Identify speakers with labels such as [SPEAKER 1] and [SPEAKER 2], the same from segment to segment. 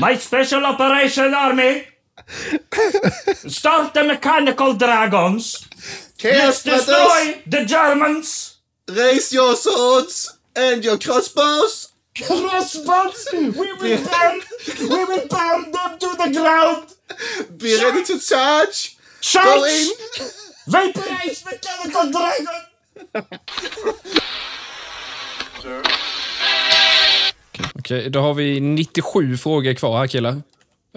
[SPEAKER 1] My special operation army! Start the mechanical dragons! Let's
[SPEAKER 2] Cast matters,
[SPEAKER 1] destroy the Germans!
[SPEAKER 2] raise your swords and your crossbows.
[SPEAKER 1] Crossbones! We will burn! We will burn them to the ground!
[SPEAKER 2] Be ready to charge. Go in.
[SPEAKER 1] Charge! Vaporize mechanical dragon!
[SPEAKER 3] Okej, eh, då har vi 97 frågor kvar här killar.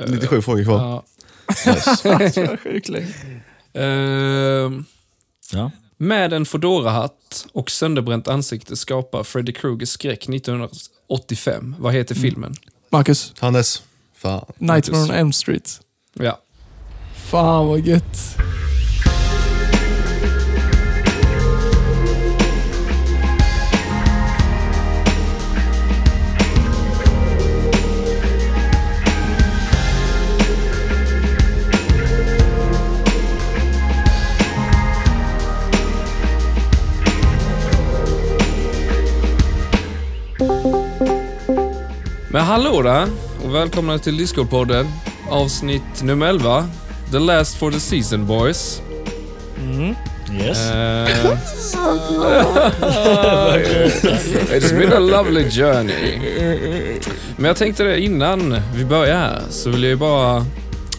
[SPEAKER 4] 97 frågor kvar.
[SPEAKER 3] Ja.
[SPEAKER 5] Sjukt länge.
[SPEAKER 3] Ehm,
[SPEAKER 5] Ja.
[SPEAKER 3] med en Foodora-hatt och sönderbränt ansikte skapar Freddy Krueger skräck 1985. Vad heter filmen?
[SPEAKER 5] Marcus,
[SPEAKER 4] Hannes. Fan.
[SPEAKER 5] Nightmare on Elm Street.
[SPEAKER 3] Ja.
[SPEAKER 5] Fan vad gött.
[SPEAKER 3] Men hallå där och välkomna till Discord-podden. Avsnitt nummer 11. The last for the season boys.
[SPEAKER 6] Yes.
[SPEAKER 3] Ehm, It's been a lovely journey. Men jag tänkte det innan vi börjar här så vill jag ju bara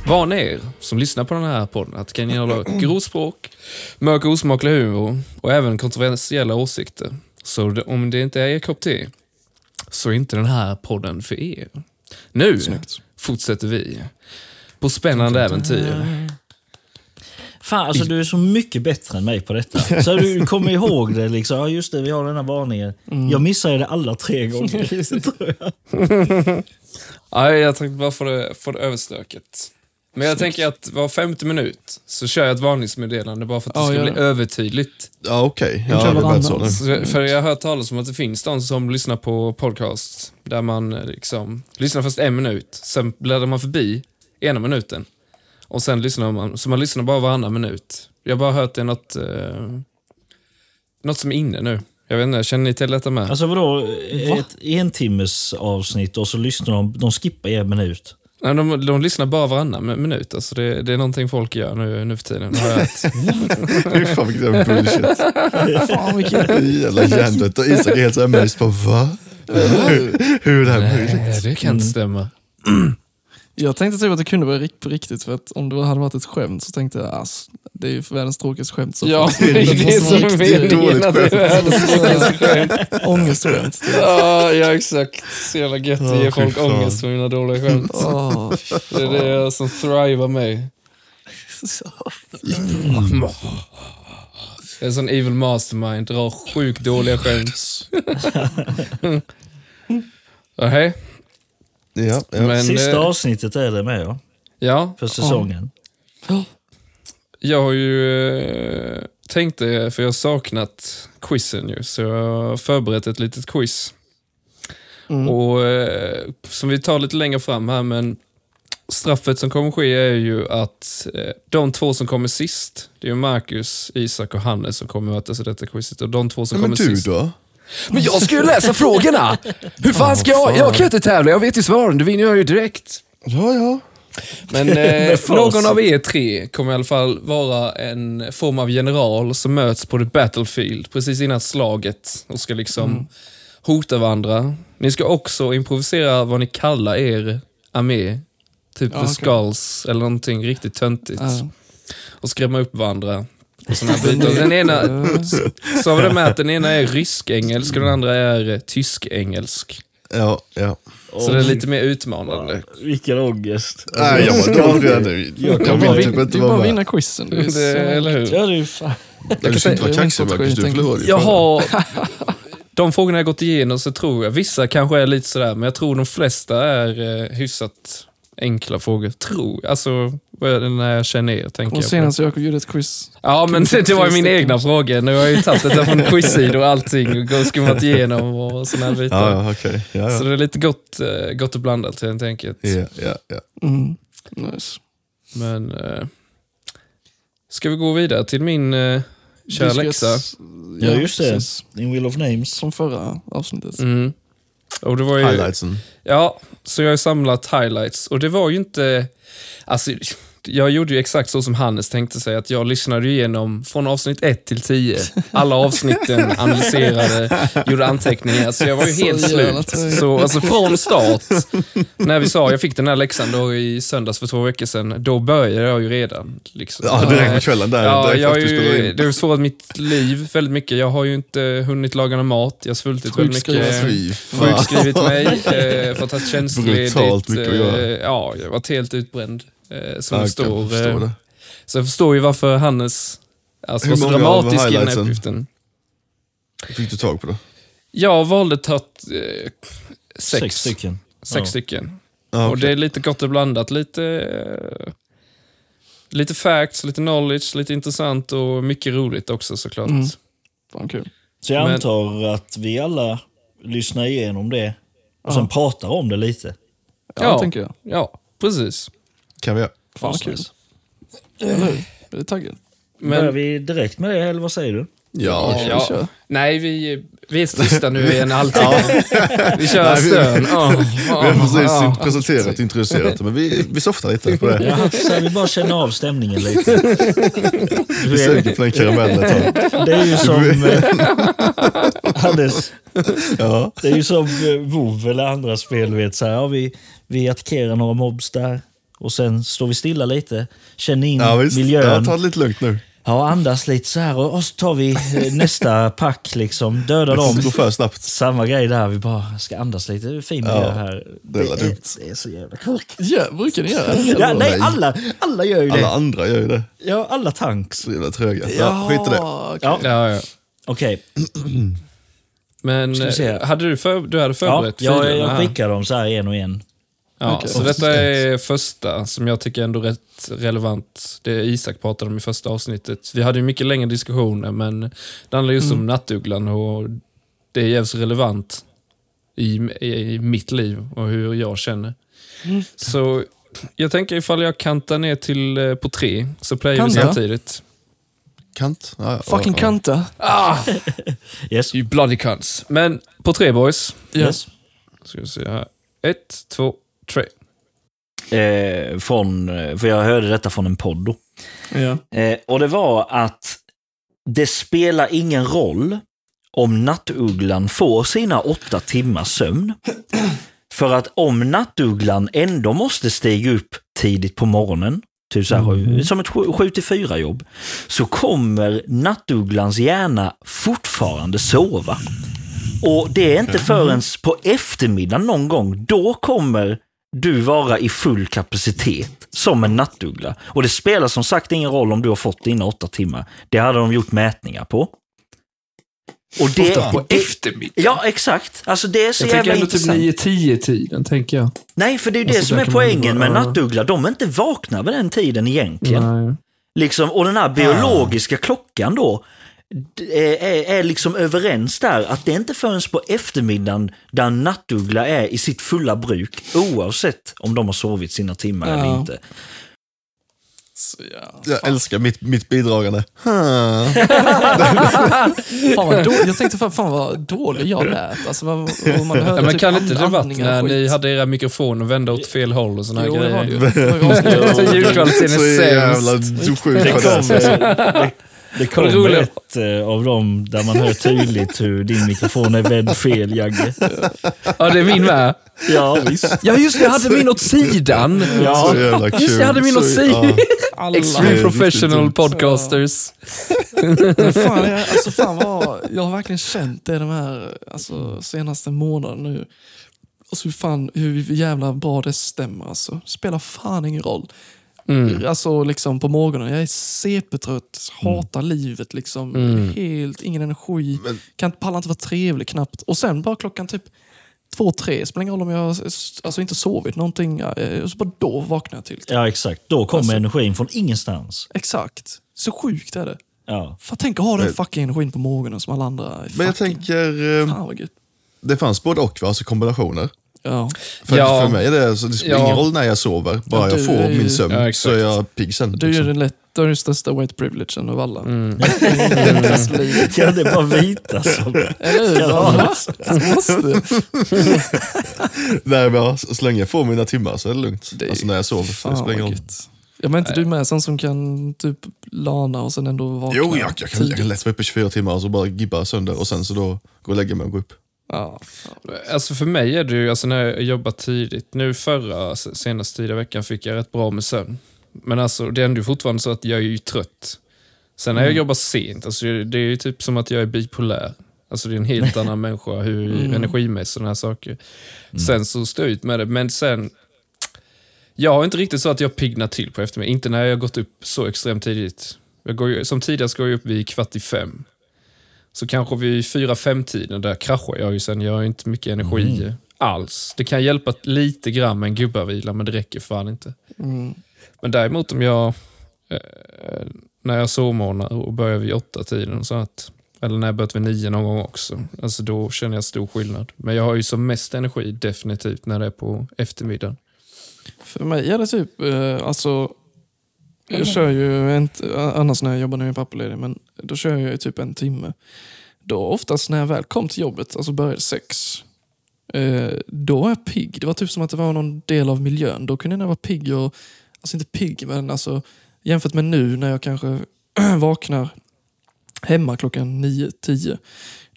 [SPEAKER 3] varna er som lyssnar på den här podden att det kan innehålla grovspråk, mörk och osmaklig humor och även kontroversiella åsikter. Så det- om det inte är er kopp te så är inte den här podden för er. Nu fortsätter vi på spännande äventyr.
[SPEAKER 6] Fan, alltså du är så mycket bättre än mig på detta. Så du kommer ihåg det liksom. Ja, just det, vi har den här varningen. Jag missade det alla tre gånger. tror jag.
[SPEAKER 3] Aj, jag tänkte bara få det, få det överstöket. Men jag tänker att var femte minut så kör jag ett varningsmeddelande bara för att det
[SPEAKER 5] Ja,
[SPEAKER 3] ska
[SPEAKER 5] gör
[SPEAKER 3] bli
[SPEAKER 5] det.
[SPEAKER 3] övertydligt.
[SPEAKER 4] Ja, okej.
[SPEAKER 5] kör
[SPEAKER 4] Ja, vi börjar
[SPEAKER 5] varannan.
[SPEAKER 4] så nu.
[SPEAKER 3] Så- För jag har hört talas om att det finns de som lyssnar på podcasts där man eh, liksom lyssnar först en minut, sen bläddrar man förbi ena minuten och sen lyssnar man, så man lyssnar bara varannan minut. Jag har bara hört det i något, eh, något som är inne nu. Jag vet inte, känner ni till detta med?
[SPEAKER 6] Alltså vadå? Ett entimmes avsnitt och så lyssnar de. De skippar en minut.
[SPEAKER 3] Nej, de, de lyssnar bara varannan mi- minut. Alltså det, det är någonting folk gör nu, nu för tiden. Har jag hört.
[SPEAKER 4] Fy fan vilket jävla bullshit.
[SPEAKER 5] Fan vilken...
[SPEAKER 4] Jävla hjärndött. Och Isak är helt så amazed. Bara, va? Hur- Hur är det här möjligt?
[SPEAKER 3] Nej, det kan inte stämma.
[SPEAKER 5] Jag tänkte typ att det kunde vara rikt på riktigt för att om det hade varit ett skämt så tänkte jag ass, det är ju världens tråkigaste skämt. Så
[SPEAKER 3] Ja,
[SPEAKER 5] fan,
[SPEAKER 3] det är
[SPEAKER 5] måste
[SPEAKER 3] Mm. det
[SPEAKER 5] vara
[SPEAKER 3] som är
[SPEAKER 5] riktigt
[SPEAKER 3] meningen.
[SPEAKER 4] dåligt
[SPEAKER 3] Att det är världens tråkigaste skämt.
[SPEAKER 5] Ångestskämt.
[SPEAKER 3] Ja, ja exakt. Så jävla gött. Det
[SPEAKER 4] Ja,
[SPEAKER 3] ger
[SPEAKER 4] fy
[SPEAKER 3] folk
[SPEAKER 4] fan.
[SPEAKER 3] ångest för mina dåliga skämt.
[SPEAKER 5] Åh,
[SPEAKER 3] Det är det jag som thrivar mig. Jag är en sån evil mastermind, drar sjukt dåliga skämt. Ja, hej.
[SPEAKER 4] Ja, ja.
[SPEAKER 3] Men,
[SPEAKER 6] Sista
[SPEAKER 3] eh,
[SPEAKER 6] avsnittet är det med ja.
[SPEAKER 3] ja,
[SPEAKER 6] För säsongen.
[SPEAKER 3] jag har ju eh, tänkt det, för jag har saknat quizen ju, så jag har förberett ett litet quiz.
[SPEAKER 4] Mm.
[SPEAKER 3] Och eh, Som vi tar lite längre fram här, men straffet som kommer ske är ju att eh, de två som kommer sist, det är ju Marcus, Isak och Hannes som kommer mötas i detta quizet. Och de två som
[SPEAKER 4] Ja, Men
[SPEAKER 3] kommer
[SPEAKER 4] du
[SPEAKER 3] sist...
[SPEAKER 4] då?
[SPEAKER 3] Men jag ska ju läsa frågorna! Hur fan ska jag? Jag kan ju inte tävla, jag vet ju svaren, då vinner jag ju direkt.
[SPEAKER 4] Ja, ja.
[SPEAKER 3] Men eh,
[SPEAKER 6] facit.
[SPEAKER 3] någon av er tre kommer i alla fall vara en form av general som möts på the battlefield precis innan slaget och ska liksom
[SPEAKER 5] Mm.
[SPEAKER 3] hota varandra. Ni ska också improvisera vad ni kallar er armé. Typ the
[SPEAKER 5] okej.
[SPEAKER 3] skulls eller någonting riktigt töntigt.
[SPEAKER 5] Ja.
[SPEAKER 3] Och skrämma upp varandra. Och såna här bitar. den ena, så har vi det med att den ena är rysk-engelsk och den andra är eh, tysk-engelsk.
[SPEAKER 4] Ja, ja.
[SPEAKER 3] Så det är lite mer utmanande.
[SPEAKER 6] Vilken ångest.
[SPEAKER 4] Nej, jag var dålig redan nu. Jag
[SPEAKER 5] Det är
[SPEAKER 4] kommer
[SPEAKER 5] bara,
[SPEAKER 4] typ
[SPEAKER 5] vin- det
[SPEAKER 4] inte
[SPEAKER 5] är bara
[SPEAKER 4] vara
[SPEAKER 5] att
[SPEAKER 4] med.
[SPEAKER 5] vinna quizen. Det är så...
[SPEAKER 3] Det, eller hur?
[SPEAKER 6] Ja, det är ju fan.
[SPEAKER 4] Du ska inte vara
[SPEAKER 5] det är min
[SPEAKER 4] kaxig Marcus,
[SPEAKER 5] strategi,
[SPEAKER 4] du
[SPEAKER 5] tänker jag.
[SPEAKER 4] förlorar ju.
[SPEAKER 3] Jag
[SPEAKER 4] fan.
[SPEAKER 3] har... De frågorna jag gått igenom så tror jag, vissa kanske är lite sådär, men jag tror de flesta är eh, hyfsat enkla frågor. Tror jag. Alltså, vad är det när jag känner er, tänker
[SPEAKER 5] Och
[SPEAKER 3] jag. på.
[SPEAKER 5] senast jag gjorde ett quiz.
[SPEAKER 3] ja, men det, det var ju mina
[SPEAKER 5] Quiz,
[SPEAKER 3] egna frågor. Nu har jag ju tagit det där från quizsidor och allting och gå- skummat igenom och såna här
[SPEAKER 4] Ja,
[SPEAKER 3] bitar.
[SPEAKER 4] ja, okej. Ja,
[SPEAKER 3] Så
[SPEAKER 4] ja.
[SPEAKER 3] det är lite gott, eh, gott och blandat helt enkelt.
[SPEAKER 4] Ja, ja, ja.
[SPEAKER 5] Mm. Nice.
[SPEAKER 3] Men... eh, Ska vi gå vidare till min eh, kära
[SPEAKER 5] Vi ska-
[SPEAKER 3] läxa?
[SPEAKER 6] Ja, just det.
[SPEAKER 5] precis.
[SPEAKER 6] In Wheel of Names.
[SPEAKER 5] Som förra avsnittet.
[SPEAKER 3] Mm. Och det var ju,
[SPEAKER 4] Highlightsen.
[SPEAKER 3] Ja, så jag har ju samlat highlights och det var ju inte... Alltså, jag gjorde ju exakt så som Hannes tänkte sig, att jag lyssnade ju igenom från avsnitt 1 till 10. Alla avsnitten analyserade, gjorde anteckningar, så jag var ju helt
[SPEAKER 5] Så jävla
[SPEAKER 3] slut.
[SPEAKER 5] trög.
[SPEAKER 3] Så alltså från start, när vi sa, jag fick den här läxan då i söndags för två veckor sedan, då började jag ju redan. Liksom.
[SPEAKER 4] Ja, direkt på kvällen där.
[SPEAKER 3] Ja,
[SPEAKER 4] direkt
[SPEAKER 3] jag är
[SPEAKER 4] efter vi spelar
[SPEAKER 3] ju,
[SPEAKER 4] in.
[SPEAKER 3] det är ju så att mitt liv väldigt mycket, jag har ju inte hunnit laga någon mat, jag har svultit väldigt mycket
[SPEAKER 4] Fy
[SPEAKER 5] Sjukskriven.
[SPEAKER 4] fan.
[SPEAKER 3] sjukskrivit mig, eh, fått ha tjänstledigt.
[SPEAKER 4] Brutalt mycket att göra.
[SPEAKER 3] eh, Ja, jag var helt utbränd. Eh, som
[SPEAKER 4] Ja,
[SPEAKER 3] en
[SPEAKER 4] jag kan
[SPEAKER 3] stor,
[SPEAKER 4] förstå
[SPEAKER 3] eh,
[SPEAKER 4] det.
[SPEAKER 3] så jag förstår ju varför Hannes alltså,
[SPEAKER 4] Hur
[SPEAKER 3] var så
[SPEAKER 4] många av
[SPEAKER 3] dramatisk i den här
[SPEAKER 4] highlightsen?
[SPEAKER 3] uppgiften.
[SPEAKER 4] Fick du tag på det?
[SPEAKER 3] Jag valde att ta eh, sex,
[SPEAKER 6] Sex stycken.
[SPEAKER 3] sex
[SPEAKER 6] Ja.
[SPEAKER 3] stycken.
[SPEAKER 4] Ja,
[SPEAKER 3] Och
[SPEAKER 4] okej.
[SPEAKER 3] det är lite gott och blandat. Lite, eh, lite facts, lite knowledge, lite intressant och mycket roligt också såklart.
[SPEAKER 5] Mm. Fan kul.
[SPEAKER 6] Så jag
[SPEAKER 3] Men-
[SPEAKER 6] antar att vi alla lyssnar igenom det och sen pratar om det lite.
[SPEAKER 5] Ja,
[SPEAKER 3] Ja.
[SPEAKER 5] tänker jag.
[SPEAKER 3] Ja, precis.
[SPEAKER 4] Kan vi göra.
[SPEAKER 5] Fan vad kul.
[SPEAKER 6] Nice.
[SPEAKER 5] Eller hur? Jag är taggad.
[SPEAKER 6] Börjar
[SPEAKER 3] Men,
[SPEAKER 6] vi direkt med det eller vad säger du?
[SPEAKER 4] Ja.
[SPEAKER 5] vi kör.
[SPEAKER 3] ja, nej, vi, vi är tysta nu i en halvtimme. Vi kör
[SPEAKER 4] vi-
[SPEAKER 3] stön. Ja, ja,
[SPEAKER 4] Vi har precis
[SPEAKER 3] ja.
[SPEAKER 4] presenterat och introducerat det, men vi, vi softar lite på det.
[SPEAKER 6] Ja, så vi bara känner av stämningen lite.
[SPEAKER 4] Vi suger på den karamellen ett tag.
[SPEAKER 6] Det är ju som... Eh, Hannes,
[SPEAKER 4] Ja.
[SPEAKER 6] det är ju som eh, WoW eller andra spel. Vet, så här, ja, vi, vi attackerar några mobs där och sen står vi stilla lite, känner in
[SPEAKER 4] Ja, visst. Ja,
[SPEAKER 6] miljön.
[SPEAKER 4] ta det lite lugnt nu.
[SPEAKER 6] Ja, andas lite så här och, och så tar vi eh, nästa pack liksom. Dödar
[SPEAKER 4] Det
[SPEAKER 6] dem.
[SPEAKER 4] går för snabbt.
[SPEAKER 6] Samma grej där, vi bara ska andas lite. Det är Fin miljö här.
[SPEAKER 4] det är väl dumt.
[SPEAKER 6] det är så jävla korkat.
[SPEAKER 5] Ja, brukar ni göra det?
[SPEAKER 6] Ja, nej,
[SPEAKER 4] nej.
[SPEAKER 6] alla, alla gör ju det.
[SPEAKER 4] Alla andra gör ju det.
[SPEAKER 6] Ja, alla tanks.
[SPEAKER 4] Så jävla tröga. Ja, skit i det.
[SPEAKER 5] Ja,
[SPEAKER 6] Ja,
[SPEAKER 3] Ja, ja.
[SPEAKER 6] okej.
[SPEAKER 3] Men
[SPEAKER 6] Ska vi se.
[SPEAKER 3] eh, hade du, för, du hade
[SPEAKER 6] Ja,
[SPEAKER 3] förberett
[SPEAKER 6] jag,
[SPEAKER 3] filerna
[SPEAKER 6] jag
[SPEAKER 3] här.
[SPEAKER 6] skickar dem så här en och en.
[SPEAKER 3] Ja,
[SPEAKER 5] Okej.
[SPEAKER 3] Så detta är första som jag tycker är ändå rätt relevant. Det Isak pratade om i första avsnittet. Vi hade ju mycket längre diskussioner men det handlar just om nattugglan och det är jävligt relevant i, i, i mitt liv och hur jag känner. Så jag tänker ifall jag kantar ner till eh, på tre så playar vi
[SPEAKER 5] Kanta?
[SPEAKER 3] samtidigt.
[SPEAKER 4] Kant? Ja, ja,
[SPEAKER 5] Fucking
[SPEAKER 4] ja.
[SPEAKER 5] kanta.
[SPEAKER 6] Yes.
[SPEAKER 3] You bloody cunts. Men på tre boys.
[SPEAKER 6] yes.
[SPEAKER 3] Ska vi se här. Ett, två, tre.
[SPEAKER 6] Eh, från, eh, för jag hörde detta från en podd. då.
[SPEAKER 5] Ja.
[SPEAKER 6] Eh, och det var att det spelar ingen roll om nattugglan får sina åtta timmars sömn. För att om nattugglan ändå måste stiga upp tidigt på morgonen, typ så här,
[SPEAKER 3] Mhm.
[SPEAKER 6] som ett 7-4 jobb, så kommer nattugglans hjärna fortfarande sova. Och det är inte förrän på eftermiddagen någon gång, då kommer du vara i full kapacitet som en nattuggla. Och det spelar som sagt ingen roll om du har fått dina åtta timmar. Det hade de gjort mätningar på. Och det,
[SPEAKER 3] På
[SPEAKER 6] det,
[SPEAKER 3] eftermiddag.
[SPEAKER 6] Ja, exakt. Alltså det är så
[SPEAKER 3] Jag
[SPEAKER 6] jävla
[SPEAKER 3] tänker ändå typ
[SPEAKER 6] intressant.
[SPEAKER 3] 9-10-tiden, tänker jag.
[SPEAKER 6] Nej, för det är ju det
[SPEAKER 3] Alltså,
[SPEAKER 6] som
[SPEAKER 3] där
[SPEAKER 6] är
[SPEAKER 3] kan man ju
[SPEAKER 6] poängen
[SPEAKER 3] bara-
[SPEAKER 6] med nattuggla. De är inte vakna vid den tiden egentligen.
[SPEAKER 3] Nej.
[SPEAKER 6] Liksom, och den här biologiska klockan då d- är, är, är liksom överens där att det är inte förrän på eftermiddagen där en nattuggla är i sitt fulla bruk oavsett om de har sovit sina timmar
[SPEAKER 5] Ja.
[SPEAKER 6] eller inte.
[SPEAKER 5] Så, ja.
[SPEAKER 4] Jag älskar mitt, mitt bidragande.
[SPEAKER 5] Fan vad dålig, jag tänkte fan, fan vad dålig jag lät. Alltså, vad, vad man hörde
[SPEAKER 3] Ja, men
[SPEAKER 5] typ
[SPEAKER 3] kan inte det
[SPEAKER 5] and-
[SPEAKER 3] varit
[SPEAKER 5] andningar
[SPEAKER 3] när
[SPEAKER 5] och
[SPEAKER 3] ni
[SPEAKER 5] skit.
[SPEAKER 3] hade era mikrofoner vända åt fel håll och såna här
[SPEAKER 5] Jo, det var det ju.
[SPEAKER 3] grejer?
[SPEAKER 5] Det var ju avsnitt.
[SPEAKER 3] Ljudkvaliteten
[SPEAKER 4] Så
[SPEAKER 3] är
[SPEAKER 4] jävla
[SPEAKER 3] sämst.
[SPEAKER 4] sjukt på det. alltså.
[SPEAKER 6] det, det kom
[SPEAKER 3] Vad roligt.
[SPEAKER 6] ett eh, av dem där man hör tydligt hur din mikrofon är vänd fel, Jagge.
[SPEAKER 3] Ja, det är min med.
[SPEAKER 6] Ja, visst.
[SPEAKER 3] Ja, just det, jag hade min åt sidan.
[SPEAKER 6] Ja.
[SPEAKER 4] Så jävla kul.
[SPEAKER 3] Just det, jag hade min
[SPEAKER 4] Så-
[SPEAKER 3] åt sidan.
[SPEAKER 4] ja.
[SPEAKER 5] Alla.
[SPEAKER 3] Extreme
[SPEAKER 4] Nej,
[SPEAKER 3] professional
[SPEAKER 4] riktigt.
[SPEAKER 3] podcasters.
[SPEAKER 5] Fan, jag, alltså, fan vad, jag har verkligen känt det de här alltså, senaste månaderna nu. Alltså hur, fan, hur jävla bra det stämmer alltså. Det spelar fan ingen roll. Alltså liksom på morgonen, jag är CP-trött, hatar livet liksom. Helt, ingen energi, kan inte, pallar inte vara trevlig knappt. Och sen bara klockan typ två, tre, spelar ingen roll om jag har, alltså, inte sovit någonting. eh, Och så bara då vaknar jag till.
[SPEAKER 6] ja, exakt. Då kommer energin från ingenstans.
[SPEAKER 5] Exakt. Så sjukt är det.
[SPEAKER 6] Ja.
[SPEAKER 5] Fan, tänk att ha den fucking energin på morgonen som alla andra.
[SPEAKER 4] Men jag
[SPEAKER 5] Fucking-
[SPEAKER 4] tänker, eh,
[SPEAKER 5] Fan vad gött.
[SPEAKER 4] det fanns både och, va? alltså kombinationer.
[SPEAKER 5] Ja.
[SPEAKER 4] För,
[SPEAKER 3] Ja.
[SPEAKER 4] för mig är det, så det spelar
[SPEAKER 3] Ja.
[SPEAKER 4] ingen roll när jag sover, bara
[SPEAKER 5] Ja, du
[SPEAKER 4] jag får
[SPEAKER 5] är ju-
[SPEAKER 4] min sömn
[SPEAKER 3] Ja, exakt.
[SPEAKER 4] så är jag pigg sen.
[SPEAKER 5] Du gör
[SPEAKER 4] liksom.
[SPEAKER 5] det lätt vita är den största white privilegen av alla.
[SPEAKER 3] Mm.
[SPEAKER 5] Deras liv.
[SPEAKER 6] Ja, det är bara vita som...
[SPEAKER 5] Eller hur?
[SPEAKER 6] Kan ha
[SPEAKER 5] Va? Så måste.
[SPEAKER 4] Nej, men alltså, så länge jag får mina timmar så är det lugnt.
[SPEAKER 5] Det är-
[SPEAKER 4] Alltså när jag sover. så
[SPEAKER 5] Fan,
[SPEAKER 4] det spelar ingen
[SPEAKER 5] vad
[SPEAKER 4] roll.
[SPEAKER 5] gött. Ja, men inte du med sån som kan typ lana och sen ändå vakna
[SPEAKER 4] Jo, jag, jag, kan, jag
[SPEAKER 5] tidigt?
[SPEAKER 4] kan lätt vara uppe i 24 timmar och så bara gibba sönder och sen så då går jag och lägger mig och går upp.
[SPEAKER 5] Ja.
[SPEAKER 3] Alltså för mig är det ju, alltså när jag jobbar tidigt, nu förra s- senaste tida veckan fick jag rätt bra med sömn. Men alltså det är ändå fortfarande så att jag är ju trött. Sen när jag jobbar sent, alltså det det är ju typ som att jag är bipolär. Alltså det är en helt annan människa, hur energimässigt och sådana här saker. Sen så står jag ut med det, men sen... Jag har inte riktigt så att jag piggnar till på eftermiddagen, inte när jag har gått upp så extremt tidigt. Jag går ju, som tidigast går jag upp vid kvart i fem. Så kanske vid fyra, fem-tiden, där kraschar jag ju sen. Jag har ju inte mycket energi
[SPEAKER 6] Mm.
[SPEAKER 3] alls. Det kan hjälpa lite grann med en gubbavila, men det räcker fan inte.
[SPEAKER 5] Mm.
[SPEAKER 3] Men däremot om jag, eh, när jag sovmorgnar och börjar vid åtta tiden så att, eller när jag börjat vid nio någon gång också, alltså då känner jag stor skillnad. Men jag har ju som mest energi definitivt när det är på eftermiddagen.
[SPEAKER 5] För mig är det typ, eh, alltså, jag kör ju inte, annars när jag jobbar när jag är pappaledig, men då kör jag ju typ en timme. Då oftast när jag väl kom till jobbet, alltså började sex, eh, då var jag pigg. Det var typ som att det var någon del av miljön. Då kunde jag vara pigg och, alltså inte pigg, men alltså jämfört med nu när jag kanske vaknar hemma klockan nio tio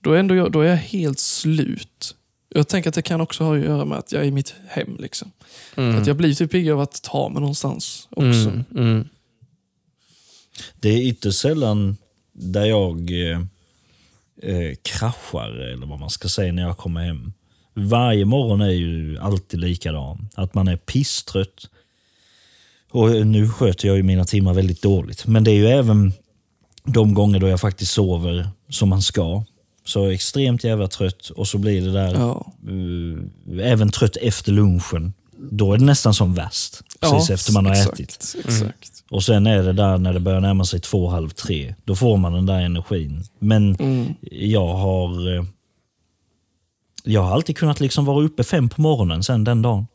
[SPEAKER 5] då är, ändå jag, då är jag helt slut. Jag tänker att det kan också ha att göra med att jag är i mitt hem. liksom. Att jag blir typ pigg av att ta mig någonstans också.
[SPEAKER 3] Mm, mm.
[SPEAKER 6] Det är ytterst sällan där jag eh, eh, kraschar, eller vad man ska säga, när jag kommer hem. Varje morgon är ju alltid likadan. Att man är pisstrött. Och nu sköter jag ju mina timmar väldigt dåligt. Men det är ju även de gånger då jag faktiskt sover som man ska. Så jag är extremt jävla trött och så blir det där,
[SPEAKER 5] Ja.
[SPEAKER 6] eh, även trött efter lunchen. Då är det nästan som värst. Precis
[SPEAKER 5] Ja,
[SPEAKER 6] efter man har
[SPEAKER 5] exakt,
[SPEAKER 6] ätit.
[SPEAKER 5] Exakt.
[SPEAKER 6] Och sen är det där när det börjar närma sig två, halv tre. Då får man den där energin. Men
[SPEAKER 5] Mm.
[SPEAKER 6] jag har eh, jag har alltid kunnat liksom vara uppe fem på morgonen sen den dagen.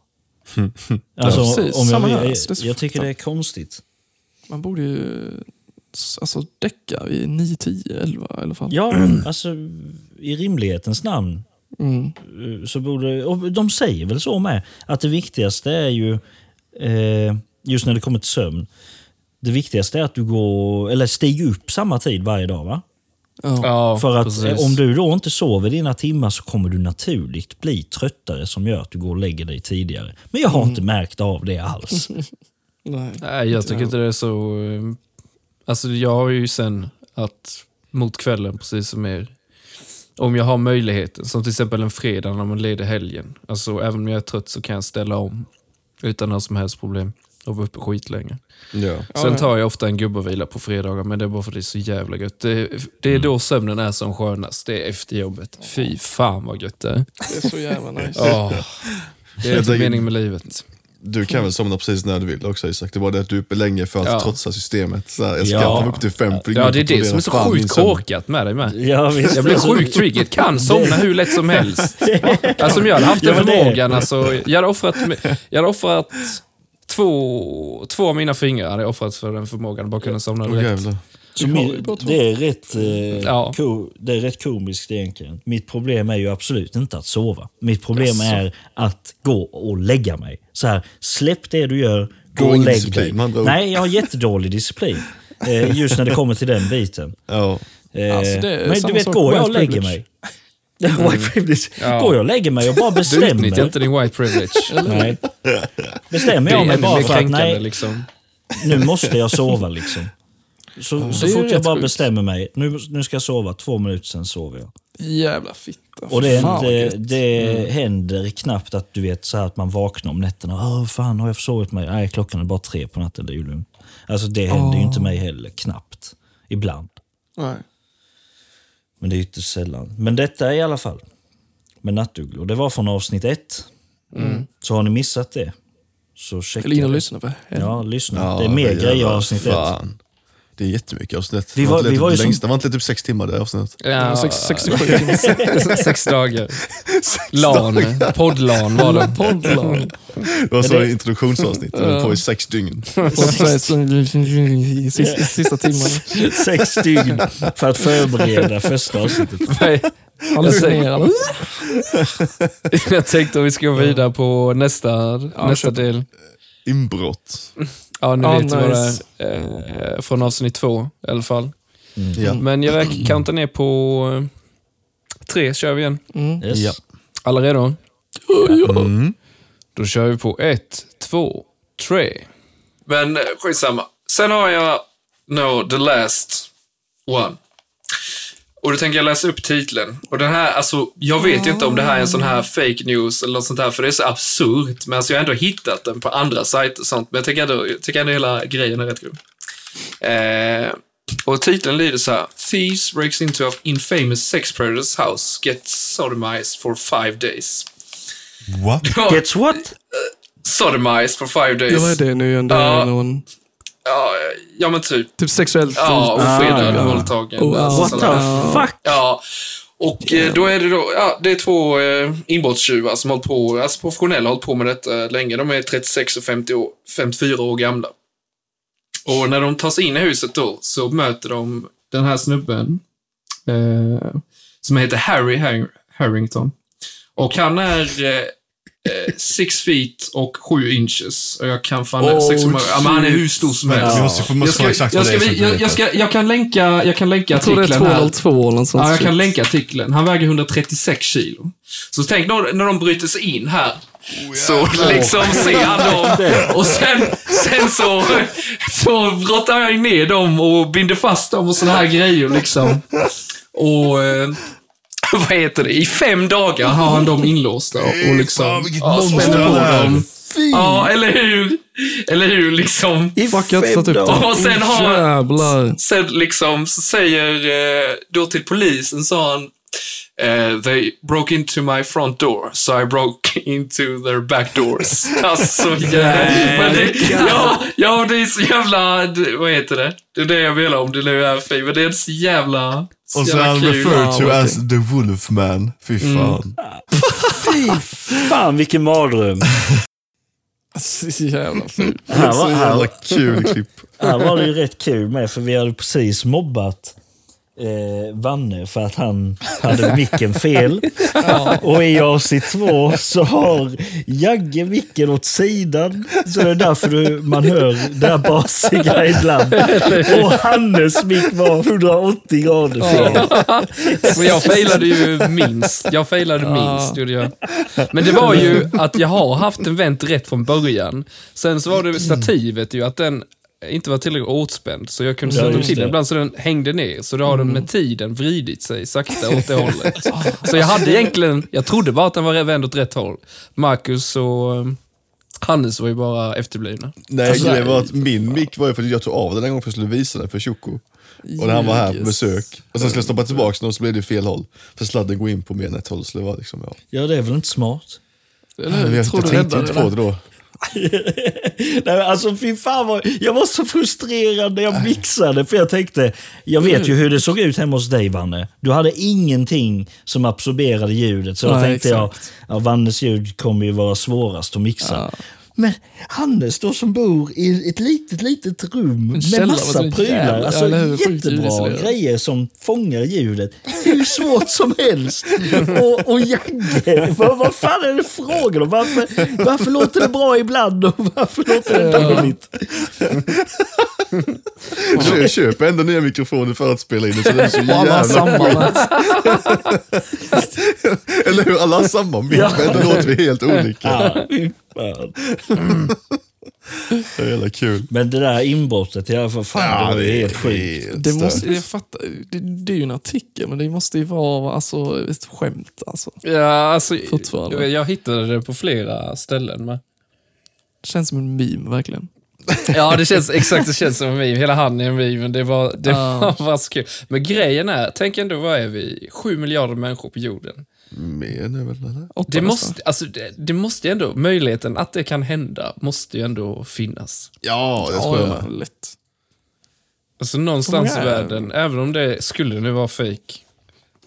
[SPEAKER 6] Alltså,
[SPEAKER 5] Ja, precis.
[SPEAKER 6] om
[SPEAKER 5] Samma
[SPEAKER 6] jag,
[SPEAKER 5] här.
[SPEAKER 6] jag,
[SPEAKER 5] Det är så
[SPEAKER 6] jag tycker det är konstigt.
[SPEAKER 5] Mm. Man borde ju s- alltså, däcka vid 9, 10, 11 i alla fall.
[SPEAKER 6] Ja, alltså i rimlighetens namn
[SPEAKER 5] Mm.
[SPEAKER 6] eh, så borde... Och de säger väl så med, att det viktigaste är ju, eh, just när det kommer till sömn, det viktigaste är att du går, eller stiger upp samma tid varje dag. va?
[SPEAKER 5] Ja.
[SPEAKER 3] Ja,
[SPEAKER 6] För att
[SPEAKER 3] precis.
[SPEAKER 6] eh, om du då inte sover dina timmar så kommer du naturligt bli tröttare som gör att du går och lägger dig tidigare. Men jag har
[SPEAKER 3] Mm.
[SPEAKER 6] inte märkt av det alls.
[SPEAKER 5] Nej.
[SPEAKER 3] Nej, jag tycker inte det är så... eh, Alltså jag har ju sen att mot kvällen, precis som er, om jag har möjligheten, som till exempel en fredag när man leder helgen. Alltså även om jag är trött så kan jag ställa om utan några som helst problem och vara uppe skitlänge.
[SPEAKER 4] Ja.
[SPEAKER 3] Sen tar jag ofta en gubbavila på fredagar, men det är bara för att det är så jävla gött. Det, det
[SPEAKER 4] Mm.
[SPEAKER 3] är då sömnen är som skönast, det är efter jobbet. Fy fan vad gött det är.
[SPEAKER 5] Det är så jävla nice.
[SPEAKER 3] Åh, det är
[SPEAKER 4] Jag
[SPEAKER 3] inte
[SPEAKER 4] tänker-
[SPEAKER 3] mening med livet.
[SPEAKER 4] Du kan väl somna precis när du vill också Isak? Det var det att du är uppe länge för att
[SPEAKER 3] Ja.
[SPEAKER 4] trotsa systemet. Så här, jag ska
[SPEAKER 6] Ja.
[SPEAKER 4] komma upp till fem. för
[SPEAKER 3] Ja,
[SPEAKER 4] ingen
[SPEAKER 3] det är det som är så
[SPEAKER 4] kontrollerar fan min
[SPEAKER 3] sjukt
[SPEAKER 4] sömn.
[SPEAKER 3] korkat med dig med.
[SPEAKER 6] Ja, visst.
[SPEAKER 3] Jag blir
[SPEAKER 6] Alltså,
[SPEAKER 3] sjukt triggered, kan somna hur lätt som helst. Alltså om jag hade haft den
[SPEAKER 6] Ja, men det-
[SPEAKER 3] förmågan, alltså, jag hade offrat, jag hade offrat två, två av mina fingrar hade jag offrat för den förmågan, bara kunna somna
[SPEAKER 4] Åh,
[SPEAKER 3] direkt.
[SPEAKER 4] jävlar.
[SPEAKER 6] så min- det, är rätt, eh,
[SPEAKER 3] Ja.
[SPEAKER 6] ko, det är rätt komiskt egentligen. Mitt problem är ju absolut inte att sova. Mitt problem är att gå och lägga mig. Så här, släpp det du gör, gå och
[SPEAKER 4] ingen
[SPEAKER 6] lägg
[SPEAKER 4] disciplin,
[SPEAKER 6] dig.
[SPEAKER 4] med andra ord.
[SPEAKER 6] Nej, jag har jättedålig disciplin. eh, Just när det kommer till den biten.
[SPEAKER 4] Ja.
[SPEAKER 6] Eh,
[SPEAKER 5] Alltså, det är
[SPEAKER 6] men du
[SPEAKER 5] samma
[SPEAKER 6] vet,
[SPEAKER 5] sak
[SPEAKER 6] går
[SPEAKER 5] med
[SPEAKER 6] jag och
[SPEAKER 5] white
[SPEAKER 6] lägger
[SPEAKER 5] privilege.
[SPEAKER 6] mig. White privilege.
[SPEAKER 3] Ja.
[SPEAKER 6] Går jag och lägger mig och bara
[SPEAKER 3] Du utnyttjar
[SPEAKER 6] bestämmer.
[SPEAKER 3] inte din white privilege.
[SPEAKER 6] Nej. Bestämmer
[SPEAKER 3] Det är
[SPEAKER 6] jag mig
[SPEAKER 3] ännu
[SPEAKER 6] bara
[SPEAKER 3] mer
[SPEAKER 6] för att
[SPEAKER 3] kränkande.
[SPEAKER 6] nej,
[SPEAKER 3] Liksom.
[SPEAKER 6] nu måste jag sova liksom. Så,
[SPEAKER 5] Det
[SPEAKER 6] så
[SPEAKER 5] är
[SPEAKER 6] fort
[SPEAKER 5] ju
[SPEAKER 6] jag
[SPEAKER 5] rätt
[SPEAKER 6] bara
[SPEAKER 5] sjukt.
[SPEAKER 6] bestämmer mig, nu, nu ska jag sova, två minuter sen sover jag.
[SPEAKER 5] Jävla fitta.
[SPEAKER 6] Och det, är
[SPEAKER 5] Fan, vad
[SPEAKER 6] inte,
[SPEAKER 5] gött. Mm.
[SPEAKER 6] det händer knappt att du vet så här att man vaknar om nätterna. Åh, fan har jag försovit mig? Nej, klockan är bara tre på natten, det är ju lugnt. Alltså det händer ju inte mig heller, knappt. Ibland.
[SPEAKER 5] Nej.
[SPEAKER 6] Men det är ytterst sällan. Men detta i alla fall. Med nattugglor. Det var från avsnitt ett. Så har ni missat det, så checka
[SPEAKER 5] Eller in och
[SPEAKER 6] det.
[SPEAKER 5] lyssna på henne.
[SPEAKER 6] Ja, lyssna.
[SPEAKER 4] Ja,
[SPEAKER 6] det är mer
[SPEAKER 4] jävlar,
[SPEAKER 6] grejer i avsnitt ett.
[SPEAKER 4] fan. Det är jättemycket avsnitt.
[SPEAKER 6] Vi
[SPEAKER 4] Det
[SPEAKER 6] var-
[SPEAKER 4] var, inte
[SPEAKER 6] vi
[SPEAKER 4] typ
[SPEAKER 6] var ju som-
[SPEAKER 4] längst, det var inte typ sex timmar det avsnittet.
[SPEAKER 5] Det var
[SPEAKER 3] Ja,
[SPEAKER 5] sex- 67 timmar.
[SPEAKER 3] sex dagar. LAN. Podd-LAN var det.
[SPEAKER 5] Poddlag.
[SPEAKER 4] Det var så introduktionsavsnittet, det höll på i sex dygn.
[SPEAKER 5] Sista, sista timmen.
[SPEAKER 6] Sex dygn för att förbereda första avsnittet.
[SPEAKER 5] Mm.
[SPEAKER 3] Nej,
[SPEAKER 5] Hallucinerande.
[SPEAKER 3] Jag tänkte om vi ska gå vidare på nästa, nästa
[SPEAKER 5] kör.
[SPEAKER 3] del.
[SPEAKER 4] Inbrott.
[SPEAKER 3] Ja, ni
[SPEAKER 5] Ja,
[SPEAKER 3] vet vad
[SPEAKER 5] nice.
[SPEAKER 3] det är. Eh, Från avsnitt två i alla fall.
[SPEAKER 4] Ja.
[SPEAKER 3] Men jag räk- countar ner på eh, tre, kör vi igen.
[SPEAKER 6] Yes.
[SPEAKER 4] Ja.
[SPEAKER 3] Alla redo?
[SPEAKER 4] Mm.
[SPEAKER 3] Då kör vi på ett, två, tre. Men eh, skitsamma. Sen har jag No, the last one. Och då tänker jag läsa upp titeln. Och den här, alltså, jag vet ju inte om det här är en sån här fake news eller något sånt här, för det är så absurt. Men alltså, jag har ändå hittat den på andra sajter och sånt. Men jag tänker ändå, jag tycker ändå hela grejen är rätt grym. Eh, och titeln lyder så här. Thieves breaks into an infamous sex predator's house, gets sodomized for five days.
[SPEAKER 4] What?
[SPEAKER 6] Gets what?
[SPEAKER 3] sodomized for five days.
[SPEAKER 5] Ja, vad är det nu igen? Det
[SPEAKER 3] Ja.
[SPEAKER 5] är någon,
[SPEAKER 3] Ja, ja men typ.
[SPEAKER 5] typ sexuellt
[SPEAKER 3] Ja, och
[SPEAKER 5] våld.
[SPEAKER 3] fredad
[SPEAKER 6] Ah, ja.
[SPEAKER 3] och våldtagen.
[SPEAKER 5] Oh,
[SPEAKER 3] alltså,
[SPEAKER 5] wow.
[SPEAKER 6] What the
[SPEAKER 3] sådär.
[SPEAKER 6] fuck?
[SPEAKER 3] Ja. Och eh, då är det då, ja, det är två eh, inbrottstjuvar som hållit på, alltså professionella har hållit på med detta eh, länge. De är 36 och 50 år, 54 år gamla. Och när de tar sig in i huset då så möter de den här snubben eh, som heter Harry Har- Harrington. Och han är eh, eh, six feet och sju inches. Och jag kan fan...
[SPEAKER 5] Oh,
[SPEAKER 3] sex och många- ja, men han är hur stor som helst.
[SPEAKER 4] Vi måste få
[SPEAKER 3] Jag,
[SPEAKER 4] måste
[SPEAKER 3] ska,
[SPEAKER 4] få
[SPEAKER 3] jag,
[SPEAKER 4] exakt vad
[SPEAKER 3] ska,
[SPEAKER 4] det är. så att vi
[SPEAKER 3] jag,
[SPEAKER 4] vet
[SPEAKER 3] jag, ska, jag kan länka, jag kan länka
[SPEAKER 5] Jag tror det är
[SPEAKER 3] artikeln här.
[SPEAKER 5] 202 eller något sånt.
[SPEAKER 3] Ja, jag
[SPEAKER 5] shit.
[SPEAKER 3] kan länka artikeln. Han väger 136 kilo. Så tänk när, när de bryter sig in här. Så liksom ser han dem och sen, sen så, så brottar jag ner dem och binder fast dem och såna här grejer liksom. Och eh, vad heter det? I fem dagar har han dem inlåsta och liksom
[SPEAKER 4] vilket
[SPEAKER 3] ja,
[SPEAKER 4] monster
[SPEAKER 3] spänner på
[SPEAKER 4] han är.
[SPEAKER 3] dem. Ja, eller hur? Eller hur liksom?
[SPEAKER 5] Fuck, jag har inte satt upp
[SPEAKER 3] dagar.
[SPEAKER 5] det.
[SPEAKER 3] Och sen har-
[SPEAKER 5] Jävlar.
[SPEAKER 3] sen liksom så säger eh, då till polisen sa han eh, they broke into my front door, so I broke into their back doors. Alltså, jävlar. Men det, ja, ja, det är så jävla... det- Vad heter det? Det är det jag menar om det nu är fint, men det är så jävla... Så
[SPEAKER 4] Och så
[SPEAKER 3] jävla
[SPEAKER 4] han
[SPEAKER 3] kul. Mm.
[SPEAKER 4] referred to as the Wolfman. Fy fan.
[SPEAKER 6] Fan vilken mardröm.
[SPEAKER 5] Alltså, jävla fult.
[SPEAKER 6] Här
[SPEAKER 4] Så
[SPEAKER 6] var, här,
[SPEAKER 4] jävla kul klipp.
[SPEAKER 6] här var det ju rätt kul med, för vi hade precis mobbat eh, Vanne för att han hade micken fel. Och i avsnitt två så har Jagge micken åt sidan. Så det är därför du, man hör det här basiga ibland. Och Hannes mick var 180 grader fel.
[SPEAKER 3] Men jag failade ju minst. Jag failade minst, gjorde jag. Men det var ju att jag har haft en vänt rätt från början. Sen så var det stativet ju att den inte var tillräckligt åtspänd, så jag kunde
[SPEAKER 6] Ja,
[SPEAKER 3] sätta
[SPEAKER 6] just
[SPEAKER 3] till
[SPEAKER 6] det.
[SPEAKER 3] den ibland så den hängde ner. Så då har den med tiden vridit sig sakta åt det hållet. Så jag hade egentligen, jag trodde bara att den var vänd åt rätt håll. Marcus och eh, Hannes var ju bara efterblivna.
[SPEAKER 4] Nej, grejen Alltså, var att min mick var ju för att jag tog av den en gång för att jag skulle visa den för Tjocko. Och när han var här på
[SPEAKER 5] Jesus.
[SPEAKER 4] besök. Och sen skulle jag stoppa tillbaka den och så blev det fel håll. För sladden går in på mer än ett håll. Så det var liksom, ja.
[SPEAKER 6] Ja, det är väl inte smart?
[SPEAKER 4] Jag, vet,
[SPEAKER 5] tror
[SPEAKER 4] jag
[SPEAKER 5] du
[SPEAKER 4] tänkte
[SPEAKER 5] räddade
[SPEAKER 4] inte
[SPEAKER 5] det
[SPEAKER 4] på
[SPEAKER 5] där?
[SPEAKER 4] det då.
[SPEAKER 6] Nej, men alltså fy fan vad, jag var så frustrerad när jag mixade för jag tänkte, jag vet ju
[SPEAKER 5] Mm.
[SPEAKER 6] hur det såg ut hemma hos dig Vanne. Du hade ingenting som absorberade ljudet så då
[SPEAKER 5] Nej,
[SPEAKER 6] tänkte
[SPEAKER 5] exakt.
[SPEAKER 6] jag, ja, Vannes ljud kommer ju vara svårast att mixa. Men Hannes då som bor i ett litet, litet rum med
[SPEAKER 5] källare, vad
[SPEAKER 6] massa
[SPEAKER 5] det är
[SPEAKER 6] prylar.
[SPEAKER 5] jävla-
[SPEAKER 6] Alltså
[SPEAKER 5] ja, eller hur? Sjukt
[SPEAKER 6] jättebra
[SPEAKER 5] ljudisolerat.
[SPEAKER 6] grejer som fångar ljudet. Hur svårt som helst. Och, och Jagge, vad, vad fan är det frågan om? Varför, varför låter det bra ibland och varför låter det dåligt?
[SPEAKER 4] Jag köper ändå nya mikrofoner för att spela in det. Så det är så
[SPEAKER 5] Och alla har
[SPEAKER 4] jävla...
[SPEAKER 5] samma. va?
[SPEAKER 4] Eller hur? Alla har samma mick, men ändå låter vi helt olika.
[SPEAKER 6] Ja, fy fan.
[SPEAKER 4] Det är jävla kul.
[SPEAKER 6] Men det där inbrottet, jag för fan, det är helt sjukt.
[SPEAKER 5] Det,
[SPEAKER 4] stört.
[SPEAKER 5] måste, jag fattar, det, det är ju en artikel, men det måste ju vara alltså, ett skämt. Alltså.
[SPEAKER 3] Ja, alltså,
[SPEAKER 5] Fortfarande.
[SPEAKER 3] jag hittade det på flera ställen med.
[SPEAKER 5] Känns som en meme, verkligen.
[SPEAKER 3] Ja, det känns, exakt, det känns som en meme. Hela han är en meme, men det var, det
[SPEAKER 5] Ja.
[SPEAKER 3] var bara så kul. Men grejen är, tänk ändå, vad är vi? Sju miljarder människor på jorden.
[SPEAKER 4] Mer nu väl, eller?
[SPEAKER 5] Åtta
[SPEAKER 3] Det
[SPEAKER 5] nästan.
[SPEAKER 3] måste, alltså, det, det måste ju ändå, möjligheten att det kan hända måste ju ändå finnas.
[SPEAKER 4] Ja, det tror jag
[SPEAKER 5] ja,
[SPEAKER 4] med.
[SPEAKER 5] ja, lätt.
[SPEAKER 3] Alltså någonstans i
[SPEAKER 5] Hur många är
[SPEAKER 3] världen, även om det skulle nu vara fake,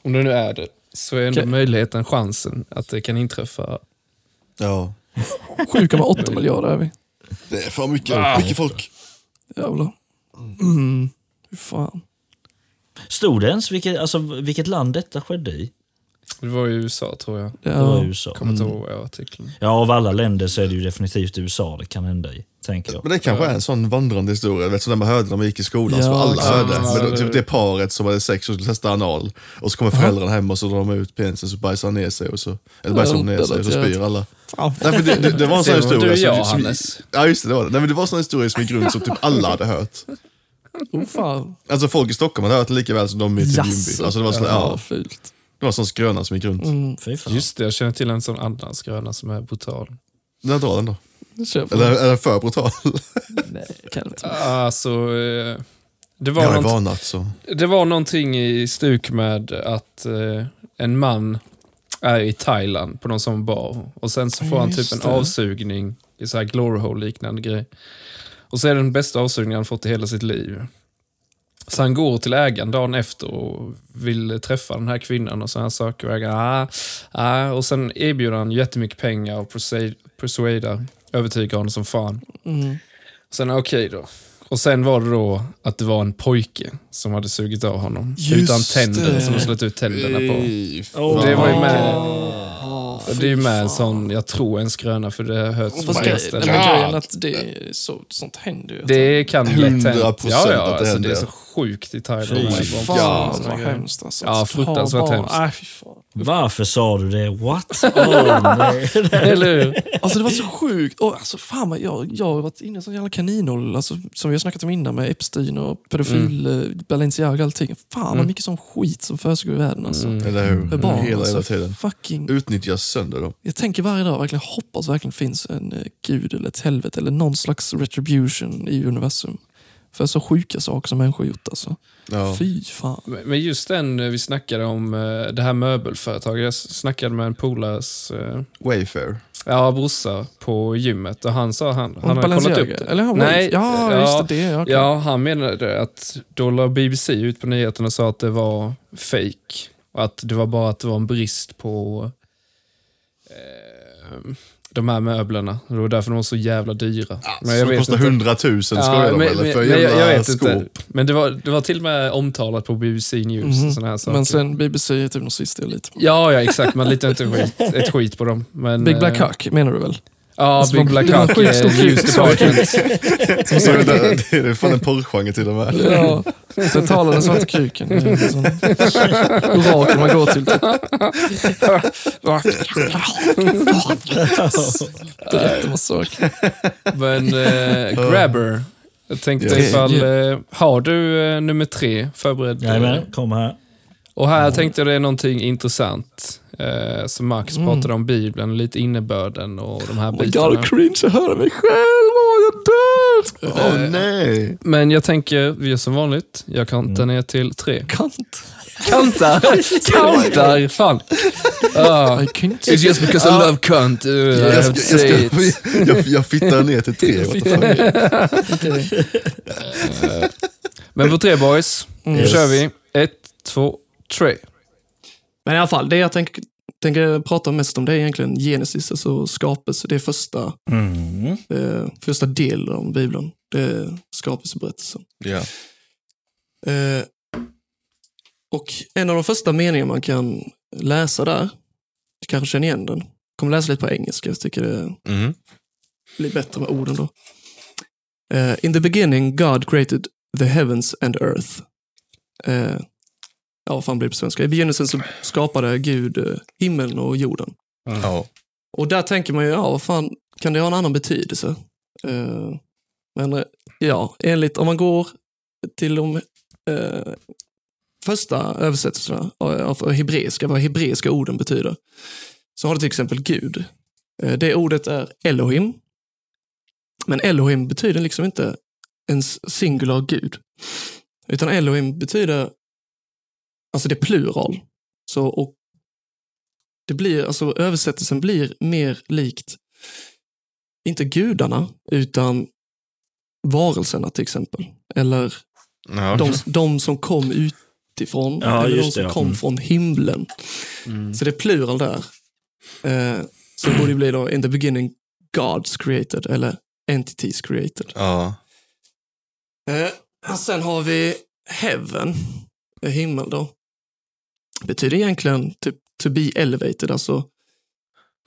[SPEAKER 3] om det nu är det, så är ändå
[SPEAKER 5] Okej.
[SPEAKER 3] möjligheten, chansen, att det kan inträffa.
[SPEAKER 4] Ja.
[SPEAKER 5] 7,8 miljarder är vi.
[SPEAKER 4] Det är för mycket, mycket folk.
[SPEAKER 5] Jävlar. Mm. Hur fan.
[SPEAKER 6] Stod det ens vilket, alltså, vilket land detta skedde i?
[SPEAKER 3] Det var ju USA tror jag.
[SPEAKER 5] Det
[SPEAKER 6] Det var
[SPEAKER 5] är,
[SPEAKER 6] USA.
[SPEAKER 3] Kommer inte ihåg vad jag artikeln.
[SPEAKER 6] Ja, av alla länder så är det ju definitivt USA det kan hända i, tänker jag.
[SPEAKER 4] Men det kanske är en sån vandrande historia, vet, som när man hörde när man gick i skolan, som
[SPEAKER 5] Ja,
[SPEAKER 4] alla
[SPEAKER 5] exakt.
[SPEAKER 4] hörde.
[SPEAKER 3] Ja,
[SPEAKER 4] Men då,
[SPEAKER 3] det-
[SPEAKER 4] typ det paret som hade sex och skulle testa anal. Och så kommer föräldrarna hem och så drar de ut penisen så bajsar han ner sig. Och så, eller bajsar de ner sig och så spyr alla.
[SPEAKER 5] fan.
[SPEAKER 4] Nej, för det, det, det var en sån
[SPEAKER 3] Ser du
[SPEAKER 4] historia.
[SPEAKER 3] vad du
[SPEAKER 4] som-
[SPEAKER 3] gör,
[SPEAKER 4] som,
[SPEAKER 3] Hannes?
[SPEAKER 4] Ja, just det. det, var det. Nej, men det var en sån historia som i grund som typ alla hade hört.
[SPEAKER 5] Oh, fan.
[SPEAKER 4] Alltså folk i Stockholm hade hört det lika väl som de i typ Ljungby.
[SPEAKER 5] Jaså.
[SPEAKER 4] Alltså, det var sån,
[SPEAKER 5] Ja,
[SPEAKER 4] ja,
[SPEAKER 5] fult.
[SPEAKER 4] det var en sån skröna som gick runt.
[SPEAKER 6] Fy fan.
[SPEAKER 3] Just det, jag känner till en sån annan skröna som är brutal.
[SPEAKER 4] När drar den då?
[SPEAKER 5] Det köper
[SPEAKER 4] Eller
[SPEAKER 5] jag.
[SPEAKER 4] är den för brutal?
[SPEAKER 5] Nej, jag kan inte.
[SPEAKER 3] Alltså, eh, det var,
[SPEAKER 4] Jag är
[SPEAKER 3] nånt-
[SPEAKER 4] vanat så.
[SPEAKER 3] det var någonting i stuk med att eh, en man är i Thailand på någon sån bar och sen så
[SPEAKER 5] Ja,
[SPEAKER 3] får han
[SPEAKER 5] just
[SPEAKER 3] typ en
[SPEAKER 5] det.
[SPEAKER 3] avsugning i så här glory liknande grej. Och så är det den bästa avsugningen han fått i hela sitt liv. Så han går till ägaren dagen efter och vill träffa den här kvinnan och sådana saker. Och ägaren, ah, ah. Och sen erbjuder han jättemycket pengar och persuade- persuadar, övertygar honom som fan.
[SPEAKER 5] Mm.
[SPEAKER 3] Sen okej då. Och sen var det då att det var en pojke som hade sugit av honom.
[SPEAKER 5] Just
[SPEAKER 3] utan tänder,
[SPEAKER 5] det.
[SPEAKER 3] som de slagit ut tänderna på.
[SPEAKER 6] Åh.
[SPEAKER 3] Det var ju med.
[SPEAKER 5] Åh,
[SPEAKER 3] Det är ju med en
[SPEAKER 5] fy fan.
[SPEAKER 3] sån, jag tror en skröna för det har hörts på
[SPEAKER 5] Fast
[SPEAKER 3] många
[SPEAKER 5] grej- nej,
[SPEAKER 3] ställen.
[SPEAKER 5] men grejen att det, så, sånt händer ju.
[SPEAKER 3] Det kan lätt hända.
[SPEAKER 4] 100%
[SPEAKER 3] Ja, ja,
[SPEAKER 4] att det
[SPEAKER 3] alltså det är
[SPEAKER 4] händer.
[SPEAKER 3] så sjukt i
[SPEAKER 6] Fy
[SPEAKER 3] Thailand. Liksom.
[SPEAKER 5] Fy fan
[SPEAKER 4] Ja,
[SPEAKER 5] vad hemskt alltså.
[SPEAKER 3] Ja, fruktansvärt
[SPEAKER 5] Ha barn.
[SPEAKER 3] hemskt.
[SPEAKER 5] Nej, fy fan.
[SPEAKER 6] Varför sa du det? What? Oh, nej.
[SPEAKER 3] Eller hur?
[SPEAKER 5] Alltså det var så sjukt. Och, alltså, fan vad jag, jag har varit inne i sån jävla kaninhål, alltså, som vi har snackat om innan med Epstein och pedofil,
[SPEAKER 4] Mm.
[SPEAKER 5] eh, Balenciaga och allting. Fan vad mycket sån skit som försiggår i världen alltså.
[SPEAKER 4] Eller hur?
[SPEAKER 5] Med barn
[SPEAKER 4] Mm. Hela,
[SPEAKER 5] alltså.
[SPEAKER 4] hela tiden.
[SPEAKER 5] Fucking,
[SPEAKER 4] Utnyttjas sönder dem.
[SPEAKER 5] jag tänker varje dag, verkligen hoppas verkligen finns en eh, gud eller ett helvete eller någon slags retribution i universum. För så sjuka saker som människor har gjort alltså.
[SPEAKER 4] Ja.
[SPEAKER 5] Fy fan.
[SPEAKER 3] Men men just den eh, vi snackade om, eh, det här möbelföretaget. Jag snackade med en polares eh,
[SPEAKER 4] Wayfair.
[SPEAKER 3] ja, brorsa på gymmet och han sa han, han har kollat
[SPEAKER 5] Balenciaga,
[SPEAKER 3] upp det.
[SPEAKER 5] Eller har
[SPEAKER 3] Nej,
[SPEAKER 5] Nej, ja,
[SPEAKER 3] ja,
[SPEAKER 5] just det. det ja, okej.
[SPEAKER 3] Ja, han menade att då la BBC ut på nyheterna och sa att det var fake. Och att det var bara att det var en brist på eh, de här möblerna. Det var därför de var så jävla dyra.
[SPEAKER 4] Men jag kostar 100 000 skojar de eller? För
[SPEAKER 3] men, jag, jag vet
[SPEAKER 4] skåp.
[SPEAKER 3] inte. Men det var, det var till och med omtalat på BBC News och såna här saker.
[SPEAKER 5] Mhm. Men sen BBC är typ nazist lite.
[SPEAKER 3] Ja, ja exakt. Man litar inte skit, ett skit på dem. Men,
[SPEAKER 5] Big Black
[SPEAKER 3] eh,
[SPEAKER 5] Huck menar du väl?
[SPEAKER 3] Ja,
[SPEAKER 5] Alltså,
[SPEAKER 3] Big
[SPEAKER 5] de-
[SPEAKER 3] Black
[SPEAKER 5] det var
[SPEAKER 3] Huck.
[SPEAKER 5] sjukt stor
[SPEAKER 3] eh, News Department.
[SPEAKER 4] Som sagt, det, det är fan en porrgenre till och med.
[SPEAKER 5] Ja, den talade svarta kuken. Det är en sån Orakel man går till. typ. Berätta en massa saker.
[SPEAKER 3] Men eh, grabber. Jag tänkte
[SPEAKER 4] Ja.
[SPEAKER 3] ifall,
[SPEAKER 5] Ja.
[SPEAKER 3] eh, har du eh, nummer tre förberedd?
[SPEAKER 6] Jajamän, kom här.
[SPEAKER 3] Och här tänkte jag det är någonting intressant. Eh, som Marcus pratade om Bibeln, lite innebörden och de här
[SPEAKER 5] Oh Jag har
[SPEAKER 3] bitarna.
[SPEAKER 5] cringe att höra mig själv. Åh, jag dör!
[SPEAKER 4] Åh nej!
[SPEAKER 3] Men jag tänker, vi gör som vanligt. Jag kantar ner till tre.
[SPEAKER 5] Kant.
[SPEAKER 3] Mm. Kantar! kantar! Fan! Ah,
[SPEAKER 5] I can't.
[SPEAKER 3] it's just because I love cunt. Uh, I
[SPEAKER 4] Jag,
[SPEAKER 3] have
[SPEAKER 4] ska,
[SPEAKER 3] to
[SPEAKER 4] jag,
[SPEAKER 3] say it.
[SPEAKER 4] ska, jag, jag fittar ner till tre. what the fuck.
[SPEAKER 3] Men på tre boys, nu
[SPEAKER 6] Yes.
[SPEAKER 3] kör vi. Ett, två, tre.
[SPEAKER 5] Men i alla fall, det jag tänker tänker prata mest om det är egentligen Genesis, alltså skapelse. Det är första,
[SPEAKER 6] Mm.
[SPEAKER 5] eh, första delen av Bibeln. Det är skapelseberättelsen.
[SPEAKER 4] Ja.
[SPEAKER 5] Eh, och en av de första meningarna man kan läsa där, du kanske känner igen den. Jag kommer läsa lite på engelska, jag tycker det
[SPEAKER 4] Mm.
[SPEAKER 5] blir bättre med orden då. Eh, in the beginning God created the heavens and earth. Eh, ja, vad fan blir det på svenska? I begynnelsen så skapade Gud eh, himlen och jorden.
[SPEAKER 4] Ja.
[SPEAKER 5] Och där tänker man ju, ja, vad fan, kan det ha en annan betydelse? Eh, men eh, ja, enligt, om man går till de eh, första översättelserna av, av hebreiska, vad hebreiska orden betyder, så har det till exempel Gud. Eh, det ordet är Elohim. Men Elohim betyder liksom inte en s- singular gud. Utan Elohim betyder, alltså det är plural. Så, och det blir, alltså översättelsen blir mer likt, inte gudarna, utan varelserna till exempel. Eller
[SPEAKER 4] Ja.
[SPEAKER 5] De, de som kom utifrån,
[SPEAKER 6] Ja,
[SPEAKER 5] eller de
[SPEAKER 6] just det,
[SPEAKER 5] som
[SPEAKER 6] ja.
[SPEAKER 5] kom
[SPEAKER 6] Mm.
[SPEAKER 5] från himlen. Så det är plural där. Eh, så det borde ju bli då, in the beginning, gods created, eller entities created.
[SPEAKER 4] Ja.
[SPEAKER 5] Eh, och sen har vi heaven, eh, himmel då. Betyder egentligen typ to be elevated, alltså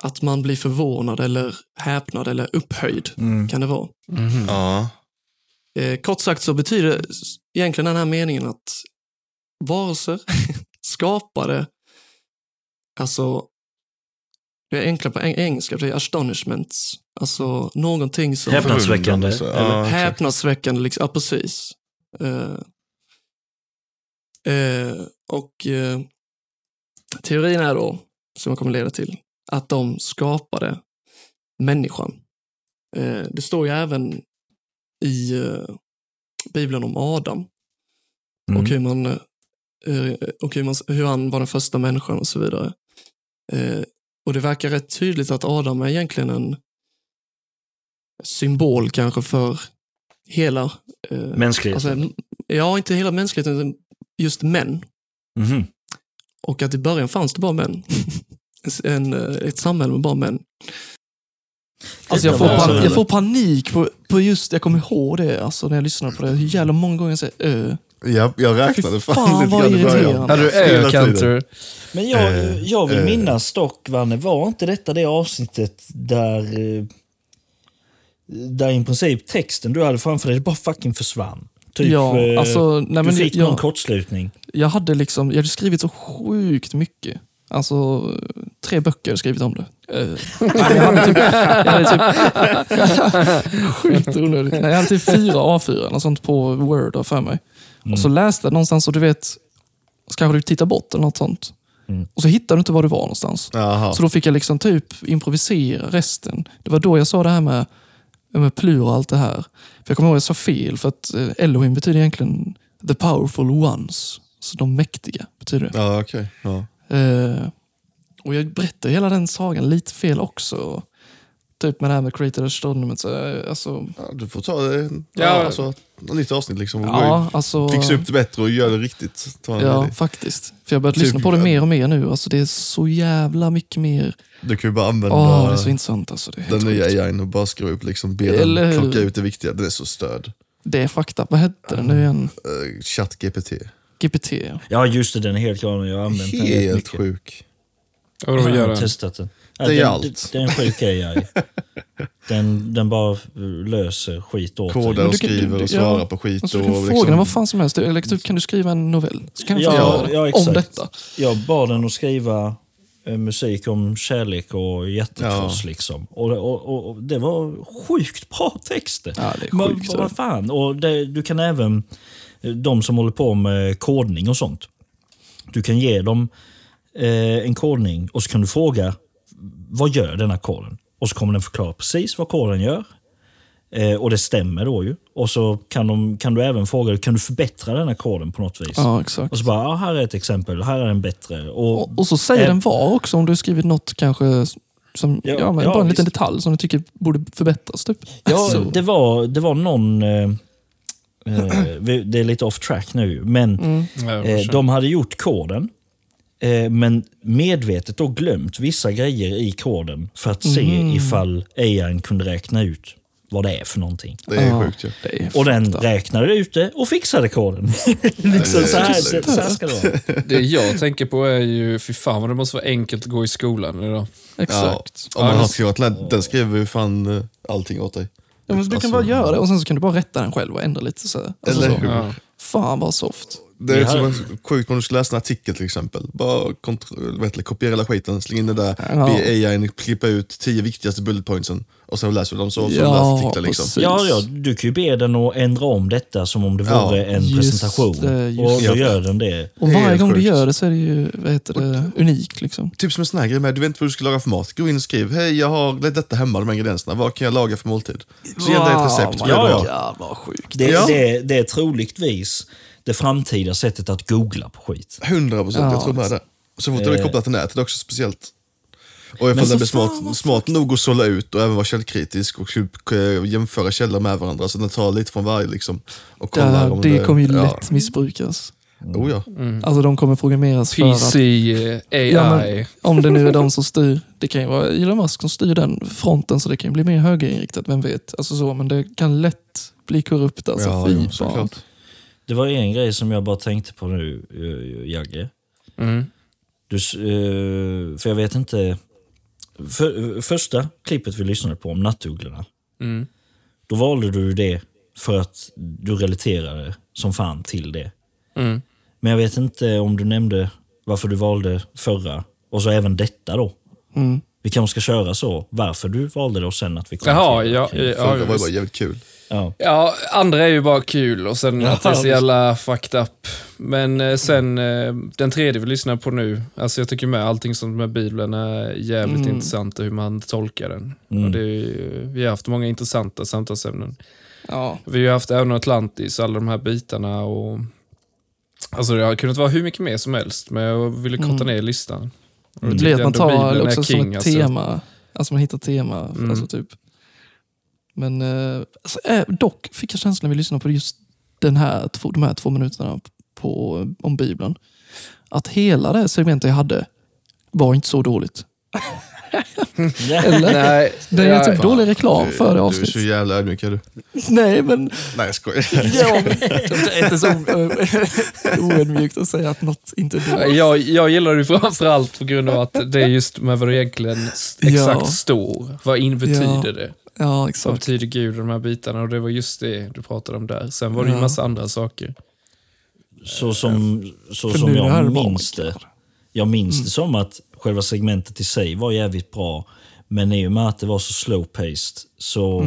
[SPEAKER 5] att man blir förvånad eller häpnad eller upphöjd
[SPEAKER 6] Mm.
[SPEAKER 5] kan det vara.
[SPEAKER 3] Mm-hmm.
[SPEAKER 4] Ja.
[SPEAKER 5] Eh, kort sagt så betyder s- egentligen den här meningen att varelser skapade, alltså, det är enklare på eng- engelska, det är astonishments, alltså någonting som...
[SPEAKER 6] Häpnadsväckande.
[SPEAKER 4] Förundrande, så-
[SPEAKER 5] Eller
[SPEAKER 4] Ja, exakt.
[SPEAKER 5] häpnadsväckande, liksom. ja precis. Eh, eh, och eh, teorin är då, som jag kommer leda till, att de skapade människan. Eh, det står ju även i eh, Bibeln om Adam
[SPEAKER 6] Mm.
[SPEAKER 5] och, hur, man, eh, och hur, man, hur han var den första människan och så vidare. Eh, och det verkar rätt tydligt att Adam är egentligen en symbol kanske för hela, eh,
[SPEAKER 6] Mänsklighet.
[SPEAKER 5] alltså, en- ja inte hela mänskligheten, utan just män.
[SPEAKER 6] Mhm.
[SPEAKER 5] Och att i början fanns det bara män. en, eh, ett samhälle med bara män. Alltså jag får,
[SPEAKER 6] Ja, så är
[SPEAKER 5] pan-
[SPEAKER 6] det.
[SPEAKER 5] jag får panik på, på just, jag kommer ihåg det alltså, när jag lyssnar på det, hur jävla många gånger jag säger ö.
[SPEAKER 4] Jag, jag räknade
[SPEAKER 5] Fy
[SPEAKER 4] fan,
[SPEAKER 5] fan,
[SPEAKER 4] lite
[SPEAKER 5] vad
[SPEAKER 4] grann i början.
[SPEAKER 5] irriterande.
[SPEAKER 3] Hade du
[SPEAKER 4] Hela tiden.
[SPEAKER 3] ö-counter?
[SPEAKER 6] Men jag,
[SPEAKER 4] Eh,
[SPEAKER 6] jag vill
[SPEAKER 4] eh.
[SPEAKER 6] minnas dock, Vanne, var inte detta det avsnittet där, eh, där i princip texten du hade framför dig bara fucking försvann? Typ,
[SPEAKER 5] ja,
[SPEAKER 6] eh,
[SPEAKER 5] alltså, nej,
[SPEAKER 6] du
[SPEAKER 5] men
[SPEAKER 6] fick någon
[SPEAKER 5] jag,
[SPEAKER 6] kortslutning.
[SPEAKER 5] jag hade liksom, jag hade skrivit så sjukt mycket. Alltså, tre böcker har jag skrivit om det. Eh, nej, jag hade typ, jag hade typ, sjukt onödigt. Nej, jag hade typ fyra A4 eller sånt på Word har för mig. Och
[SPEAKER 6] Mm.
[SPEAKER 5] så läste jag någonstans och du vet, så kanske du tittar bort eller något sånt.
[SPEAKER 6] Mm.
[SPEAKER 5] Och så hittade du inte var du var någonstans.
[SPEAKER 4] Jaha.
[SPEAKER 5] Så då fick jag liksom typ improvisera resten. Det var då jag sa det här med, med plur och allt det här. För jag kommer ihåg att jag sa fel, för att eh, Elohim betyder egentligen the powerful ones. Så de mäktiga betyder det.
[SPEAKER 4] Ja, okej. Ja.
[SPEAKER 5] Eh, och jag berättade hela den sagan lite fel också. Typ med det här med created astronomers. eh, Alltså,
[SPEAKER 4] Ja, du får ta det. Ja,
[SPEAKER 3] Ja.
[SPEAKER 4] alltså, ett nytt avsnitt liksom. Och gå in,
[SPEAKER 5] ja, alltså...
[SPEAKER 4] Fixa upp det bättre och göra det riktigt. Ta en
[SPEAKER 5] Ja,
[SPEAKER 4] ledig.
[SPEAKER 5] faktiskt. För jag har börjat
[SPEAKER 4] Typ-
[SPEAKER 5] lyssna på det mer och mer nu. Alltså, det är så jävla mycket mer.
[SPEAKER 4] Du kan ju bara använda
[SPEAKER 5] Åh, det är så intressant. Alltså, det, är
[SPEAKER 4] den
[SPEAKER 5] helt
[SPEAKER 4] nya
[SPEAKER 5] sjukt.
[SPEAKER 4] AIn och bara skruva upp liksom
[SPEAKER 5] Eller
[SPEAKER 4] benen.
[SPEAKER 5] hur?
[SPEAKER 4] Plocka ut det viktiga. Den är så stöd.
[SPEAKER 5] det är fakta. Vad hette den nu igen?
[SPEAKER 4] Uh, ChatGPT.
[SPEAKER 5] GPT. ja.
[SPEAKER 6] Ja, just det. Den är helt klar. Jag har använt den rätt
[SPEAKER 4] Helt
[SPEAKER 6] mycket.
[SPEAKER 4] sjuk.
[SPEAKER 3] Och
[SPEAKER 6] Jag
[SPEAKER 3] de gör
[SPEAKER 6] har
[SPEAKER 3] det.
[SPEAKER 6] testat den. Ja,
[SPEAKER 4] Det är
[SPEAKER 6] den,
[SPEAKER 4] allt.
[SPEAKER 6] Det är en sjuk AI. den, den bara löser skit åt dig.
[SPEAKER 4] Kodar
[SPEAKER 5] Men du
[SPEAKER 4] och
[SPEAKER 5] kan- du-
[SPEAKER 4] skriver
[SPEAKER 5] du-
[SPEAKER 4] och svarar
[SPEAKER 5] ja.
[SPEAKER 4] på skit.
[SPEAKER 5] Alltså, du kan
[SPEAKER 4] och liksom-
[SPEAKER 5] fråga den vad fan som helst. Eller typ, kan du skriva en novell? Så kan den
[SPEAKER 6] Ja,
[SPEAKER 5] fan
[SPEAKER 6] ja,
[SPEAKER 5] göra det.
[SPEAKER 6] ja, exakt.
[SPEAKER 5] om detta.
[SPEAKER 6] Jag bad den att skriva eh, musik om kärlek och hjärtekross. Liksom. Och, och, och, och det var sjukt bra texter.
[SPEAKER 5] Ja, det är
[SPEAKER 6] Men
[SPEAKER 5] sjukt,
[SPEAKER 6] vad-
[SPEAKER 5] ja.
[SPEAKER 6] Vad fan. Och det, du kan även, eh, de som håller på med kodning och sånt, du kan ge dem eh, en kodning och så kan du fråga vad gör den här koden? Och så kommer den förklara precis vad koden gör. Eh, och det stämmer då ju. Och så kan, de, kan du även fråga, kan du förbättra den här koden på något vis?
[SPEAKER 5] Ja, exakt.
[SPEAKER 6] Och så bara, ja, här är ett exempel, här är en bättre. Och,
[SPEAKER 5] Och, och så säger
[SPEAKER 6] Eh.
[SPEAKER 5] den var också om du har skrivit något kanske som, ja,
[SPEAKER 6] Ja,
[SPEAKER 5] men
[SPEAKER 6] ja,
[SPEAKER 5] bara en liten
[SPEAKER 6] visst.
[SPEAKER 5] detalj som du tycker borde förbättras. Typ.
[SPEAKER 6] ja,
[SPEAKER 5] Så.
[SPEAKER 6] det, var, det var någon, eh, eh, vi- det är lite off track nu, men
[SPEAKER 3] Ja,
[SPEAKER 6] eh, de hade gjort koden, eh, men medvetet då glömt vissa grejer i koden för att se ifall AI kunde räkna ut vad det är för någonting.
[SPEAKER 4] Det är
[SPEAKER 5] Ja.
[SPEAKER 4] sjukt ju.
[SPEAKER 5] Det är
[SPEAKER 6] Och den
[SPEAKER 5] fakta.
[SPEAKER 6] räknade ut det och fixade koden. liksom, så, här, så, så här ska det vara.
[SPEAKER 3] Det jag tänker på är ju, fy fan vad det måste vara enkelt att gå i skolan idag.
[SPEAKER 4] Ja,
[SPEAKER 5] Exakt.
[SPEAKER 4] om man
[SPEAKER 3] Ja,
[SPEAKER 4] har
[SPEAKER 3] det-
[SPEAKER 4] skrivit den, den skriver ju fan eh, allting åt dig.
[SPEAKER 5] Ja, men du
[SPEAKER 4] Alltså,
[SPEAKER 5] kan bara göra det och sen så kan du bara rätta den själv och ändra lite. Så. här. Alltså,
[SPEAKER 4] Eller
[SPEAKER 5] så.
[SPEAKER 4] hur?
[SPEAKER 3] Ja.
[SPEAKER 5] Fan vad soft.
[SPEAKER 4] Det är
[SPEAKER 6] Det
[SPEAKER 4] som
[SPEAKER 6] här-
[SPEAKER 4] en- sjukt om du ska läsa en artikel till exempel. Bara kontro- vet du, kopiera hela skiten, släng in det där,
[SPEAKER 5] Ja.
[SPEAKER 4] be AI klippa ut tio viktigaste bullet pointsen och sen läser du dem så. så
[SPEAKER 5] Ja,
[SPEAKER 4] läser artiklar, liksom.
[SPEAKER 5] precis.
[SPEAKER 6] Ja, ja, du kan ju be den att ändra om detta som om det
[SPEAKER 4] Ja.
[SPEAKER 6] vore en
[SPEAKER 5] Just
[SPEAKER 6] presentation.
[SPEAKER 5] det, just
[SPEAKER 6] och då
[SPEAKER 4] det.
[SPEAKER 6] gör den det.
[SPEAKER 5] Och varje
[SPEAKER 4] Helt
[SPEAKER 5] gång du
[SPEAKER 4] sjukt.
[SPEAKER 5] gör det så är det ju, vad heter det, unikt. Liksom.
[SPEAKER 4] Typ som en sån här grej med, du vet inte vad du ska laga för mat. Gå in och skriv, hej jag har detta hemma, de här ingredienserna, vad kan jag laga för måltid? Så ger det ett recept.
[SPEAKER 5] Wow,
[SPEAKER 4] på det du
[SPEAKER 6] ja.
[SPEAKER 4] har.
[SPEAKER 5] Jävlar vad sjukt.
[SPEAKER 6] Det,
[SPEAKER 4] Ja.
[SPEAKER 6] det, det är troligtvis det framtida sättet att googla på skit.
[SPEAKER 4] 100 procent,
[SPEAKER 5] Ja.
[SPEAKER 4] jag tror med det. Så fort du har
[SPEAKER 6] Eh.
[SPEAKER 4] kopplat till nätet också speciellt. Och ifall
[SPEAKER 5] så
[SPEAKER 4] den blir
[SPEAKER 5] fan
[SPEAKER 4] smart,
[SPEAKER 5] vad
[SPEAKER 4] smart nog att sålla ut och även vara källkritisk och typ, eh, jämföra källor med varandra. Så den tar lite från varje liksom. Och kollar
[SPEAKER 5] Ja,
[SPEAKER 4] om
[SPEAKER 5] det kommer ju
[SPEAKER 4] ja.
[SPEAKER 5] lätt missbrukas.
[SPEAKER 4] Oh, ja.
[SPEAKER 5] Alltså de kommer programmeras för att...
[SPEAKER 3] PC, eh, AI.
[SPEAKER 5] Ja, men, om det nu är de som styr. Det kan ju vara Elon Musk som styr den fronten så det kan ju bli mer högerinriktat, vem vet. Alltså så, men det kan lätt bli korrupt alltså.
[SPEAKER 4] Ja,
[SPEAKER 5] fy
[SPEAKER 4] jo,
[SPEAKER 5] fan.
[SPEAKER 4] såklart.
[SPEAKER 6] Det var en grej som jag bara tänkte på nu, eh, Jagge.
[SPEAKER 3] Mm.
[SPEAKER 6] Du, s- eh, för jag vet inte... För, första klippet vi lyssnade på om nattugglorna,
[SPEAKER 3] Mm.
[SPEAKER 6] då valde du det för att du relaterade som fan till det.
[SPEAKER 3] Mm.
[SPEAKER 6] Men jag vet inte om du nämnde varför du valde förra och så även detta då.
[SPEAKER 5] Mm.
[SPEAKER 6] Vi kanske ska köra så, varför du valde det och sen att vi
[SPEAKER 3] Jaha,
[SPEAKER 6] till-
[SPEAKER 3] ja.
[SPEAKER 6] till-
[SPEAKER 4] Ja,
[SPEAKER 3] ja,
[SPEAKER 4] det var ju bara
[SPEAKER 3] ja,
[SPEAKER 4] jävligt kul.
[SPEAKER 6] ja.
[SPEAKER 3] ja, andra är ju bara kul och sen att det är så jävla fucked up. Men eh, sen eh, den tredje vi lyssnar på nu, alltså jag tycker med allting som med Bibeln är jävligt intressant och hur man tolkar den. Och det är, ju- vi har haft många intressanta samtalsämnen.
[SPEAKER 5] Ja.
[SPEAKER 3] Vi har ju haft även Atlantis och alla de här bitarna. Och, alltså det har kunnat vara hur mycket mer som helst, men jag ville korta ner listan. Och jag
[SPEAKER 5] Det
[SPEAKER 3] tycker
[SPEAKER 5] Mm. blir att man
[SPEAKER 3] ändå
[SPEAKER 5] tar
[SPEAKER 3] Bibeln är
[SPEAKER 5] också som ett
[SPEAKER 3] alltså.
[SPEAKER 5] tema. Alltså man hittar tema. Alltså typ. Men eh, alltså, eh, dock fick jag känslan när vi lyssnade på just den här, två, de här två minuterna på, om Bibeln. Att hela det segmentet jag hade var inte så dåligt. Eller?
[SPEAKER 3] Nej,
[SPEAKER 5] Det är ju typ
[SPEAKER 3] jag-
[SPEAKER 5] dålig reklam för det
[SPEAKER 4] Du är så
[SPEAKER 5] avsnittet.
[SPEAKER 4] jävla ödmjuk är du.
[SPEAKER 5] Nej, men...
[SPEAKER 4] Nej, jag skojar.
[SPEAKER 5] Ja, men det är inte så eh, oödmjukt att säga att något inte är dåligt.
[SPEAKER 3] Jag, jag gillar det framförallt på grund av att det är just med vad det egentligen s-
[SPEAKER 5] Ja.
[SPEAKER 3] exakt står. Vad in betyder det?
[SPEAKER 5] Ja,
[SPEAKER 3] Vad
[SPEAKER 5] exakt.
[SPEAKER 3] betyder Gud och de här bitarna? Och det var just det du pratade om där. Sen var det ju
[SPEAKER 5] Ja.
[SPEAKER 3] massa andra saker.
[SPEAKER 6] Så som, så
[SPEAKER 5] Eh, För
[SPEAKER 6] som
[SPEAKER 5] nu är det liksom.
[SPEAKER 6] jag
[SPEAKER 5] bara
[SPEAKER 6] minns det. Jag minns
[SPEAKER 5] Mm.
[SPEAKER 6] det som att själva segmentet i sig var jävligt bra. Men i och med att det var så slow-paced så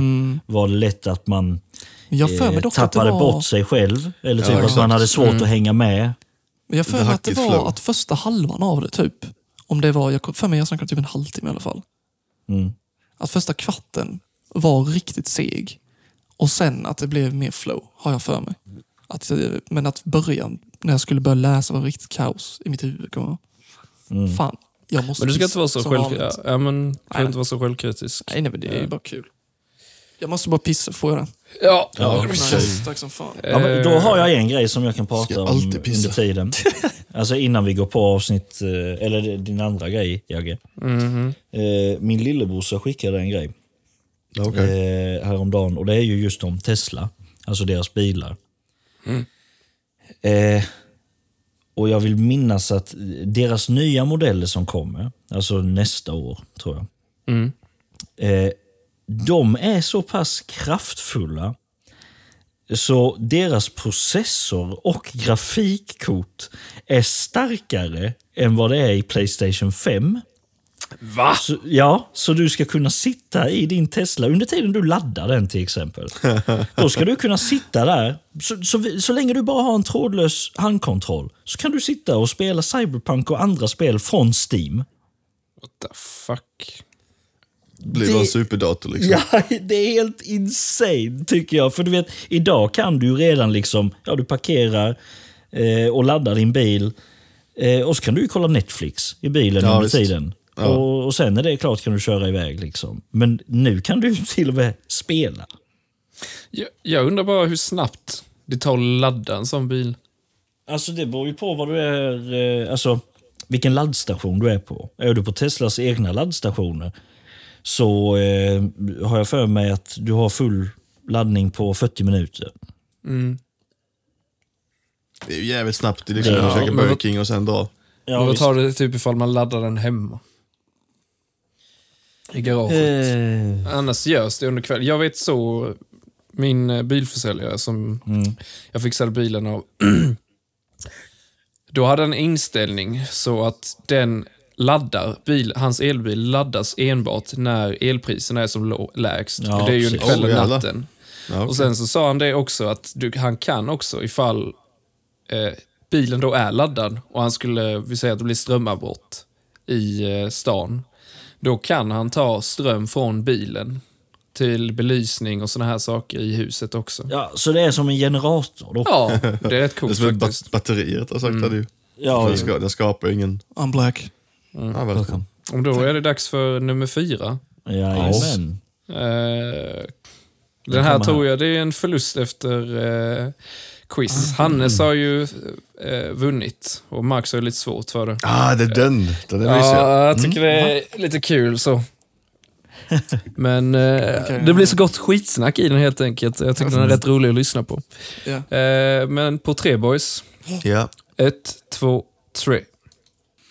[SPEAKER 6] var det lätt att man
[SPEAKER 5] Mm. Jag har för mig
[SPEAKER 6] eh,
[SPEAKER 5] dock att det
[SPEAKER 6] tappade
[SPEAKER 5] var... Mm.
[SPEAKER 6] bort sig själv. Eller typ att man
[SPEAKER 4] exakt.
[SPEAKER 6] hade svårt att hänga med.
[SPEAKER 5] Men jag för
[SPEAKER 4] The
[SPEAKER 5] mig att det
[SPEAKER 4] Hacky
[SPEAKER 5] var
[SPEAKER 4] Flow.
[SPEAKER 5] att första halvan av det, typ. Om det var, jag kom- för mig jag snackade typ en halvtimme i alla fall.
[SPEAKER 6] Mm.
[SPEAKER 5] Att första kvarten var riktigt seg. Och sen att det blev mer flow, har jag för mig. Att, eh, men att början, när jag skulle börja läsa, var riktigt kaos i mitt huvud. Kommer jag. ihåg. Fan, jag måste
[SPEAKER 3] Men du ska
[SPEAKER 5] pissa
[SPEAKER 3] inte vara så,
[SPEAKER 5] som vanligt.
[SPEAKER 3] självkritisk. Ja, men, du
[SPEAKER 5] Nej.
[SPEAKER 3] behöver inte vara så självkritisk.
[SPEAKER 5] Nej, nej, men det är ju bara kul. Jag måste bara pissa, får jag det?
[SPEAKER 3] Ja.
[SPEAKER 4] Ja,
[SPEAKER 5] Nice, tack som fan.
[SPEAKER 6] Ja, men då har jag
[SPEAKER 5] Eh,
[SPEAKER 6] en grej som jag kan prata
[SPEAKER 4] Ska
[SPEAKER 6] om
[SPEAKER 4] alltid pissa.
[SPEAKER 6] under tiden. Alltså innan vi går på avsnitt, eh, eller din andra grej, Jagge.
[SPEAKER 5] Mm-hmm.
[SPEAKER 6] Eh, Min lillebrorsa skickade en grej.
[SPEAKER 4] Ja, okej.
[SPEAKER 6] eh, häromdagen. Och det är ju just om Tesla, alltså deras bilar. Eh, och jag vill minnas att deras nya modeller som kommer, alltså nästa år tror jag. Eh, de är så pass kraftfulla så deras processor och grafikkort är starkare än vad det är i Playstation 5. Va? Så, ja, så du ska kunna sitta i din Tesla under tiden du laddar den till exempel. Då ska du kunna sitta där. Så, så, vi- så länge du bara har en trådlös handkontroll så kan du sitta och spela Cyberpunk och andra spel från Steam.
[SPEAKER 3] What the fuck?
[SPEAKER 4] Blir det en superdator liksom.
[SPEAKER 6] Ja, det är helt insane tycker jag. För du vet, idag kan du ju redan liksom, ja du parkerar eh, och laddar din bil eh, och så kan du ju kolla Netflix i bilen
[SPEAKER 4] Ja,
[SPEAKER 6] under
[SPEAKER 4] visst.
[SPEAKER 6] tiden. Och, och sen när det är klart kan du köra iväg liksom. Men nu kan du ju till och med spela.
[SPEAKER 3] Jag, jag undrar bara hur snabbt det tar att ladda en sån bil.
[SPEAKER 6] Alltså det beror ju på vad du är, eh, alltså vilken laddstation du är på. Är du på Teslas egna laddstationer så eh, har jag för mig att du har full laddning på 40 minuter.
[SPEAKER 4] Det är ju jävligt snabbt. Det är liksom
[SPEAKER 6] Ja,
[SPEAKER 4] att käka
[SPEAKER 3] men
[SPEAKER 4] Burger
[SPEAKER 3] vad-
[SPEAKER 4] King och sen dra.
[SPEAKER 6] Ja,
[SPEAKER 3] Och vad
[SPEAKER 6] visst.
[SPEAKER 3] tar det typ ifall man laddar den hemma? I garaget.
[SPEAKER 6] Eh,
[SPEAKER 3] Annars görs det under kvällen. Jag vet så, min eh, bilförsäljare som
[SPEAKER 4] Mm.
[SPEAKER 3] jag fixade bilen av. Då hade han en inställning så att den laddar, bil, hans elbil laddas enbart när elpriserna är som lå- lägst.
[SPEAKER 6] Ja,
[SPEAKER 3] det är ju under
[SPEAKER 6] precis.
[SPEAKER 3] kvällen,
[SPEAKER 4] Oh, jävlar.
[SPEAKER 3] natten.
[SPEAKER 4] Ja, okej.
[SPEAKER 3] Och sen så sa han det också att du, han kan också ifall eh, bilen då är laddad och han skulle, vi säger att det blir strömavbrott i eh, stan. Då kan han ta ström från bilen till belysning och såna här saker i huset också.
[SPEAKER 6] ja, så det är som en generator. Då.
[SPEAKER 3] Ja, det är rätt
[SPEAKER 4] det är
[SPEAKER 3] coolt
[SPEAKER 4] som ett
[SPEAKER 3] faktiskt.
[SPEAKER 4] bat- batteri rättare sagt. Mm. Det, ju.
[SPEAKER 6] Ja,
[SPEAKER 4] det, ska, det skapar ju ingen...
[SPEAKER 5] I'm black.
[SPEAKER 4] Ja, välkommen.
[SPEAKER 3] Om då är det dags för nummer fyra.
[SPEAKER 7] Jajamän.
[SPEAKER 3] Eh, den här tror jag det är en förlust efter eh, quiz. Hannes har ju eh, vunnit och Max har ju lite svårt för det.
[SPEAKER 4] Ah, det är den. Den är mysig.
[SPEAKER 3] Ja, jag tycker det är lite kul så. Men eh,
[SPEAKER 5] Okej.
[SPEAKER 3] det blir så gott skitsnack i den helt enkelt. Jag tycker den är rätt rolig att lyssna på.
[SPEAKER 5] Ja.
[SPEAKER 3] Eh, men på tre boys.
[SPEAKER 4] Ja.
[SPEAKER 3] Ett, två, tre.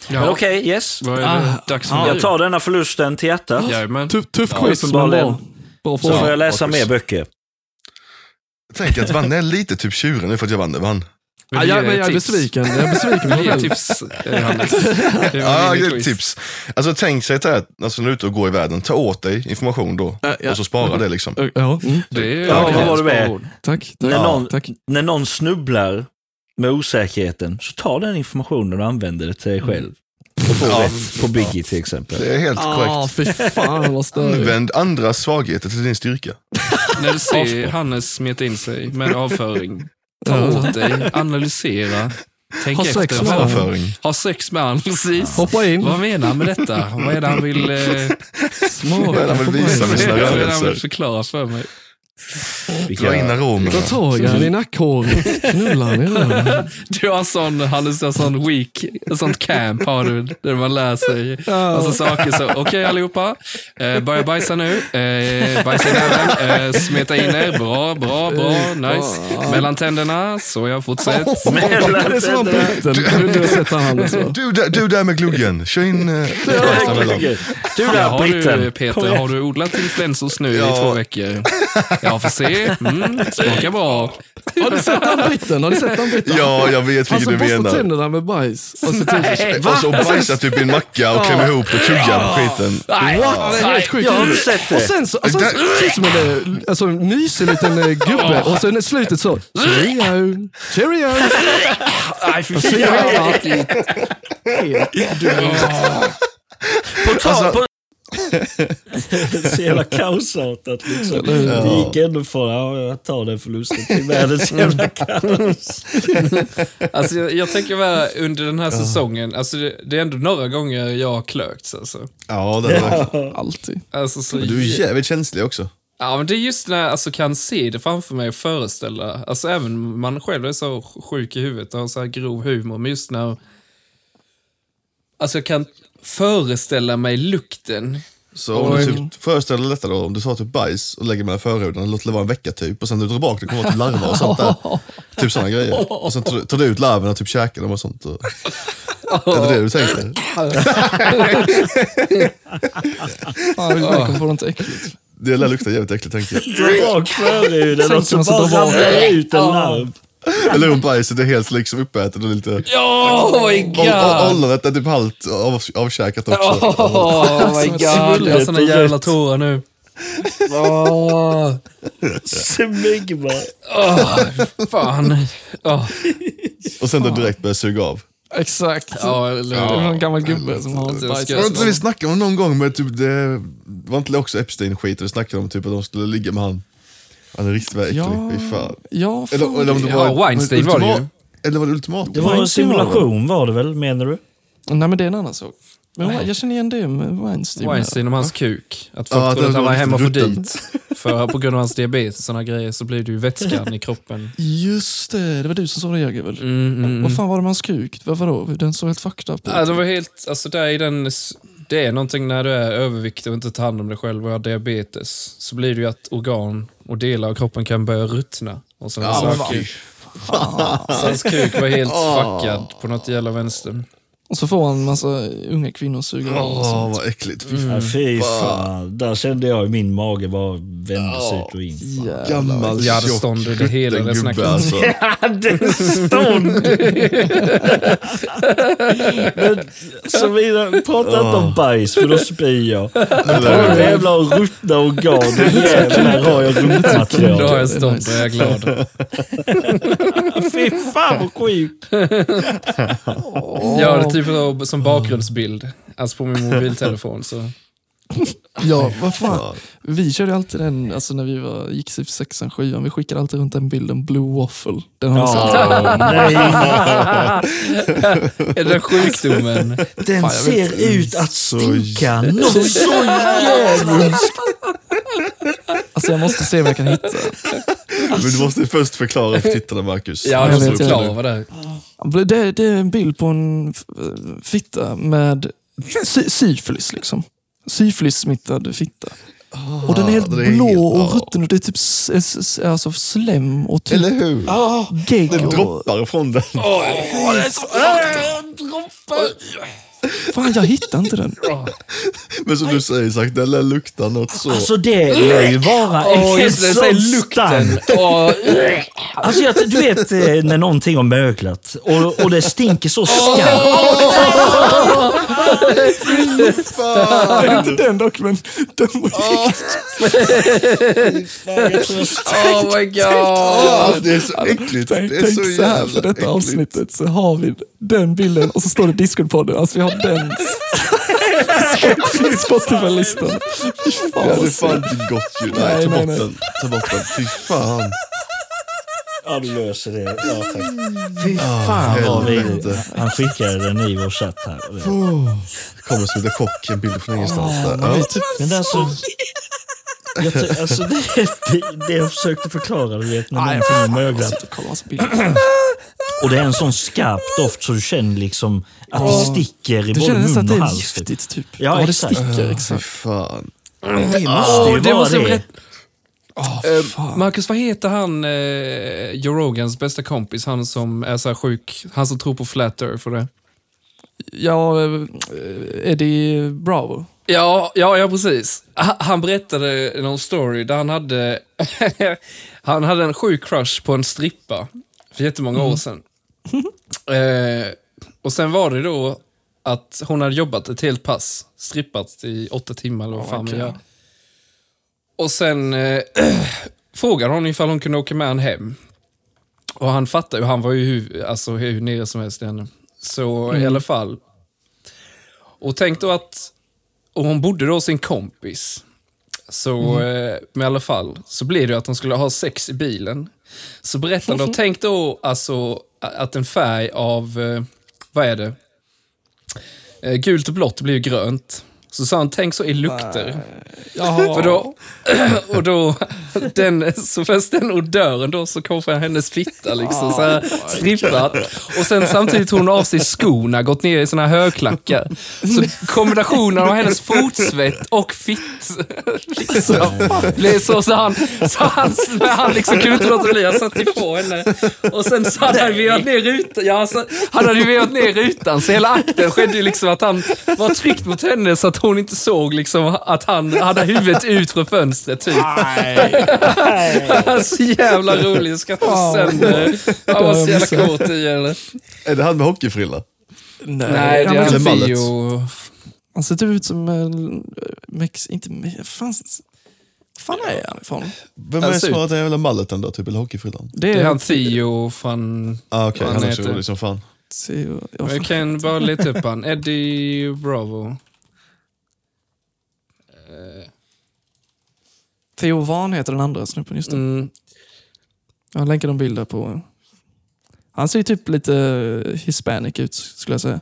[SPEAKER 6] Men okej, yes.
[SPEAKER 8] Vad är det
[SPEAKER 3] Ah,
[SPEAKER 8] dags för nu?
[SPEAKER 6] Jag tar denna förlusten till hjärtat.
[SPEAKER 8] Jajamän.
[SPEAKER 3] Typ-
[SPEAKER 5] Tuff, tuff
[SPEAKER 6] Ja,
[SPEAKER 5] quiz, men bra.
[SPEAKER 6] uppenbarligen.
[SPEAKER 5] Bra
[SPEAKER 6] Så får
[SPEAKER 5] fråga.
[SPEAKER 6] jag läsa mer böcker.
[SPEAKER 4] Tänk att Vanne är lite typ tjuren nu för att jag vann. det, vann.
[SPEAKER 3] Ah,
[SPEAKER 8] Vill
[SPEAKER 5] Ja,
[SPEAKER 8] du ge
[SPEAKER 5] jag, men jag är
[SPEAKER 8] tips?
[SPEAKER 5] besviken. Jag är besviken på mig
[SPEAKER 8] Vill du ge
[SPEAKER 5] själv.
[SPEAKER 8] tips, eh, Hannes? Det
[SPEAKER 4] Ja, det
[SPEAKER 8] var min
[SPEAKER 4] är ett
[SPEAKER 8] quiz.
[SPEAKER 4] tips. Alltså tänk sig att alltså, när du är ute och går i världen, ta åt dig information då.
[SPEAKER 5] Äh, ja.
[SPEAKER 4] Och så spara det liksom.
[SPEAKER 5] Ja, mm,
[SPEAKER 8] Det är
[SPEAKER 6] Ja,
[SPEAKER 8] okej.
[SPEAKER 6] vad var det med?
[SPEAKER 8] Ord.
[SPEAKER 5] tack.
[SPEAKER 6] När någon-
[SPEAKER 5] Tack. tack.
[SPEAKER 6] När någon snubblar med osäkerheten, så ta den informationen och använder det till dig själv. Och få rätt på Biggie till exempel.
[SPEAKER 4] Det är helt
[SPEAKER 5] Ah,
[SPEAKER 4] korrekt.
[SPEAKER 5] fy fan vad störigt.
[SPEAKER 4] Använd andras svagheter till din styrka.
[SPEAKER 8] När du ser Hannes smeta in sig med avföring, ta åt dig, analysera, tänk
[SPEAKER 5] Ha
[SPEAKER 8] efter.
[SPEAKER 5] sex med
[SPEAKER 8] Vad-
[SPEAKER 5] honom.
[SPEAKER 4] Förföring.
[SPEAKER 8] Ha sex med han, precis.
[SPEAKER 5] Hoppa in.
[SPEAKER 8] Vad menar han med detta? Vad är det han vill, eh,
[SPEAKER 5] Små.
[SPEAKER 4] Vad är det han vill visa med sina
[SPEAKER 8] vad är det han vill
[SPEAKER 4] rörelser?
[SPEAKER 8] förklara för mig?
[SPEAKER 4] Dra in
[SPEAKER 6] Vilka...
[SPEAKER 4] aromerna.
[SPEAKER 5] Ta tag i den i nackhåret. Knulla den i röven.
[SPEAKER 8] Du har sån, Hannes, du har sån week, en sånt camp har du, där man lär sig massa saker. Så okej allihopa, eh, börja bajsa nu, eh, bajsa i näven, eh, smeta in er, bra, bra, bra, nice. Mellan tänderna, så jag fortsätt.
[SPEAKER 5] Det är som han Putten. Du du har sett han Anders va?
[SPEAKER 4] Du, där- du där med gluggen, kör in... eh, bajsa mellan.
[SPEAKER 6] Du
[SPEAKER 8] Ja,
[SPEAKER 6] där
[SPEAKER 8] har du,
[SPEAKER 6] britten. Kom
[SPEAKER 8] Peter,
[SPEAKER 6] igen.
[SPEAKER 8] har du odlat influensos nu
[SPEAKER 4] Ja.
[SPEAKER 8] i två veckor? Ja, får se. Mm, smakar bra.
[SPEAKER 5] Har du sett han britten? Har du sett han britten?
[SPEAKER 4] Ja, jag vet
[SPEAKER 5] Han
[SPEAKER 4] vilken
[SPEAKER 5] som
[SPEAKER 4] du
[SPEAKER 5] borstar
[SPEAKER 4] menar.
[SPEAKER 5] tänderna med bajs. Och så
[SPEAKER 6] Nej,
[SPEAKER 4] Och
[SPEAKER 6] va?
[SPEAKER 4] så bajsar typ i en macka och klämmer ihop och tuggar på skiten.
[SPEAKER 5] Nej, What? Det är helt sjukt.
[SPEAKER 6] jag har inte sett det.
[SPEAKER 5] Och sen så, alltså, han ser ut som en eh, alltså, en mysig liten eh, gubbe och sen i slutet så, cheerio, cheerio. Och så gör han allt.
[SPEAKER 6] På tal på... Det är så jävla kaosartat liksom. Det gick ändå från, ja, jag tar den förlusten till världens jävla kaos.
[SPEAKER 3] Alltså, jag, jag tänker väl under den här säsongen, alltså, det, det är ändå några gånger jag har klökts. Alltså.
[SPEAKER 4] Ja, det är verkligen.
[SPEAKER 5] Alltid.
[SPEAKER 3] Alltså, så,
[SPEAKER 4] Du är jävligt känslig också.
[SPEAKER 3] ja, men det är just när jag alltså, kan se det framför mig och föreställa, alltså även man själv är så sjuk i huvudet och har så här grov humor, men just när alltså, jag kan föreställa mig lukten.
[SPEAKER 4] Så om du typ föreställer detta då, om du tar typ bajs och lägger mellan förhuden, låter det vara en vecka typ, och sen när du drar bak det kommer det typ larver och sånt där. Typ sådana grejer. Och sen tar du- tar du ut larverna och typ käkar dem och sånt. Och... Är det det du tänker?
[SPEAKER 5] Fan, jag vill verkligen få något äckligt.
[SPEAKER 4] Det lär lukta jävligt äckligt tänker jag.
[SPEAKER 6] Dra bak förhuden och så
[SPEAKER 5] man
[SPEAKER 6] bara
[SPEAKER 5] sig då bak.
[SPEAKER 6] ramlar ut en larv.
[SPEAKER 4] Eller om bajset är helt liksom uppätet och lite...
[SPEAKER 3] Oh my
[SPEAKER 4] Och- och Ollonet är typ halvt av, avkäkat också.
[SPEAKER 3] Oh my god, jag har såna jävla tårar nu. Åh,
[SPEAKER 6] Smyger bara.
[SPEAKER 3] fan. Åh.
[SPEAKER 4] Och sen då direkt börjar suga av.
[SPEAKER 5] Exakt.
[SPEAKER 3] Ja, eller-
[SPEAKER 5] det var en gammal gubbe som har
[SPEAKER 3] Inte
[SPEAKER 5] ett bajs.
[SPEAKER 3] ska-
[SPEAKER 4] Jag vet inte, vi snackade om någon gång, men typ det var inte det också Epstein-skit? Vi snackade om typ att de skulle ligga med han. Han är riktigt äcklig,
[SPEAKER 5] Ja.
[SPEAKER 4] fy fan.
[SPEAKER 5] Ja, fan.
[SPEAKER 4] Eller, eller om det
[SPEAKER 3] Ja,
[SPEAKER 4] var...
[SPEAKER 3] Weinstein var det ju.
[SPEAKER 4] Eller var det ultimat?
[SPEAKER 6] Det var en simulation var det väl, menar du?
[SPEAKER 5] Nej, men det är en annan sak. Men Wein- jag känner igen det med Weinstein.
[SPEAKER 3] Weinstein om hans kuk. Att folk
[SPEAKER 4] Ja,
[SPEAKER 3] trodde
[SPEAKER 4] det
[SPEAKER 3] att han
[SPEAKER 4] var
[SPEAKER 3] var hemma för
[SPEAKER 4] rutten.
[SPEAKER 3] dit. För på grund av hans diabetes och såna grejer så blev det ju vätskan i kroppen.
[SPEAKER 5] Just det, det var du som sa det Jörgen väl?
[SPEAKER 3] Mm, mm, mm.
[SPEAKER 5] Vad fan var det med hans kuk? Vad- Vadå? Den såg helt fucked up ut.
[SPEAKER 3] Ja, det var helt, alltså där i den, det är någonting när du är överviktig och inte tar hand om dig själv och har diabetes. Så blir det ju att organ och delar av kroppen kan börja ruttna. Och sen hans
[SPEAKER 4] Ja,
[SPEAKER 3] kuk- så hans kuk var helt fuckad på något jävla vänster.
[SPEAKER 5] Och så får han massa unga kvinnor och suger av och
[SPEAKER 4] Åh,
[SPEAKER 5] sånt.
[SPEAKER 4] vad äckligt. Mm. Fy
[SPEAKER 6] Ja, fy fan. Där kände jag hur min mage bara vände sig ut och in.
[SPEAKER 5] Jävlar.
[SPEAKER 4] Gammal
[SPEAKER 3] Jag hade
[SPEAKER 4] tjock
[SPEAKER 3] stånd i det hela det
[SPEAKER 4] gubbe,
[SPEAKER 3] snacket.
[SPEAKER 4] alltså.
[SPEAKER 6] Stånd! Men så vidare, prata inte om bajs för då spyr jag. Prata om jävla ruttna organ, då jävlar har jag
[SPEAKER 3] Då har
[SPEAKER 6] ruttmaterial.
[SPEAKER 3] jag stånd och jag är glad.
[SPEAKER 6] Fy fan vad sjukt!
[SPEAKER 3] Mm. Jag har det typ av- som bakgrundsbild. Alltså på min mobiltelefon. Så.
[SPEAKER 5] Ja, vad fan. Vi körde ju alltid den, alltså när vi var, gick i sexan, sjuan, vi skickade alltid runt den bilden, Blue Waffle. Den har ni sett?
[SPEAKER 3] Är det den sjukdomen?
[SPEAKER 6] Den
[SPEAKER 5] jag vet
[SPEAKER 6] ser ut att
[SPEAKER 4] Så
[SPEAKER 6] stinka något så
[SPEAKER 5] Alltså jag måste se vad jag kan hitta.
[SPEAKER 4] Men du måste först förklara för tittarna, Marcus. Alltså,
[SPEAKER 3] Ja,
[SPEAKER 5] jag
[SPEAKER 3] jag
[SPEAKER 5] vet,
[SPEAKER 3] måste
[SPEAKER 5] jag
[SPEAKER 3] förklara vad det är.
[SPEAKER 5] Det, det är en bild på en f- fitta med sy- syfilis. Liksom. Syfilissmittad fitta. och den är helt
[SPEAKER 4] den Ah, är
[SPEAKER 5] blå
[SPEAKER 4] helt-
[SPEAKER 5] och
[SPEAKER 4] ja.
[SPEAKER 5] rutten och det är typ s- s- s- alltså slem och typ
[SPEAKER 4] Eller hur?
[SPEAKER 6] Ah.
[SPEAKER 5] gegg.
[SPEAKER 4] Det
[SPEAKER 5] Och,
[SPEAKER 4] droppar från den.
[SPEAKER 5] fan, jag hittar inte den.
[SPEAKER 4] Men som du säger Isak, den lär lukta något så.
[SPEAKER 6] Alltså det lär ju vara en
[SPEAKER 3] Åh, just det,
[SPEAKER 6] sån
[SPEAKER 3] säg lukten.
[SPEAKER 6] stank. Alltså jag, du vet eh, när någonting har möglat och, och det stinker så skarpt.
[SPEAKER 4] Fan!
[SPEAKER 5] Inte den dock, men den var
[SPEAKER 3] Oh my god.
[SPEAKER 4] Alltså, det är så äckligt. Det
[SPEAKER 5] Tänk,
[SPEAKER 4] är
[SPEAKER 5] tänk
[SPEAKER 4] så
[SPEAKER 5] så, här för
[SPEAKER 4] jävla
[SPEAKER 5] detta
[SPEAKER 4] äckligt.
[SPEAKER 5] avsnittet så har vi den bilden och så står det Discord-podden. Alltså vi har den Spotify-listan. Fy fan,
[SPEAKER 4] Det hade
[SPEAKER 5] vad
[SPEAKER 4] fan inte gått ju. Nej,
[SPEAKER 5] Nej,
[SPEAKER 4] ta
[SPEAKER 5] nej,
[SPEAKER 4] bort
[SPEAKER 5] nej.
[SPEAKER 4] den. Ta bort den. Fy fan.
[SPEAKER 6] Ja, du löser det. Ja, tack. Fy fan vad vi...
[SPEAKER 4] Helvete.
[SPEAKER 6] Han skickade den i vår chatt här.
[SPEAKER 4] Kommer som en chock, en bild från ingenstans. där. Ja.
[SPEAKER 6] Men det är alltså, jag, ty- alltså det, det, det jag försökte förklara, du vet när någonting har möglat.
[SPEAKER 5] Alltså, kolla hans bild.
[SPEAKER 6] Och det är en sån skarp doft så du känner liksom att det sticker i
[SPEAKER 5] Du
[SPEAKER 6] både
[SPEAKER 5] känner nästan
[SPEAKER 6] mun
[SPEAKER 5] att det
[SPEAKER 6] och
[SPEAKER 5] är
[SPEAKER 6] hals.
[SPEAKER 5] giftigt typ.
[SPEAKER 6] Ja,
[SPEAKER 5] det
[SPEAKER 6] exakt.
[SPEAKER 5] sticker
[SPEAKER 4] Fy
[SPEAKER 5] exakt.
[SPEAKER 4] fan.
[SPEAKER 6] Det måste ju
[SPEAKER 3] Åh, det
[SPEAKER 6] vara
[SPEAKER 3] måste jag
[SPEAKER 6] det.
[SPEAKER 3] berätta. Eh, Marcus, vad heter han, eh, Joe Rogans bästa kompis? Han som är så här sjuk, han som tror på flat earth och det.
[SPEAKER 5] Ja, eh, Eddie Bravo.
[SPEAKER 3] Ja, ja, ja precis. Ha- Han berättade någon story där han hade, han hade en sjuk crush på en strippa för jättemånga år sedan. Eh, och sen var det då att hon hade jobbat ett helt pass, strippat i åtta timmar eller vad fan man
[SPEAKER 5] okej.
[SPEAKER 3] gör. Och sen eh, frågade hon ifall hon kunde åka med henne hem. Och han fattade ju, han var ju hur, alltså, hur nere som helst i henne. Så i alla fall. Och tänk då att och hon bodde då hos sin kompis. Så, eh, men i alla fall, så blev det ju att de skulle ha sex i bilen. Så berättade de, tänk då alltså a- att en färg av, eh, vad är det? Eh, gult och blått blir ju grönt. Så sa han, tänk så i lukter. För då, och då, den, så först den odören då så kom från hennes fitta liksom, så här strippat. Och sen samtidigt hon har av sig skorna, gått ner i såna här högklackar. Så kombinationen av hennes fotsvett och fitt liksom, blev så, så han, så han, men han liksom kunde inte låta bli, han satte ifrån henne. Och sen så hade han vevat ner rutan, ja, så, han hade ju vevat ner rutan, så hela akten skedde ju liksom att han var tryckt mot henne så att hon inte såg liksom att han hade huvudet ut från fönstret typ. Ah, Så jävla rolig, jag skrattade sönder. eh, Han var så jävla kåt i henne.
[SPEAKER 4] Är det han med hockeyfrilla?
[SPEAKER 3] Nej, det
[SPEAKER 5] han,
[SPEAKER 3] är
[SPEAKER 4] Eller mallet.
[SPEAKER 3] bio.
[SPEAKER 5] han ser typ ut som en... eh, Mex, inte me- fan, fan är han ifrån?
[SPEAKER 4] Vem är det
[SPEAKER 3] Alltså,
[SPEAKER 4] som har den jävla malleten då, typ? Eller hockeyfrillan?
[SPEAKER 5] Det
[SPEAKER 3] Det är han
[SPEAKER 5] är
[SPEAKER 3] Theo från...
[SPEAKER 4] Ah, Okej,
[SPEAKER 3] Vad
[SPEAKER 4] han
[SPEAKER 3] han
[SPEAKER 4] är så
[SPEAKER 3] heter.
[SPEAKER 4] rolig som fan.
[SPEAKER 5] Theo. ja, fan.
[SPEAKER 3] Jag kan bara leta upp typ han. Eddie Bravo.
[SPEAKER 5] Theo Van heter den andra snubben, just det.
[SPEAKER 3] Mm.
[SPEAKER 5] Jag länkar en bild där på... Han ser ju typ lite hispanic ut, skulle jag säga.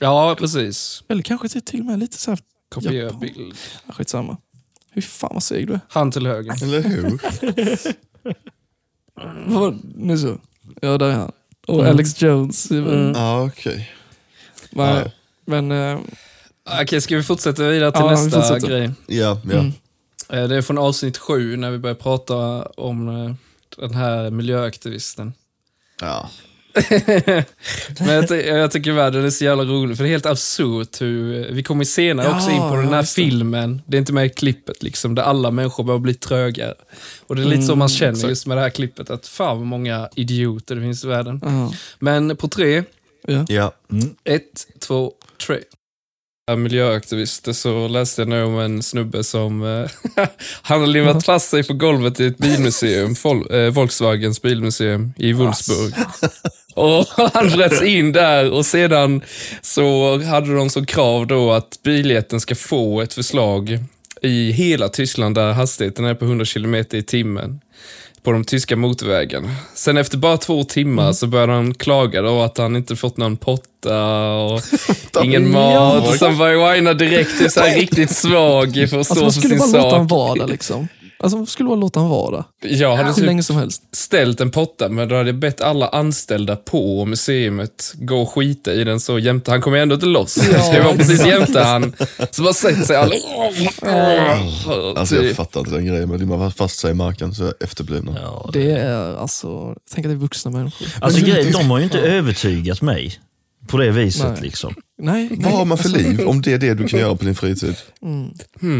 [SPEAKER 3] Ja, precis.
[SPEAKER 5] Eller kanske till- till och med lite så här...
[SPEAKER 3] Kopiera
[SPEAKER 5] Japan.
[SPEAKER 3] bild.
[SPEAKER 5] Ah, Skitsamma. Hur fan vad seg du är.
[SPEAKER 3] Han till höger.
[SPEAKER 4] Eller hur?
[SPEAKER 3] Mm.
[SPEAKER 5] Vad var- Nu så. Ja, där är han. Och Alex Jones. Mm.
[SPEAKER 4] Ah, Okej.
[SPEAKER 5] Men, men eh,
[SPEAKER 3] Okej, ska vi fortsätta vidare till
[SPEAKER 5] Ja, vi
[SPEAKER 3] nästa
[SPEAKER 5] fortsätter.
[SPEAKER 3] grej?
[SPEAKER 4] Ja, ja.
[SPEAKER 3] Eh, Det är från avsnitt sju när vi börjar prata om eh, den här miljöaktivisten.
[SPEAKER 4] Ja.
[SPEAKER 3] Men jag, ty- jag tycker världen är så jävla rolig, för det är helt absurt hur... Vi kommer senare också in på
[SPEAKER 5] Ja,
[SPEAKER 3] den här
[SPEAKER 5] just det.
[SPEAKER 3] filmen, det är inte med i klippet, liksom, där alla människor börjar bli trögare. Och det är lite så man känner just med det här klippet, att fan vad många idioter det finns i världen.
[SPEAKER 5] ja.
[SPEAKER 3] Men på tre,
[SPEAKER 4] Ja.
[SPEAKER 3] Ett, två, tre. Jag är Miljöaktivister så läste jag nu om en snubbe som eh, han har limmat fast Alltså. sig på golvet i ett bilmuseum, Vol eh, Volkswagens bilmuseum i Wolfsburg. Och han bröts in där och sedan så hade de som krav då att biljetten ska få ett förslag i hela Tyskland där hastigheten är på 100 km i timmen på de tyska motorvägarna. Sen efter bara två timmar
[SPEAKER 5] Mm.
[SPEAKER 3] så började han klaga då att han inte fått någon potta och ingen mat. Och sen började Wina direkt typ så här riktigt svag för att stå
[SPEAKER 5] Alltså man
[SPEAKER 3] för
[SPEAKER 5] skulle
[SPEAKER 3] sin
[SPEAKER 5] bara låta han
[SPEAKER 3] sak.
[SPEAKER 5] vara där liksom. Alltså man skulle bara låta han vara där.
[SPEAKER 3] Jag hade
[SPEAKER 5] Hur
[SPEAKER 3] typ
[SPEAKER 5] länge som helst.
[SPEAKER 3] ställt en potta, men då hade jag bett alla anställda på museet gå och skita i den så jämte. Han kom ju ändå inte loss. så jag var precis jämte han. Så bara sett sig alla.
[SPEAKER 4] Alltså jag fattar inte den grejen, men limmar man fast sig i marken så är jag efterbliven.
[SPEAKER 5] Det är alltså, tänk att det är vuxna människor.
[SPEAKER 6] Alltså grejen, de har ju inte övertygat mig på det viset
[SPEAKER 5] Nej.
[SPEAKER 6] liksom.
[SPEAKER 5] Nej,
[SPEAKER 4] Vad har
[SPEAKER 5] nej.
[SPEAKER 4] man för liv om det är det du kan göra på din fritid?
[SPEAKER 3] Hmm,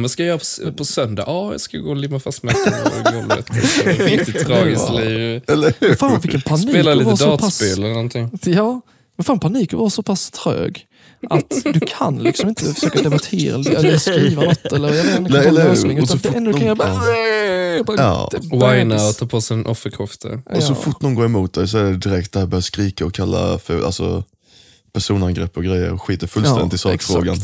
[SPEAKER 3] vad ska jag göra på, s- på söndag? Ja, jag ska gå och limma fast mackan i golvet. Det är ett Riktigt tragiskt liv.
[SPEAKER 4] Eller hur?
[SPEAKER 5] Fan vilken panik
[SPEAKER 3] Spela
[SPEAKER 5] att vara
[SPEAKER 3] lite
[SPEAKER 5] så pass-
[SPEAKER 3] dataspel eller någonting.
[SPEAKER 5] Ja, men fan panik att vara så pass trög att du kan liksom inte försöka debattera eller skriva något eller jag vet inte,
[SPEAKER 4] Nej,
[SPEAKER 5] komma
[SPEAKER 4] eller
[SPEAKER 5] på en
[SPEAKER 4] hur?
[SPEAKER 5] lösning.
[SPEAKER 4] Och så
[SPEAKER 5] Utan det
[SPEAKER 4] fort
[SPEAKER 5] enda du kan
[SPEAKER 4] de-
[SPEAKER 5] göra bara... jag bara-
[SPEAKER 4] Ja.
[SPEAKER 5] det-
[SPEAKER 3] Wina och
[SPEAKER 5] bebis.
[SPEAKER 3] ta på sig en offerkofta.
[SPEAKER 4] Och så
[SPEAKER 5] Ja.
[SPEAKER 4] fort någon går emot dig så är det direkt där jag börjar skrika och kalla för alltså, personangrepp och grejer och skiter fullständigt i
[SPEAKER 5] Ja, exakt.
[SPEAKER 4] sakfrågan.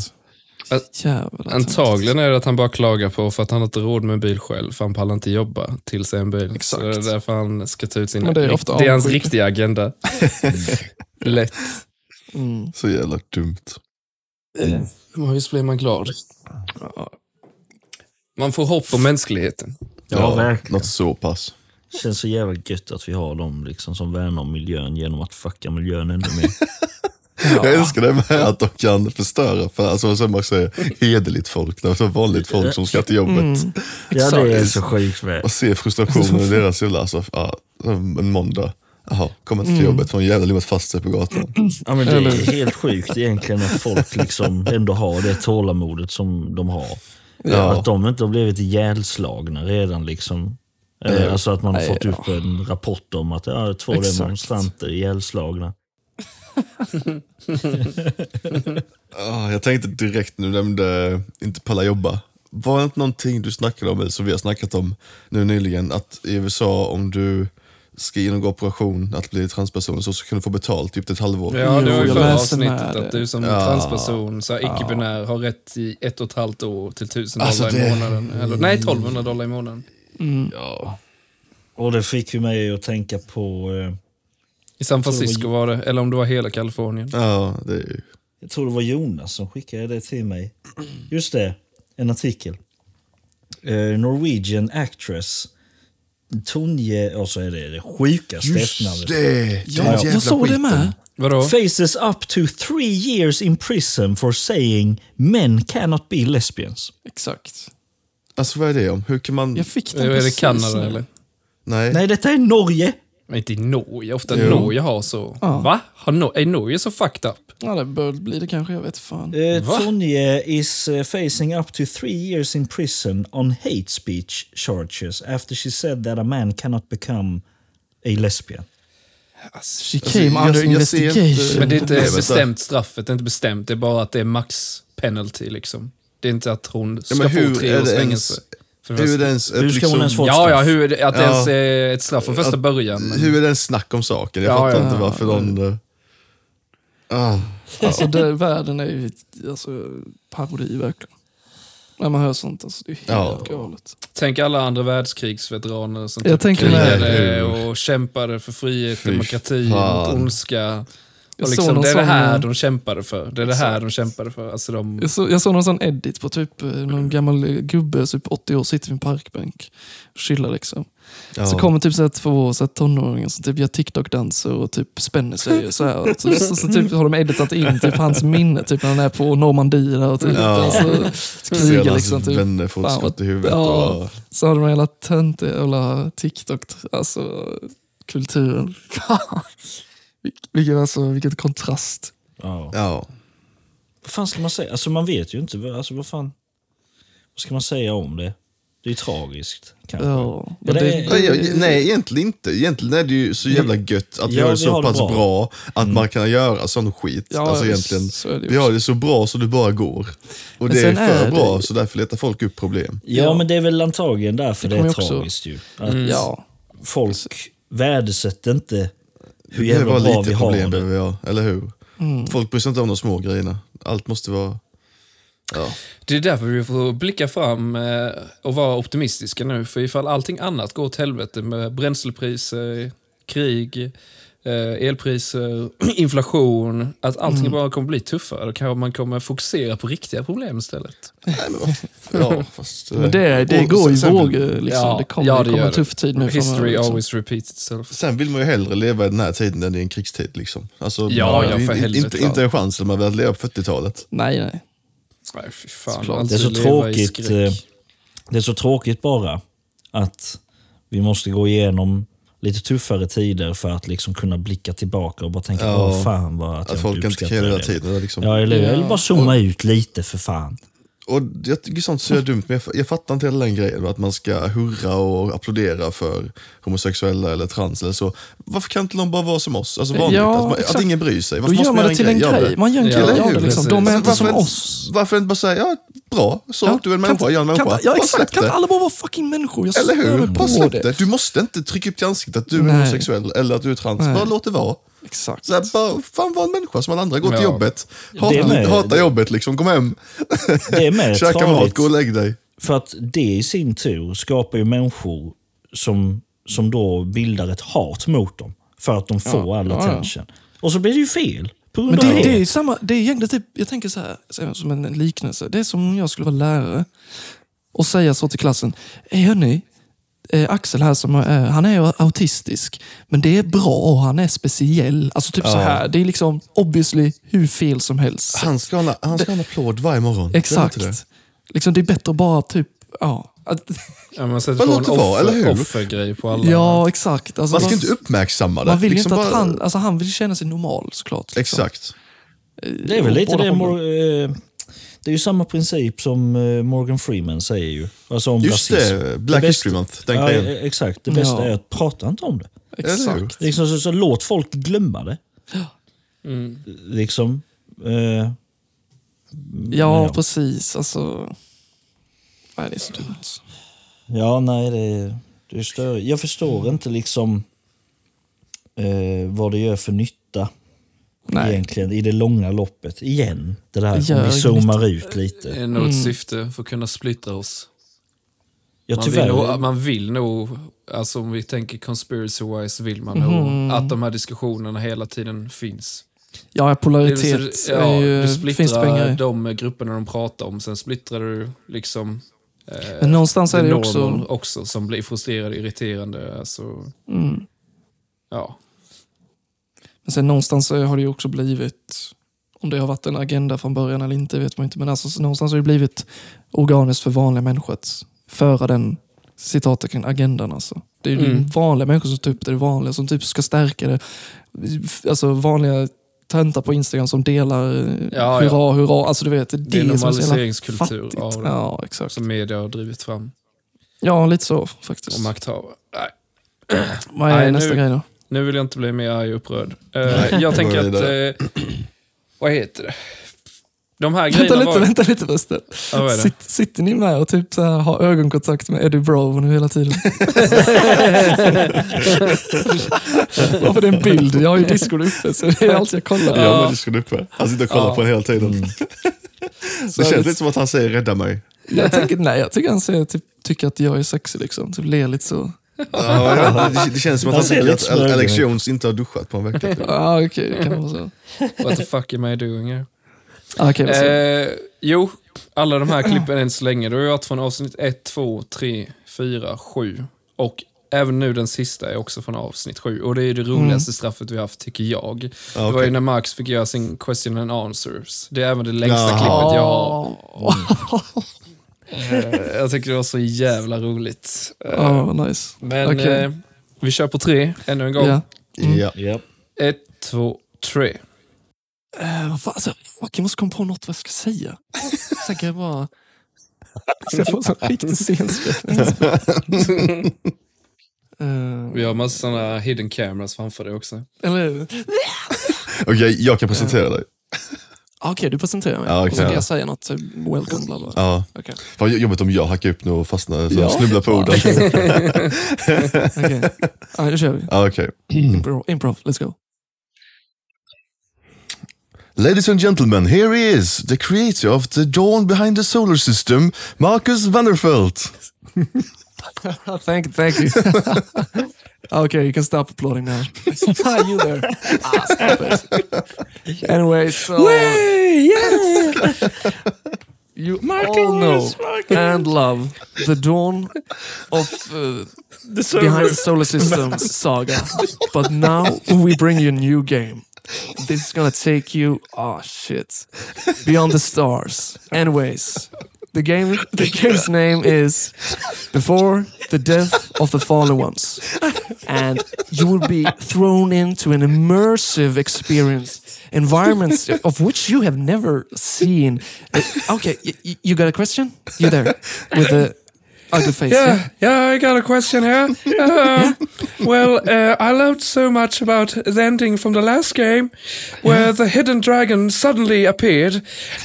[SPEAKER 5] Jävlar.
[SPEAKER 3] Antagligen är det att han bara klagar på för att han inte har råd med en bil själv, för han pallar inte jobba till sig en bil.
[SPEAKER 5] Exakt.
[SPEAKER 3] Så det är därför han ska ta ut sin...
[SPEAKER 5] Men det är ofta
[SPEAKER 3] det är hans
[SPEAKER 5] avundsjuk.
[SPEAKER 3] riktiga agenda. Lätt.
[SPEAKER 5] Mm.
[SPEAKER 4] Så jävla dumt.
[SPEAKER 3] Men visst blir man glad? Man får hopp om mänskligheten.
[SPEAKER 6] Ja, verkligen.
[SPEAKER 4] Något så pass.
[SPEAKER 6] Känns så jävla gött att vi har dem liksom som värnar om miljön genom att fucka miljön ännu mer.
[SPEAKER 4] Jag älskar det med att de kan förstöra för, alltså, som man säger, hederligt folk. Alltså, vanligt folk som ska till jobbet.
[SPEAKER 6] Ja, det är så sjukt väl.
[SPEAKER 4] Och se frustrationen i deras jävla, alltså, ja, en måndag. Jaha, kommer inte till jobbet för en jävla limmat fast sig på gatan.
[SPEAKER 6] Ja, men det är helt sjukt egentligen att folk liksom ändå har det tålamodet som de har. Att de inte har blivit ihjälslagna redan. liksom. Eller, Alltså att man har fått upp en rapport om att ja, två
[SPEAKER 5] Exakt.
[SPEAKER 6] demonstranter är ihjälslagna.
[SPEAKER 4] Ah, jag tänkte direkt när du nämnde inte palla jobba. Var det inte någonting du snackade om, eller som vi har snackat om nu nyligen, att i USA om du ska genomgå operation att bli transperson så, så kan du få betalt typ ett halvår.
[SPEAKER 3] Ja, det var ju
[SPEAKER 5] jag
[SPEAKER 3] förra
[SPEAKER 5] läste med
[SPEAKER 3] avsnittet
[SPEAKER 5] det.
[SPEAKER 3] att du som transperson, så här, icke-binär, har rätt i ett och ett halvt år till 1000 dollar
[SPEAKER 4] Alltså,
[SPEAKER 3] i
[SPEAKER 4] det-
[SPEAKER 3] månaden. Eller, nej, 1200 dollar i månaden.
[SPEAKER 6] Och det fick ju mig att tänka på, eh,
[SPEAKER 3] I San Francisco var det, eller om det var hela Kalifornien.
[SPEAKER 4] Ja, det är ju...
[SPEAKER 6] jag tror det var Jonas som skickade det till mig. Just det, en artikel. Eh, Norwegian actress Tonje, och så är det det sjukaste efternamnet.
[SPEAKER 4] Det!
[SPEAKER 5] Ja, jag såg det med.
[SPEAKER 3] Vadå?
[SPEAKER 6] faces up to three years in prison for saying men cannot be lesbians.
[SPEAKER 5] Exakt.
[SPEAKER 4] Alltså vad är det om? Hur kan man...
[SPEAKER 5] Jag fick den
[SPEAKER 3] Är det
[SPEAKER 5] precis
[SPEAKER 3] Kanada
[SPEAKER 5] nu.
[SPEAKER 3] eller?
[SPEAKER 4] Nej.
[SPEAKER 6] Nej, detta är Norge.
[SPEAKER 3] Men inte i Norge. Ofta Norge har så. Va? Har no är Norge så fucked up?
[SPEAKER 5] Ja, det bör bli det kanske. Jag vet fan.
[SPEAKER 6] Eh,
[SPEAKER 3] Va?
[SPEAKER 6] Tonje is eh, facing up to three years in prison on hate speech charges after she said that a man cannot become a lesbian.
[SPEAKER 5] She came
[SPEAKER 4] Alltså, jag-
[SPEAKER 5] under
[SPEAKER 4] jag ser inte-
[SPEAKER 5] investigation.
[SPEAKER 3] Men det är inte
[SPEAKER 4] Nej, vänta.
[SPEAKER 3] bestämt straffet, det är inte bestämt. Det är bara att det är max penalty liksom. Det är inte att hon ska
[SPEAKER 4] men hur
[SPEAKER 3] få
[SPEAKER 4] är
[SPEAKER 3] tre
[SPEAKER 4] det
[SPEAKER 3] års
[SPEAKER 4] ens-
[SPEAKER 3] fängelse. för det
[SPEAKER 4] Hur är
[SPEAKER 3] första.
[SPEAKER 4] det ens... eh, liksom- ett
[SPEAKER 6] Hur ska hon ens få-
[SPEAKER 3] Ja, ja, hur är det, att det
[SPEAKER 4] Ja.
[SPEAKER 3] ens är ett straff från första
[SPEAKER 4] Att-
[SPEAKER 3] början. Men,
[SPEAKER 4] hur är det ens snack om saken? Jag
[SPEAKER 3] Ja,
[SPEAKER 4] fattar
[SPEAKER 3] ja,
[SPEAKER 4] inte
[SPEAKER 3] ja,
[SPEAKER 4] varför någon... eh, Ah,
[SPEAKER 5] Alltså, det, världen är ju ett- alltså, parodi verkligen. När man hör sånt, alltså, det är helt
[SPEAKER 4] Ja.
[SPEAKER 5] galet.
[SPEAKER 3] Tänk alla andra världskrigsveteraner som
[SPEAKER 5] Jag
[SPEAKER 3] typ
[SPEAKER 5] tänker
[SPEAKER 3] krigade och kämpade för frihet,
[SPEAKER 4] Fy
[SPEAKER 3] demokrati, mot
[SPEAKER 4] fan.
[SPEAKER 3] ondska.
[SPEAKER 5] Jag
[SPEAKER 3] Och
[SPEAKER 5] såg
[SPEAKER 3] liksom,
[SPEAKER 5] någon
[SPEAKER 3] det är det
[SPEAKER 5] sån-
[SPEAKER 3] här de kämpade för. Det är det här de kämpade för. Alltså de...
[SPEAKER 5] Jag, så, jag såg någon sån edit på typ eh, någon gammal eh, gubbe, typ 80 år, sitter vid en parkbänk och chillar liksom.
[SPEAKER 4] ja.
[SPEAKER 5] Så kommer typ så här två så här tonåringar som typ gör TikTok-danser och typ spänner sig. Och så, här. Och så, så, så typ har de editat in typ hans minne typ när han är på Normandie där och typ,
[SPEAKER 4] Ja.
[SPEAKER 5] alltså,
[SPEAKER 4] Ser
[SPEAKER 5] krigar
[SPEAKER 4] hans
[SPEAKER 5] liksom. Typ.
[SPEAKER 4] vänner få ett
[SPEAKER 5] Fan, vad-
[SPEAKER 4] skott i huvudet.
[SPEAKER 5] Ja.
[SPEAKER 4] Och,
[SPEAKER 5] Så har de hela töntiga jävla TikTok, alltså kulturen. Vilk- Vilket, alltså, vilket kontrast.
[SPEAKER 6] Ja.
[SPEAKER 4] ja.
[SPEAKER 6] Vad fan ska man säga? Alltså man vet ju inte. Alltså vad fan. Vad ska man säga om det? Det är ju tragiskt kanske.
[SPEAKER 5] Ja, men
[SPEAKER 6] det-
[SPEAKER 5] det,
[SPEAKER 4] Nej, jag- nej, egentligen inte. Egentligen är det ju så jävla gött att vi
[SPEAKER 6] Ja,
[SPEAKER 4] har det
[SPEAKER 6] vi
[SPEAKER 4] så
[SPEAKER 6] har det
[SPEAKER 4] pass
[SPEAKER 6] bra.
[SPEAKER 4] bra. att man kan göra sån skit.
[SPEAKER 5] Ja,
[SPEAKER 4] alltså
[SPEAKER 5] ja,
[SPEAKER 4] egentligen,
[SPEAKER 5] så är det ju
[SPEAKER 4] vi har det så bra så det bara går. Och det är
[SPEAKER 5] sen
[SPEAKER 4] för
[SPEAKER 5] är det-
[SPEAKER 4] bra, så därför letar folk upp problem.
[SPEAKER 6] Ja, men det är väl antagligen därför det,
[SPEAKER 5] kommer
[SPEAKER 6] är
[SPEAKER 4] Mm.
[SPEAKER 5] ju också-
[SPEAKER 6] tragiskt ju. Att
[SPEAKER 5] ja.
[SPEAKER 6] folk värdesätter inte Hur
[SPEAKER 4] det är
[SPEAKER 6] jävla
[SPEAKER 4] bara
[SPEAKER 6] bra
[SPEAKER 4] lite
[SPEAKER 6] vi har
[SPEAKER 4] problem
[SPEAKER 6] det.
[SPEAKER 4] behöver vi ha, eller hur? Folk bryr sig inte om de små grejerna. Allt måste vara...
[SPEAKER 3] Det är därför vi får blicka fram eh, och vara optimistiska nu. För ifall allting annat går åt helvete med bränslepriser, krig, eh, elpriser, inflation. Att allting
[SPEAKER 6] Mm.
[SPEAKER 3] bara kommer bli tuffare. Då kanske man kommer fokusera på riktiga problem istället.
[SPEAKER 4] Ja, fast, eh,
[SPEAKER 5] Mm. Men det, det
[SPEAKER 4] och
[SPEAKER 5] går i
[SPEAKER 4] sen- sen-
[SPEAKER 5] vågor. Liksom.
[SPEAKER 3] Ja,
[SPEAKER 5] det kommer,
[SPEAKER 3] ja, det
[SPEAKER 5] det kommer
[SPEAKER 3] gör
[SPEAKER 5] en tuff tid nu
[SPEAKER 3] History
[SPEAKER 5] liksom.
[SPEAKER 3] always repeats itself.
[SPEAKER 4] Sen vill man ju hellre leva i den här tiden än i en krigstid. Liksom. Alltså,
[SPEAKER 3] Ja,
[SPEAKER 4] man-
[SPEAKER 3] ja, för
[SPEAKER 4] in-
[SPEAKER 3] helvete.
[SPEAKER 4] Inte, inte en chans när man väl lever på 40-talet.
[SPEAKER 5] Nej, nej.
[SPEAKER 3] Nej, fy fan.
[SPEAKER 5] Såklart.
[SPEAKER 3] Alltid
[SPEAKER 6] Det är så
[SPEAKER 3] Alltså, leva i
[SPEAKER 6] tråkigt,
[SPEAKER 3] skräck.
[SPEAKER 6] eh, Det är så tråkigt bara att vi måste gå igenom lite tuffare tider för att liksom kunna blicka tillbaka och bara tänka,
[SPEAKER 4] Ja.
[SPEAKER 6] åh fan vad att,
[SPEAKER 4] Att
[SPEAKER 6] jag
[SPEAKER 4] folk inte kan
[SPEAKER 6] uppskattar
[SPEAKER 4] hela
[SPEAKER 6] det."
[SPEAKER 4] tiden. Liksom.
[SPEAKER 6] Ja, eller hur? Eller bara zooma ut lite för fan.
[SPEAKER 4] Och jag tycker sånt
[SPEAKER 5] Mm.
[SPEAKER 4] så är dumt, men jag, fa- jag fattar inte hela den grejen med att man ska hurra och applådera för homosexuella eller trans eller så. Varför kan inte de bara vara som oss? Alltså vanligt,
[SPEAKER 5] Ja,
[SPEAKER 4] att, man,
[SPEAKER 5] exakt.
[SPEAKER 4] att ingen bryr sig.
[SPEAKER 5] Då
[SPEAKER 4] Varför
[SPEAKER 5] gör
[SPEAKER 4] måste
[SPEAKER 5] man det till en
[SPEAKER 4] Gör
[SPEAKER 5] grej.
[SPEAKER 4] det.
[SPEAKER 5] Man gör en
[SPEAKER 3] Ja,
[SPEAKER 5] grej
[SPEAKER 4] eller
[SPEAKER 5] av
[SPEAKER 4] hur?
[SPEAKER 5] det. Liksom. De är inte
[SPEAKER 4] Varför
[SPEAKER 5] som
[SPEAKER 4] inte-
[SPEAKER 5] oss.
[SPEAKER 4] Varför inte bara säga, ja, bra, så,
[SPEAKER 5] Ja,
[SPEAKER 4] du är en
[SPEAKER 5] kan
[SPEAKER 4] människa,
[SPEAKER 5] inte-
[SPEAKER 4] jag är en
[SPEAKER 5] kan
[SPEAKER 4] människa.
[SPEAKER 5] inte- Ja,
[SPEAKER 4] Bara
[SPEAKER 5] exakt.
[SPEAKER 4] släpp
[SPEAKER 5] Kan
[SPEAKER 4] det.
[SPEAKER 5] inte alla bara vara fucking människor? Jag
[SPEAKER 4] Eller hur?
[SPEAKER 5] stör mig
[SPEAKER 4] Bara
[SPEAKER 5] på
[SPEAKER 4] släpp
[SPEAKER 5] det.
[SPEAKER 4] det. Du måste inte trycka upp till ansiktet att du är
[SPEAKER 5] Nej.
[SPEAKER 4] homosexuell eller att du är trans.
[SPEAKER 5] Nej.
[SPEAKER 4] Bara låt det vara.
[SPEAKER 5] Exakt.
[SPEAKER 4] Så här, bara, fan var en människa som alla andra. Gå till
[SPEAKER 3] Ja.
[SPEAKER 4] jobbet.
[SPEAKER 6] Det
[SPEAKER 4] Hata,
[SPEAKER 6] med.
[SPEAKER 4] hata jobbet liksom. Kom hem,
[SPEAKER 6] Det är med
[SPEAKER 4] käka mat,
[SPEAKER 6] tradigt.
[SPEAKER 4] gå och lägg dig.
[SPEAKER 6] För att det i sin tur skapar ju människor som, som då bildar ett hat mot dem. För att de får all attention. Och så blir det ju fel. På grund
[SPEAKER 5] Men
[SPEAKER 6] av
[SPEAKER 5] det,
[SPEAKER 6] det.
[SPEAKER 5] det är ju samma, det är egentligen typ, jag tänker så här, så här, som en liknelse. Det är som om jag skulle vara lärare och säga så till klassen. Hey, hörni, eh, Axel här, som är, han är ju autistisk, men det är bra och han är speciell. Alltså typ så här, det är liksom obviously hur fel som helst.
[SPEAKER 4] Han ska ha, han ska ha en applåd varje morgon.
[SPEAKER 5] Exakt.
[SPEAKER 4] Det är inte det.
[SPEAKER 5] Liksom, det är bättre att bara typ, ja. Att-
[SPEAKER 3] Ja, man sätter
[SPEAKER 4] Bara
[SPEAKER 3] på
[SPEAKER 4] låt det
[SPEAKER 3] en
[SPEAKER 4] vara, eller
[SPEAKER 3] offer,
[SPEAKER 4] hur?
[SPEAKER 3] offergrej på alla.
[SPEAKER 5] Ja, exakt. Alltså,
[SPEAKER 4] Man ska inte uppmärksamma det.
[SPEAKER 5] man vill ju
[SPEAKER 4] Liksom
[SPEAKER 5] inte att
[SPEAKER 4] bara-
[SPEAKER 5] han, alltså han vill känna sig normal såklart. liksom.
[SPEAKER 4] Exakt.
[SPEAKER 6] Det är väl
[SPEAKER 5] Åt
[SPEAKER 6] lite
[SPEAKER 5] båda
[SPEAKER 6] det,
[SPEAKER 5] hållen.
[SPEAKER 6] Mor- eh, det är ju samma princip som eh, Morgan Freeman säger ju. Alltså om
[SPEAKER 4] Just
[SPEAKER 6] rasism.
[SPEAKER 4] det, Black
[SPEAKER 6] bästa-
[SPEAKER 4] History Month. Den
[SPEAKER 6] Ja,
[SPEAKER 4] grejen.
[SPEAKER 6] eh, exakt. Det bästa
[SPEAKER 5] Ja.
[SPEAKER 6] är att prata inte om det.
[SPEAKER 4] Eller hur?
[SPEAKER 5] Exakt.
[SPEAKER 6] Liksom, så, så låt folk glömma det. Liksom. Eh,
[SPEAKER 5] Ja,
[SPEAKER 6] Ja.
[SPEAKER 5] precis. Alltså... Nej, det är så dumt.
[SPEAKER 6] Ja, nej, det, det är större. Jag förstår inte liksom eh, vad det gör för nytta
[SPEAKER 5] Nej.
[SPEAKER 6] egentligen i det långa loppet. Igen, det där
[SPEAKER 5] Gör
[SPEAKER 6] om vi
[SPEAKER 5] ingen
[SPEAKER 6] zoomar ut lite.
[SPEAKER 3] Är nog
[SPEAKER 6] Mm.
[SPEAKER 3] ett syfte för att kunna splittra oss.
[SPEAKER 6] Ja,
[SPEAKER 3] Man vill, nog,
[SPEAKER 6] tyvärr.
[SPEAKER 3] man vill nog, alltså om vi tänker conspiracy wise, vill man
[SPEAKER 5] Mhm.
[SPEAKER 3] nog att de här diskussionerna hela tiden finns.
[SPEAKER 5] Ja,
[SPEAKER 3] Det vill
[SPEAKER 5] polaritet
[SPEAKER 3] säga,
[SPEAKER 5] är ju,
[SPEAKER 3] du
[SPEAKER 5] finns det pengar
[SPEAKER 3] splittrar
[SPEAKER 5] i.
[SPEAKER 3] de grupperna de pratar om, sen splittrar du liksom
[SPEAKER 5] Men någonstans
[SPEAKER 3] the
[SPEAKER 5] är det
[SPEAKER 3] normal
[SPEAKER 5] också...
[SPEAKER 3] också. som blir frustrerade, irriterande. Alltså,
[SPEAKER 5] Mm.
[SPEAKER 3] ja.
[SPEAKER 5] Men sen någonstans har det ju också blivit, om det har varit en agenda från början eller inte vet man inte, men alltså, så någonstans har det blivit organiskt för vanliga människor att föra den citattecken agendan. Alltså. Det är ju
[SPEAKER 3] Mm.
[SPEAKER 5] vanliga människor som tar upp det, det vanliga som typ ska stärka det. Alltså vanliga töntar på Instagram som delar eh,
[SPEAKER 3] Ja,
[SPEAKER 5] hurra, hurra. Alltså du vet, det är
[SPEAKER 3] Det är
[SPEAKER 5] det som är så jävla
[SPEAKER 3] normaliseringskultur
[SPEAKER 5] fattigt.
[SPEAKER 3] av det.
[SPEAKER 5] Ja, exakt.
[SPEAKER 3] Som media har drivit fram
[SPEAKER 5] Ja, lite så faktiskt.
[SPEAKER 3] och makthavare. Nej.
[SPEAKER 5] Vad är
[SPEAKER 3] Nej,
[SPEAKER 5] nästa
[SPEAKER 3] nu-
[SPEAKER 5] grej då?
[SPEAKER 3] Nu vill jag inte bli mer arg och upprörd. Eh, jag tänker
[SPEAKER 4] går
[SPEAKER 3] att...
[SPEAKER 4] vidare.
[SPEAKER 3] eh, vad heter det? De här
[SPEAKER 5] Vänta
[SPEAKER 3] grejerna
[SPEAKER 5] lite,
[SPEAKER 3] var...
[SPEAKER 5] vänta lite förresten.
[SPEAKER 3] Ja, vad är det?
[SPEAKER 5] Sitt, sitter ni med och typ så här, har ögonkontakt med Eddie Bravo nu hela tiden? Varför det är en bild? Jag har ju Discord uppe så det är allt jag kollar.
[SPEAKER 4] Ja, Mm. men det skulle uppe. Han sitter och kollar
[SPEAKER 3] Ja.
[SPEAKER 4] på den hela tiden. Det känns lite som att han säger rädda mig.
[SPEAKER 5] Jag tänker, nej, jag tycker han säger, typ, tycker att jag är sexig liksom. Typ ler lite så.
[SPEAKER 4] Ja, ja, det, det känns som att
[SPEAKER 6] Han
[SPEAKER 4] han
[SPEAKER 6] ser
[SPEAKER 4] tycker
[SPEAKER 6] lite
[SPEAKER 4] att
[SPEAKER 6] smörgig.
[SPEAKER 4] Alex Jones inte har duschat på en vecka. typ.
[SPEAKER 5] Ja, ah, okej, det kan vara så.
[SPEAKER 3] What the fuck am I doing here?
[SPEAKER 5] Ah, okej, vad säger du?
[SPEAKER 3] Eh, jo, alla de här klippen än så länge. Det har ju varit från avsnitt 1, 2, 3, 4, 7. Och även nu den sista är också från avsnitt 7. Och det är det roligaste straffet vi har haft, tycker jag. Det var ju
[SPEAKER 4] okej.
[SPEAKER 3] när Max fick göra sin question and answers. Det är även det längsta
[SPEAKER 4] Jaha.
[SPEAKER 3] klippet jag har.
[SPEAKER 5] Ja,
[SPEAKER 3] Eh, Jag tycker det var så jävla roligt. Eh,
[SPEAKER 5] ah, vad nice.
[SPEAKER 3] Men
[SPEAKER 5] Okej.
[SPEAKER 3] eh, vi kör på tre ännu en gång.
[SPEAKER 5] Ja.
[SPEAKER 6] Mm.
[SPEAKER 4] Ja.
[SPEAKER 6] Ja.
[SPEAKER 3] Ett, två, tre.
[SPEAKER 5] Eh, vad fan, alltså, fuck, jag måste komma på något vad jag ska säga. Sen kan jag bara... Så jag får en sån riktig scenskräck. Eh,
[SPEAKER 3] Vi har massa sådana hidden cameras framför dig också.
[SPEAKER 5] Eller hur?
[SPEAKER 4] Okej, jag kan presentera dig.
[SPEAKER 5] Ah, Okej, du presenterar mig.
[SPEAKER 4] Ja,
[SPEAKER 5] och så kan
[SPEAKER 4] okej.
[SPEAKER 5] jag säga något, typ, welcome, bla bla.
[SPEAKER 4] Ja.
[SPEAKER 5] Okej.
[SPEAKER 4] Fan jobbigt om jag hackar upp nu och fastnar, så
[SPEAKER 5] Ja.
[SPEAKER 4] snubblar på orden.
[SPEAKER 5] Okej, ja, då kör vi.
[SPEAKER 4] Ja, okej.
[SPEAKER 5] Improv, improv, let's go.
[SPEAKER 4] Ladies and gentlemen, here he is, the creator of the dawn behind the solar system, Marcus Vanderfelt.
[SPEAKER 5] Thank, thank you. okay, you can stop applauding now. Ah, you there. Ah, stop it. Anyway, so. You all know and love the dawn of uh, behind the solar system saga, but now we bring you a new game. This is gonna take you, oh shit, beyond the stars. Anyways, the game, the game's name is before the death of the fallen ones. And you will be thrown into an immersive experience, environments of which you have never seen. Uh, Okay, y- y- you got a question? You there with the ugly face?
[SPEAKER 8] Yeah, yeah, I got a question here. Uh, well, uh, I loved so much about the ending from the last game, where the hidden dragon suddenly appeared,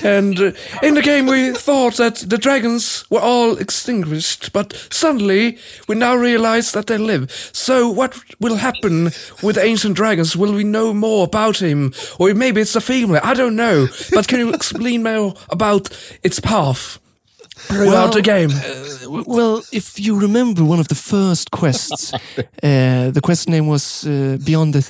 [SPEAKER 8] and uh, in the game we thought that the dragons were all extinguished, but suddenly we now realize that they live. So what will happen with the ancient dragons? Will we know more about him, or maybe it's a family? I don't know. But can you explain more about its path? Throughout the game.
[SPEAKER 5] Uh, W- Well, if you remember one of the first quests, uh, the quest name was uh, Beyond the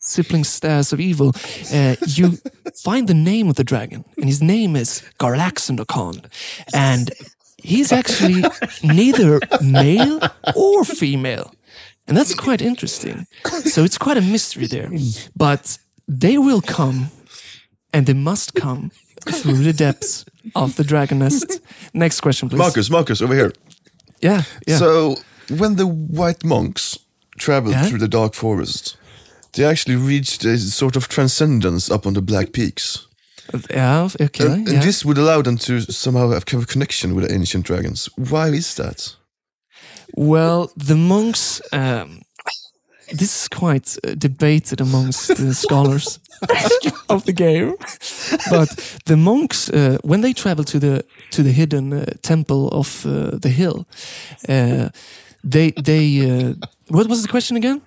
[SPEAKER 5] Sibling Stairs of Evil. Uh, you find the name of the dragon, and his name is Garlaxandocon. And he's actually neither male or female. And that's quite interesting. So it's quite a mystery there. But they will come and they must come through the depths of the dragon nest. Next question, please.
[SPEAKER 4] Marcus, Marcus, over here.
[SPEAKER 5] Yeah, yeah.
[SPEAKER 4] So, when the white monks traveled
[SPEAKER 5] Yeah?
[SPEAKER 4] through the dark forest, they actually reached a sort of transcendence up on the black peaks.
[SPEAKER 5] yeah, okay.
[SPEAKER 4] Uh, And, and
[SPEAKER 5] yeah.
[SPEAKER 4] this would allow them to somehow have a connection with the ancient dragons. Why is that?
[SPEAKER 5] Well, the monks. Um, this is quite uh, debated amongst the scholars of the game, but the monks, uh, when they travel to the to the hidden uh, temple of uh, the hill, uh, they they. Uh, what was the question again?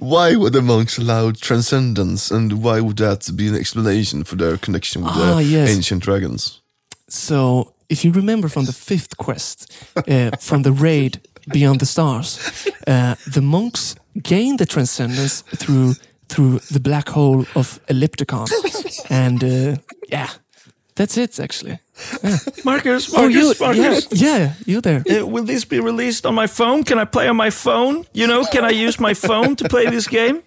[SPEAKER 4] Why were the monks allowed transcendence, and why would that be an explanation for their connection with
[SPEAKER 5] Ah,
[SPEAKER 4] the
[SPEAKER 5] yes.
[SPEAKER 4] ancient dragons?
[SPEAKER 5] So, if you remember from the fifth quest, uh, from the raid beyond the stars, uh, the monks gain the transcendence through through the black hole of Ellipticon, and uh, yeah, that's it actually.
[SPEAKER 6] Marcus, Marcus,
[SPEAKER 5] yeah, yeah, you there?
[SPEAKER 6] Uh, will this be released on my phone? Can I play on my phone? You know, can I use my phone to play this game?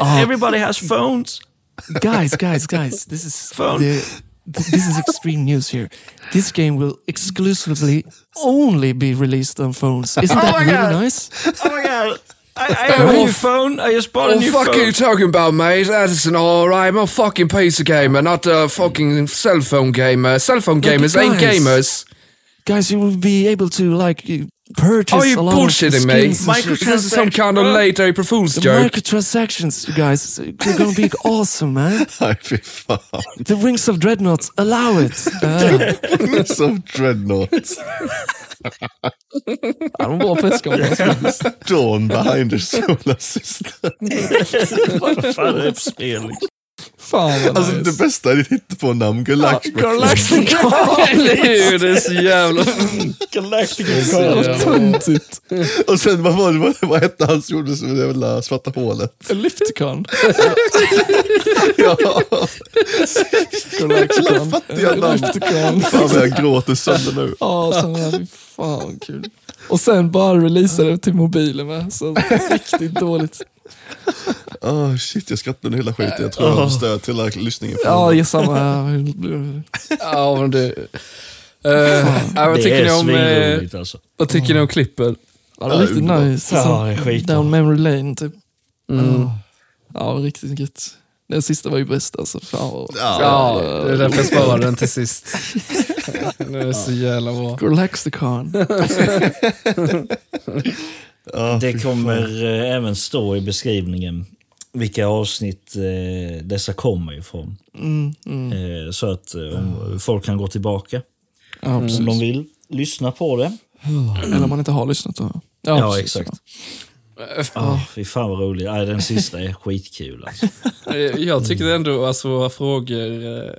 [SPEAKER 1] Oh.
[SPEAKER 6] Everybody has phones.
[SPEAKER 5] guys, guys, guys, this is
[SPEAKER 6] Phone.
[SPEAKER 5] the- th- this is extreme news here. This game will exclusively only be released on phones. Isn't that really nice?
[SPEAKER 6] Oh my god. I, I have a
[SPEAKER 3] Oh,
[SPEAKER 6] new
[SPEAKER 3] f-
[SPEAKER 6] phone. I just bought a
[SPEAKER 1] Oh,
[SPEAKER 3] What the
[SPEAKER 6] new
[SPEAKER 3] fuck
[SPEAKER 6] phone.
[SPEAKER 3] are you talking about, mate? That is an alright, I'm a fucking PC gamer, not a fucking cell phone gamer. Cell phone
[SPEAKER 5] Look,
[SPEAKER 3] gamers ain't
[SPEAKER 5] guys.
[SPEAKER 3] gamers.
[SPEAKER 5] guys, you will be able to like you- purchase.
[SPEAKER 3] Are you
[SPEAKER 5] a lot of
[SPEAKER 3] Oh, bullshitting me?
[SPEAKER 5] skins and shit.
[SPEAKER 3] This is some kind of late April Fool's
[SPEAKER 5] The
[SPEAKER 3] joke.
[SPEAKER 5] microtransactions, you guys, they're gonna be awesome, man.
[SPEAKER 4] I feel fan.
[SPEAKER 5] The Rings of Dreadnoughts, allow it. Uh,
[SPEAKER 4] Som dreadnoughts.
[SPEAKER 5] de var festkompisar.
[SPEAKER 4] Dawn behind the solar system.
[SPEAKER 6] Fan, det är ett spel.
[SPEAKER 5] Fan vad
[SPEAKER 4] Alltså det bästa är ditt hittepånamn, Galax.
[SPEAKER 5] Galactic
[SPEAKER 3] Eller hur? Det är så jävla...
[SPEAKER 6] Galactic
[SPEAKER 5] Töntigt.
[SPEAKER 4] Och sen vad var det, vad, vad hette han som gjorde som det jävla svarta hålet?
[SPEAKER 5] Ellipticon.
[SPEAKER 4] Ja,
[SPEAKER 5] Galacticon.
[SPEAKER 4] fattiga namn.
[SPEAKER 5] Ellipticon.
[SPEAKER 4] Fan vad jag gråter sönder nu.
[SPEAKER 5] Ja, sån Oh, här, fy fan vad kul. Och sen bara releasa det till mobilen med. Så riktigt dåligt.
[SPEAKER 4] Oh, shit, jag skrattar nu hela skiten. Jag tror jag har förstört hela lyssningen. för
[SPEAKER 5] Ja,
[SPEAKER 4] honom.
[SPEAKER 5] ge samma.
[SPEAKER 3] Ja, men det... Eh, ja, vad tycker ni om... eh,
[SPEAKER 6] alltså.
[SPEAKER 3] vad tycker ni om klippen?
[SPEAKER 5] Ja, det var riktigt
[SPEAKER 4] underbart.
[SPEAKER 5] nice.
[SPEAKER 6] Ja,
[SPEAKER 5] Alltså,
[SPEAKER 6] det är skit.
[SPEAKER 5] Down memory lane, typ. Ja, det var riktigt gött. Den sista var ju bäst alltså. Fan vad...
[SPEAKER 3] Ja, det är därför jag sparade den till sist. Det är så jävla bra.
[SPEAKER 5] Relaxicon.
[SPEAKER 6] Det kommer eh, även stå i beskrivningen vilka avsnitt eh, dessa kommer ifrån.
[SPEAKER 5] Mm, mm.
[SPEAKER 6] Eh, så att eh, om folk kan gå tillbaka
[SPEAKER 5] Ja, precis.
[SPEAKER 4] Mm.
[SPEAKER 6] om de vill lyssna på det.
[SPEAKER 5] Eller om man inte har lyssnat. Då. Ja, precis.
[SPEAKER 6] Oh, fy fan vad roligt. Nej, den sista är skitkul alltså.
[SPEAKER 3] Eh, Jag tyckte ändå, alltså våra frågor, eh,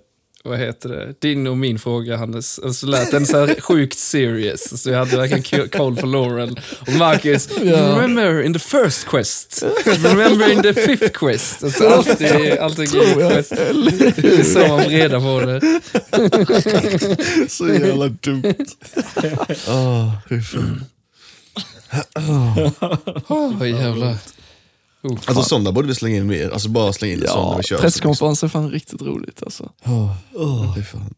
[SPEAKER 3] vad heter det, din och min fråga Hannes, alltså lät den så här sjukt serious. Så jag hade verkligen k- koll på Laurel och Marcus. You remember in the first quest? You remember in the fifth quest? Alltså alltid, alltid grejer quest. Det är så man får reda på det.
[SPEAKER 4] Så jävla dumt. Ah, fy fan.
[SPEAKER 3] Åh jävlar.
[SPEAKER 4] Alltså sådana borde vi slänga in mer. Alltså bara slänga in sådana när
[SPEAKER 5] Ja,
[SPEAKER 4] vi kör. Ah,
[SPEAKER 5] presskonferenser är fan riktigt roligt alltså.
[SPEAKER 4] Fy
[SPEAKER 5] Mm.
[SPEAKER 4] fan.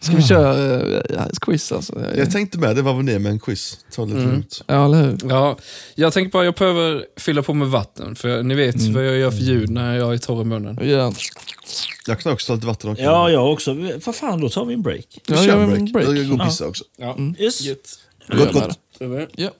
[SPEAKER 5] Ska vi köra eh, ja, ett quiz alltså? Jag,
[SPEAKER 4] Jag tänkte med, det var väl ner med en quiz. Ta det lite
[SPEAKER 5] Mm.
[SPEAKER 4] lugnt.
[SPEAKER 5] ja, eller hur?
[SPEAKER 3] Ja, jag tänker bara, jag behöver fylla på med vatten, för ni vet vad jag gör för ljud när jag är torr i munnen.
[SPEAKER 5] Vi gör en-
[SPEAKER 4] Jag kan också ta lite vatten också.
[SPEAKER 6] Ja, jag också. Vad fan, då tar vi en break.
[SPEAKER 4] Vi
[SPEAKER 5] Ja,
[SPEAKER 4] kör
[SPEAKER 5] gör vi
[SPEAKER 4] break.
[SPEAKER 5] en break.
[SPEAKER 4] Jag går och pissar också.
[SPEAKER 3] Ja.
[SPEAKER 6] Yes.
[SPEAKER 3] Gött.
[SPEAKER 4] Gott, gott.
[SPEAKER 5] Ja.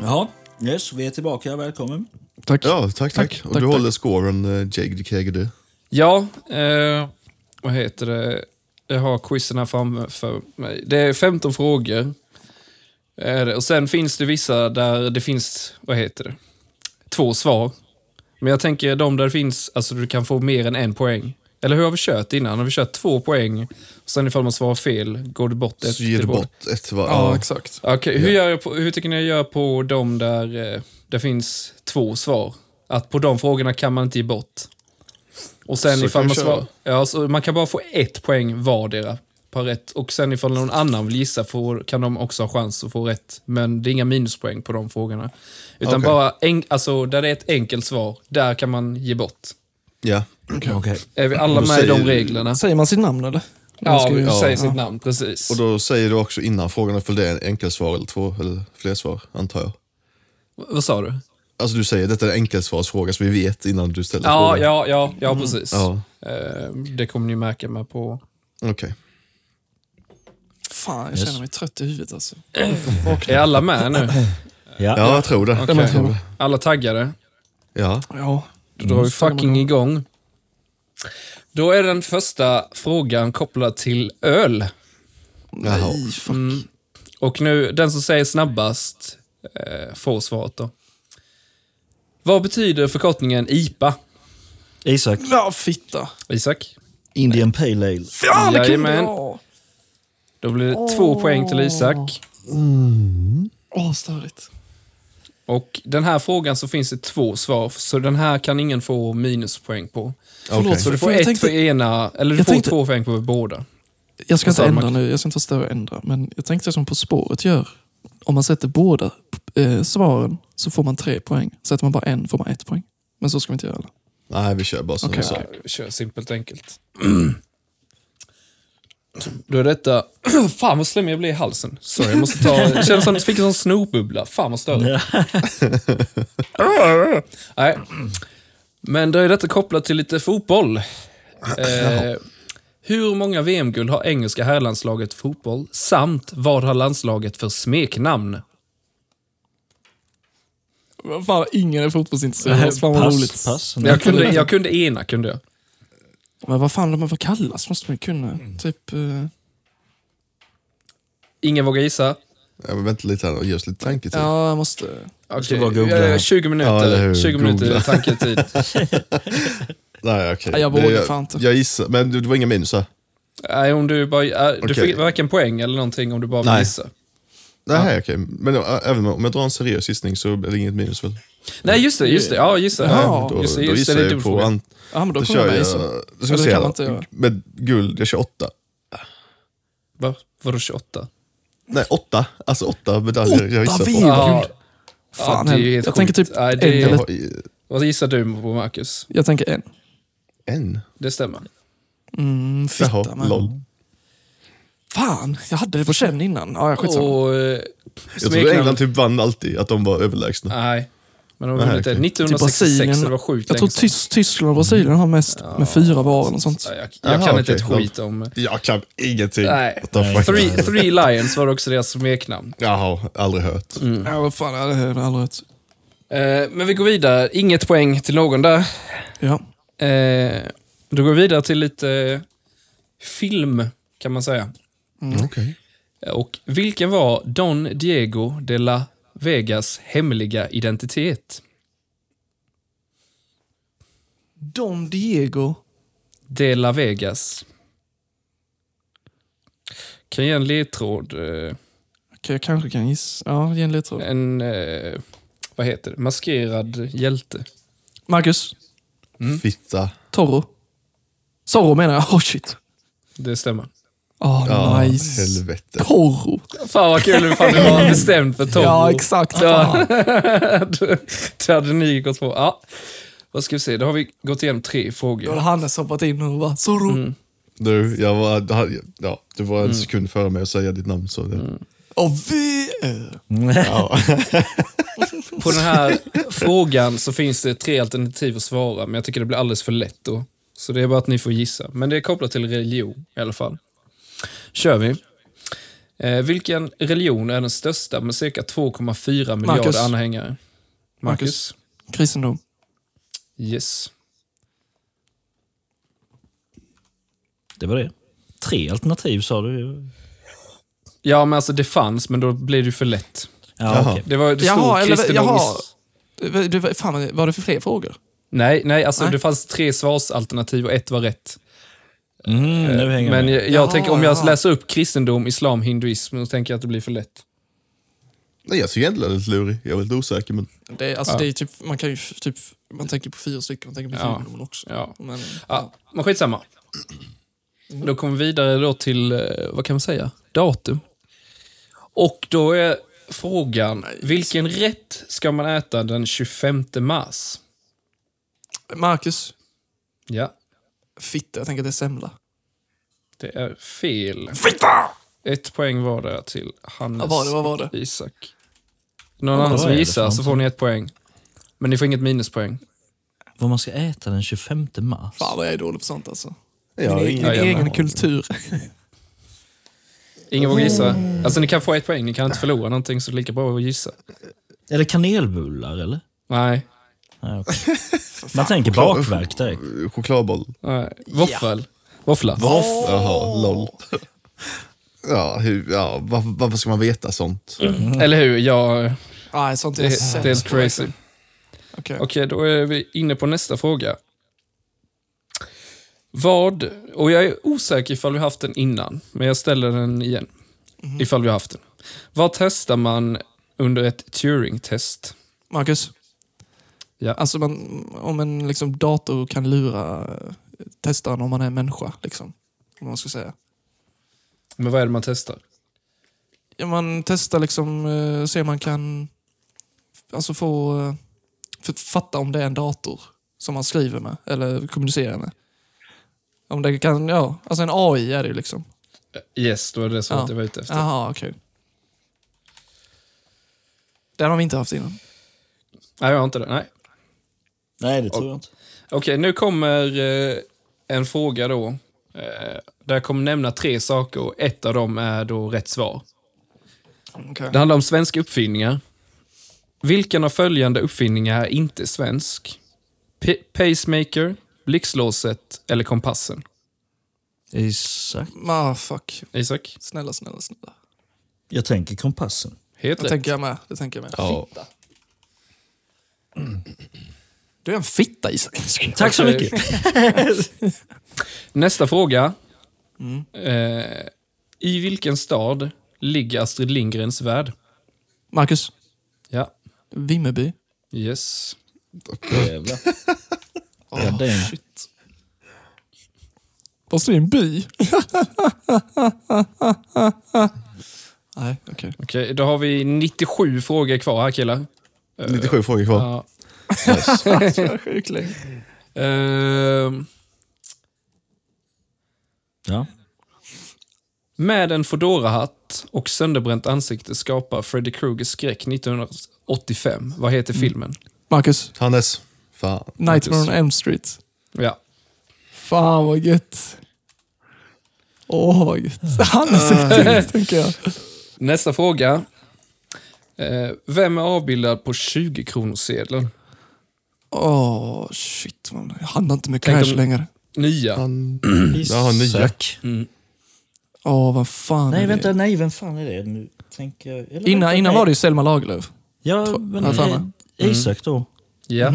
[SPEAKER 6] Jaha. Yes, vi är tillbaka. Välkommen.
[SPEAKER 5] Tack.
[SPEAKER 4] Ja, tack, tack.
[SPEAKER 5] Tack,
[SPEAKER 4] och
[SPEAKER 5] tack,
[SPEAKER 4] du
[SPEAKER 5] tack.
[SPEAKER 4] håller scoren, eh, Jake the Kegedy.
[SPEAKER 3] Ja, eh, vad heter det? Jag har quizen här framme för mig. Det är 15 frågor. Är det. Och sen finns det vissa där det finns, vad heter det? Två svar. Men jag tänker de där det finns, alltså du kan få mer än en poäng. Eller hur har vi kört innan? Har vi kört två poäng? Och sen ifall man svarar fel, går det bort ett
[SPEAKER 4] Så ger du
[SPEAKER 3] tillbaka?
[SPEAKER 4] bort ett var.
[SPEAKER 5] Ja,
[SPEAKER 4] Ja.
[SPEAKER 5] exakt.
[SPEAKER 3] Okej, hur, gör jag på, hur tycker ni jag gör på de där eh, det finns två svar? Att på de frågorna kan man inte ge bort. Och sen
[SPEAKER 4] Så kan
[SPEAKER 3] ifall man
[SPEAKER 4] vi
[SPEAKER 3] svar,
[SPEAKER 4] köra.
[SPEAKER 3] ja, så man kan bara få ett poäng vardera per rätt. Och sen ifall någon annan vill gissa får, kan de också ha chans att få rätt. Men det är inga minuspoäng på de frågorna. Utan
[SPEAKER 4] Okej.
[SPEAKER 3] bara, en, alltså där det är ett enkelt svar, där kan man ge bort.
[SPEAKER 4] ja.
[SPEAKER 3] Är vi alla
[SPEAKER 4] Då
[SPEAKER 3] med i de
[SPEAKER 4] säger-
[SPEAKER 3] reglerna?
[SPEAKER 5] Säger man sitt namn eller?
[SPEAKER 3] Ja,
[SPEAKER 5] Ska vi-
[SPEAKER 3] säg
[SPEAKER 5] ja.
[SPEAKER 3] sitt namn, precis.
[SPEAKER 4] Och då säger du också innan frågan ifall det är en enkelsvar eller två eller fler svar, antar jag.
[SPEAKER 3] Vad sa du?
[SPEAKER 4] Alltså du säger detta är en enkelsvarsfråga så vi vet innan du ställer
[SPEAKER 3] Ja,
[SPEAKER 4] frågan.
[SPEAKER 3] ja, ja, ja precis.
[SPEAKER 4] Ja,
[SPEAKER 3] Eh, Det kommer ni märka med på
[SPEAKER 4] okej.
[SPEAKER 5] Fan, jag känner mig trött i huvudet alltså.
[SPEAKER 3] Är alla med nu?
[SPEAKER 4] Ja, jag tror det.
[SPEAKER 3] Okej.
[SPEAKER 5] tror det.
[SPEAKER 3] Alla taggade?
[SPEAKER 4] Ja.
[SPEAKER 5] Ja.
[SPEAKER 3] Då drar vi fucking igång. Då är den första frågan kopplad till öl.
[SPEAKER 4] Jaha.
[SPEAKER 5] Nej, fuck.
[SPEAKER 3] Mm. Och nu, den som säger snabbast eh, får svaret då. Vad betyder förkortningen IPA?
[SPEAKER 6] Isak.
[SPEAKER 5] Ja, fitta.
[SPEAKER 3] Isak?
[SPEAKER 6] Indian Pale Ale.
[SPEAKER 5] Fan, det kunde
[SPEAKER 3] Jajamän.
[SPEAKER 5] jag. Åh,
[SPEAKER 3] Då blir det två poäng till Isak.
[SPEAKER 5] störigt.
[SPEAKER 3] Och den här frågan så finns det två svar, så den här kan ingen få minuspoäng på.
[SPEAKER 5] Förlåt,
[SPEAKER 4] Okej.
[SPEAKER 3] Så du får
[SPEAKER 5] För jag
[SPEAKER 3] ett
[SPEAKER 5] tänkte-
[SPEAKER 3] för ena, eller du
[SPEAKER 5] jag
[SPEAKER 3] får
[SPEAKER 5] tänkte-
[SPEAKER 3] två poäng på båda.
[SPEAKER 5] Jag ska
[SPEAKER 3] Vad
[SPEAKER 5] inte
[SPEAKER 3] sa du,
[SPEAKER 5] ändra
[SPEAKER 3] Mark?
[SPEAKER 5] nu, jag ska inte störa och ändra. Men jag tänkte som På spåret gör. Om man sätter båda eh, svaren så får man tre poäng. Sätter man bara en får man ett poäng. Men så ska vi inte göra. Eller?
[SPEAKER 4] Nej, vi kör bara som
[SPEAKER 5] Okej.
[SPEAKER 4] vi sa.
[SPEAKER 3] Ja, vi kör simpelt enkelt. Då är detta... Fan vad slemmig jag blir i halsen. Så jag måste ta... Det känns som att jag fick en sån snorbubbla. Fan vad större. Nej. Men då är detta kopplat till lite fotboll. Eh, hur många VM-guld har engelska herrlandslaget i fotboll? Samt vad har landslaget för smeknamn?
[SPEAKER 5] Vad Fan, ingen är fotbollsintresserad. Fan vad roligt.
[SPEAKER 6] Pass, pass.
[SPEAKER 3] Jag kunde, jag kunde ena, kunde jag.
[SPEAKER 5] Men vad fan, vad kallas måste man ju kunna. Typ... Eh,
[SPEAKER 3] Ingen vågar gissa.
[SPEAKER 4] Ja, men vänta lite här och ge oss lite tanketid.
[SPEAKER 5] ja, jag måste...
[SPEAKER 6] ska
[SPEAKER 3] Okej,
[SPEAKER 6] bara googla.
[SPEAKER 3] eh, 20
[SPEAKER 4] Ja, eller
[SPEAKER 3] minuter,
[SPEAKER 4] hur?
[SPEAKER 3] 20 minuter
[SPEAKER 4] Googla.
[SPEAKER 3] tanketid.
[SPEAKER 4] Nej, okej.
[SPEAKER 5] Nej, jag
[SPEAKER 4] Det-
[SPEAKER 5] vågar fan inte.
[SPEAKER 4] Jag gissar, men det det var inga minus här.
[SPEAKER 3] Nej, om du bara... äh, Du
[SPEAKER 4] Okej.
[SPEAKER 3] får varken poäng eller någonting om du bara vill
[SPEAKER 4] Nej.
[SPEAKER 3] gissa.
[SPEAKER 4] Nej, okej. Men äh, även om jag drar en seriös gissning så är det inget minus väl?
[SPEAKER 3] Nej, just det, just det. Ja, gissa.
[SPEAKER 5] Jaha.
[SPEAKER 3] Ja,
[SPEAKER 4] Då,
[SPEAKER 3] just det,
[SPEAKER 4] då
[SPEAKER 3] just det,
[SPEAKER 4] gissar
[SPEAKER 3] det är
[SPEAKER 4] jag på...
[SPEAKER 3] dubbelfråga.
[SPEAKER 4] An,
[SPEAKER 5] Ja, men då
[SPEAKER 4] då
[SPEAKER 5] kommer
[SPEAKER 4] kör
[SPEAKER 5] jag
[SPEAKER 4] jag...
[SPEAKER 5] gissa.
[SPEAKER 4] Då ska vi
[SPEAKER 5] det
[SPEAKER 4] se
[SPEAKER 5] kan
[SPEAKER 4] här
[SPEAKER 5] man inte göra.
[SPEAKER 4] då. Med guld, jag kör åtta.
[SPEAKER 3] Va? Vadå 28?
[SPEAKER 4] Nej, åtta. Alltså åtta medaljer jag gissar på.
[SPEAKER 5] VM.
[SPEAKER 3] Ja.
[SPEAKER 5] Gud.
[SPEAKER 3] Fan,
[SPEAKER 5] Fan,
[SPEAKER 3] ja, det är ju
[SPEAKER 5] jag
[SPEAKER 3] helt
[SPEAKER 5] tänker
[SPEAKER 3] sjukt.
[SPEAKER 5] typ
[SPEAKER 3] Nej,
[SPEAKER 5] en
[SPEAKER 3] det
[SPEAKER 5] eller-
[SPEAKER 4] Jag har i-
[SPEAKER 3] Vad gissar du på, Marcus?
[SPEAKER 5] Jag tänker en.
[SPEAKER 4] En?
[SPEAKER 3] Det stämmer.
[SPEAKER 5] Mm,
[SPEAKER 4] Jaha,
[SPEAKER 5] fitta med.
[SPEAKER 4] lol.
[SPEAKER 5] Fan, jag hade det på känn innan. Ja, skitsamma.
[SPEAKER 3] Och... eh,
[SPEAKER 4] Jag trodde
[SPEAKER 3] smeknamn-
[SPEAKER 4] England typ vann alltid, att de var överlägsna.
[SPEAKER 3] Nej. Men de har
[SPEAKER 4] Nej,
[SPEAKER 3] vunnit det
[SPEAKER 4] okej. Typ
[SPEAKER 3] 1966, så det var sjukt
[SPEAKER 5] Jag tror
[SPEAKER 3] länge sedan.
[SPEAKER 5] Tys- Tyskland och Brasilien har mest med fyra var eller något sånt.
[SPEAKER 3] Ja, Jag, jag
[SPEAKER 4] Jaha,
[SPEAKER 3] kan inte ett
[SPEAKER 4] okej.
[SPEAKER 3] skit om...
[SPEAKER 4] Jag kan ingenting.
[SPEAKER 3] Nej.
[SPEAKER 4] What the fuck?
[SPEAKER 3] Three, Three Lions var också deras smeknamn.
[SPEAKER 4] Jaha, aldrig hört.
[SPEAKER 5] Ja, vad fan, det är aldrig rätt.
[SPEAKER 3] Eh, men vi går vidare. Inget poäng till någon där.
[SPEAKER 5] Ja.
[SPEAKER 3] Eh, då går vi vidare till lite eh, film, kan man säga.
[SPEAKER 4] Okej.
[SPEAKER 3] Och vilken var Don Diego de la Vegas hemliga identitet?
[SPEAKER 5] Don Diego.
[SPEAKER 3] De la Vegas. Kan jag ge en ledtråd? eh,
[SPEAKER 5] Okej, jag kanske kan gissa. Ja, ge en ledtråd.
[SPEAKER 3] En, eh, vad heter det? Maskerad hjälte.
[SPEAKER 5] Marcus.
[SPEAKER 4] Mm. Fitta.
[SPEAKER 5] Toro. Zorro menar jag. Oh shit.
[SPEAKER 3] Det stämmer.
[SPEAKER 5] Oh,
[SPEAKER 4] Ja,
[SPEAKER 5] nice.
[SPEAKER 4] helvete.
[SPEAKER 5] Toro.
[SPEAKER 3] Fan vad kul ifall du var bestämd för Toro.
[SPEAKER 5] Ja, exakt.
[SPEAKER 3] Ja. det hade ni gått på. Ja. Vad ska vi se, då har vi gått igenom tre
[SPEAKER 5] Då hade
[SPEAKER 3] frågor.
[SPEAKER 5] Hannes hoppat in och bara Zorro.
[SPEAKER 3] Mm.
[SPEAKER 4] Du, jag var, ja, du var en sekund före mig att säga ditt namn. Så det,
[SPEAKER 3] Mm.
[SPEAKER 5] Och vi är...
[SPEAKER 3] På den här frågan så finns det tre alternativ att svara, men jag tycker det blir alldeles för lätt då. Så det är bara att ni får gissa. Men det är kopplat till religion i alla fall. Kör vi. Eh, vilken religion är den största med cirka 2,4 miljarder
[SPEAKER 5] Marcus.
[SPEAKER 3] anhängare? Marcus.
[SPEAKER 5] Marcus. Kristendom.
[SPEAKER 3] Yes.
[SPEAKER 6] Det var det. Tre alternativ sa du. ju.
[SPEAKER 3] Ja, men alltså det fanns, men då blev det ju för lätt.
[SPEAKER 6] Ja, okej.
[SPEAKER 3] Det, var, det stod
[SPEAKER 5] Jaha, eller-
[SPEAKER 3] kristendom. i-
[SPEAKER 5] jaha. Det, det, fan, var det för fler frågor?
[SPEAKER 3] Nej, nej, alltså
[SPEAKER 5] Nej.
[SPEAKER 3] det fanns tre svarsalternativ och ett var rätt.
[SPEAKER 6] Mm, nu hänger jag
[SPEAKER 3] Men
[SPEAKER 6] med.
[SPEAKER 3] jag, jag
[SPEAKER 5] Jaha,
[SPEAKER 3] tänker, om jag
[SPEAKER 5] jaha.
[SPEAKER 3] läser upp kristendom, islam, hinduism, då tänker jag att det blir för lätt.
[SPEAKER 4] nej, jag tycker egentligen det är lite lurig. Jag är lite osäker, men
[SPEAKER 5] Det, är- alltså, det är typ, man kan ju f- typ, man tänker på fyra stycken, man tänker på
[SPEAKER 3] Ja.
[SPEAKER 5] filmen också.
[SPEAKER 3] Ja.
[SPEAKER 5] Men,
[SPEAKER 3] Ja, men skitsamma. Då kommer vi vidare då till, eh, vad kan man säga, datum. Och då är frågan, vilken rätt ska man äta den 25 mars?
[SPEAKER 5] Marcus,
[SPEAKER 3] Ja,
[SPEAKER 5] fitta, jag tänker att det är semla.
[SPEAKER 3] det är fel. Ett poäng var det till Hannes
[SPEAKER 5] Vad var det, vad var det?
[SPEAKER 3] och Isak. Någon annan som
[SPEAKER 6] är det
[SPEAKER 3] gissar
[SPEAKER 6] för
[SPEAKER 3] så får ni ett poäng. Men ni får inget minuspoäng.
[SPEAKER 6] Vad man ska äta den 25 mars.
[SPEAKER 5] Fan vad jag är dålig på sånt alltså.
[SPEAKER 4] jag har
[SPEAKER 5] Min,
[SPEAKER 4] ingen
[SPEAKER 5] min
[SPEAKER 3] jag
[SPEAKER 5] egen
[SPEAKER 3] med.
[SPEAKER 5] kultur.
[SPEAKER 3] Ingen vågar gissa.
[SPEAKER 5] Mm.
[SPEAKER 3] Alltså ni kan få ett poäng, ni kan inte förlora någonting så det är lika bra att gissa.
[SPEAKER 6] Är det kanelbullar eller?
[SPEAKER 3] Nej.
[SPEAKER 6] Nej, okej. Man tänker bakverk direkt.
[SPEAKER 4] chokladboll.
[SPEAKER 3] nej. Våffel. Våffla.
[SPEAKER 4] Jaha, lol. Ja, hur, ja varför, varför ska man veta sånt?
[SPEAKER 3] Eller hur? Ja,
[SPEAKER 5] Nej, sånt är
[SPEAKER 3] det,
[SPEAKER 5] jag
[SPEAKER 3] är- det är
[SPEAKER 5] sämst på.
[SPEAKER 3] crazy.
[SPEAKER 5] Okej.
[SPEAKER 3] Okej, då är vi inne på nästa fråga. Vad, och jag är osäker ifall vi haft den innan, men jag ställer den igen.
[SPEAKER 5] Mhm.
[SPEAKER 3] Ifall vi har haft den. Vad testar man under ett Turing-test?
[SPEAKER 5] Marcus,
[SPEAKER 3] Ja.
[SPEAKER 5] alltså man, om en liksom, dator kan lura eh, testaren om man är en människa. Liksom, om man ska säga.
[SPEAKER 3] Men vad är det man testar?
[SPEAKER 5] Ja, man testar liksom, eh, se om man kan alltså få eh, f- fatta om det är en dator som man skriver med eller kommunicerar med. Om det kan, ja, alltså en AI är det ju liksom.
[SPEAKER 3] Yes, då är det så
[SPEAKER 5] Ja.
[SPEAKER 3] att jag var ute efter.
[SPEAKER 5] Jaha, okej. Den har vi inte haft innan.
[SPEAKER 3] Nej, jag har inte det. Nej.
[SPEAKER 6] Nej, det tror jag inte.
[SPEAKER 3] Okej, nu kommer eh, en fråga då. Eh, där jag kommer nämna tre saker och ett av dem är då rätt svar.
[SPEAKER 5] Okej.
[SPEAKER 3] Det handlar om svenska uppfinningar. Vilken av följande uppfinningar är inte svensk? P- pacemaker, blixtlåset eller kompassen?
[SPEAKER 6] Exakt.
[SPEAKER 5] Ah, fuck.
[SPEAKER 3] Isak?
[SPEAKER 5] Snälla, snälla, snälla.
[SPEAKER 6] Jag tänker kompassen.
[SPEAKER 3] Helt
[SPEAKER 5] Det
[SPEAKER 3] rätt.
[SPEAKER 5] tänker jag med. Det tänker jag med.
[SPEAKER 4] Ja.
[SPEAKER 5] Fitta. Du är en fitta Isak.
[SPEAKER 6] Tack så
[SPEAKER 3] Okej.
[SPEAKER 6] mycket.
[SPEAKER 3] Nästa fråga.
[SPEAKER 5] Mm.
[SPEAKER 3] Eh, I vilken stad ligger Astrid Lindgrens värld?
[SPEAKER 5] Marcus,
[SPEAKER 3] Ja.
[SPEAKER 5] Vimmerby.
[SPEAKER 3] Yes.
[SPEAKER 6] Jävlar. Ja, det är en-
[SPEAKER 5] Fast det är en by. Nej, okej.
[SPEAKER 3] Okej, då har vi 97 frågor kvar här killar.
[SPEAKER 4] 97 frågor kvar.
[SPEAKER 3] Ja.
[SPEAKER 5] Sjukt länge.
[SPEAKER 3] Ehm.
[SPEAKER 6] Ja.
[SPEAKER 3] Med en fedorahatt och sönderbränt ansikte skapar Freddy Krueger skräck 1985. Vad heter filmen?
[SPEAKER 5] Marcus,
[SPEAKER 4] Hannes. Fan.
[SPEAKER 5] Nightmare on Elm Street.
[SPEAKER 3] Ja.
[SPEAKER 5] Fan vad gött. Åh vad gött. Ah. Han är så gött, tänker jag.
[SPEAKER 3] Nästa fråga. Eh, Vem är avbildad på 20-kronorssedeln?
[SPEAKER 5] Åh, shit. Man. Jag handlar inte med
[SPEAKER 3] Tänk
[SPEAKER 5] cash
[SPEAKER 3] om-
[SPEAKER 5] längre.
[SPEAKER 3] Nya.
[SPEAKER 4] Jaha, nya.
[SPEAKER 6] Sök.
[SPEAKER 5] Åh, vad fan
[SPEAKER 6] Nej,
[SPEAKER 5] är
[SPEAKER 6] vänta,
[SPEAKER 5] det?
[SPEAKER 6] nej, vem fan är det? Nu tänker jag... eller
[SPEAKER 5] Innan,
[SPEAKER 6] vänta,
[SPEAKER 5] innan
[SPEAKER 6] nej.
[SPEAKER 5] var det ju Selma Lagerlöf.
[SPEAKER 6] Ja, men
[SPEAKER 5] jag tror
[SPEAKER 6] eh, Isak då?
[SPEAKER 3] Ja.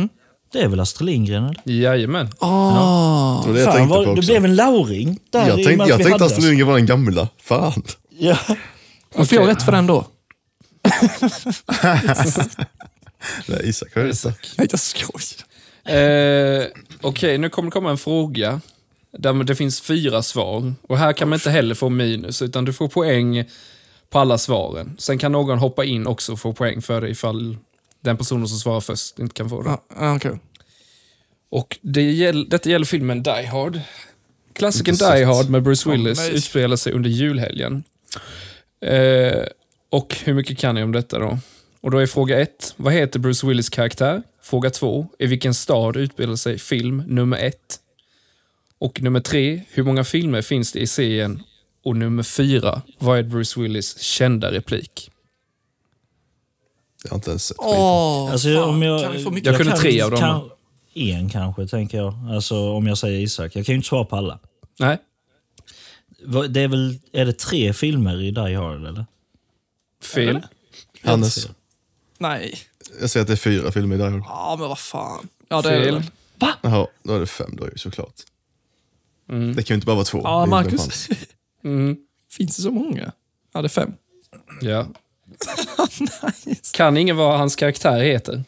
[SPEAKER 6] Det är väl Astrid Lindgren, eller?
[SPEAKER 3] Jajamän.
[SPEAKER 5] Åh,
[SPEAKER 4] Det var det jag
[SPEAKER 6] Fan,
[SPEAKER 4] tänkte
[SPEAKER 6] var,
[SPEAKER 4] på
[SPEAKER 6] det
[SPEAKER 4] också.
[SPEAKER 6] blev en lauring
[SPEAKER 4] Jag
[SPEAKER 6] där i och med
[SPEAKER 4] tänkte, jag
[SPEAKER 6] vi
[SPEAKER 4] tänkte
[SPEAKER 6] hade
[SPEAKER 4] Astrid Lindgren var den gamla. Fan.
[SPEAKER 6] Ja.
[SPEAKER 5] Men får jag rätt för den då?
[SPEAKER 4] Nej, Isak har rätt.
[SPEAKER 5] Nej, jag skojar.
[SPEAKER 3] Eh, Okej, nu kommer det komma en fråga. Där det finns fyra svar. Och här kan man inte heller få minus, utan du får poäng på alla svaren. Sen kan någon hoppa in också och få poäng för det ifall den personen som svarar först inte kan få det.
[SPEAKER 5] Ja, ja, okej.
[SPEAKER 3] Och det gäll, detta gäller filmen Die Hard. Klassikern Die Hard med Bruce Willis
[SPEAKER 5] nej.
[SPEAKER 3] utspelar sig under julhelgen. Eh, och hur mycket kan ni om detta då? Och då är fråga ett, vad heter Bruce Willis karaktär? Fråga två, i vilken stad utspelar sig film nummer ett? Och nummer tre, hur många filmer finns det i serien? Och nummer fyra, vad är Bruce Willis kända replik?
[SPEAKER 4] Jag har inte ens sett skiten.
[SPEAKER 5] Åh,
[SPEAKER 6] Alltså,
[SPEAKER 5] fan,
[SPEAKER 6] om jag,
[SPEAKER 5] kan vi få mycket?
[SPEAKER 3] Jag kunde
[SPEAKER 6] kan-
[SPEAKER 3] tre av dem.
[SPEAKER 6] Kan, en kanske, tänker jag. Alltså, om jag säger Isak. Jag kan ju inte svara på alla.
[SPEAKER 3] Nej,
[SPEAKER 6] Vad- Det är, väl, är det tre filmer i Die Hard, eller?
[SPEAKER 3] fel.
[SPEAKER 4] Hannes.
[SPEAKER 5] Nej.
[SPEAKER 4] Jag säger att det är fyra filmer i Die Hard.
[SPEAKER 5] Ja, men vad fan. Ja, det är
[SPEAKER 3] Fel.
[SPEAKER 5] det.
[SPEAKER 4] Jaha, då är det fem då ju såklart. Det kan ju inte bara vara två. Det är
[SPEAKER 5] Mm. Ja,
[SPEAKER 4] ju en
[SPEAKER 5] Marcus.
[SPEAKER 4] chans.
[SPEAKER 3] Mm.
[SPEAKER 5] Finns det så många? Ja, det är fem.
[SPEAKER 3] Ja. Kan ingen vad hans karaktär heter?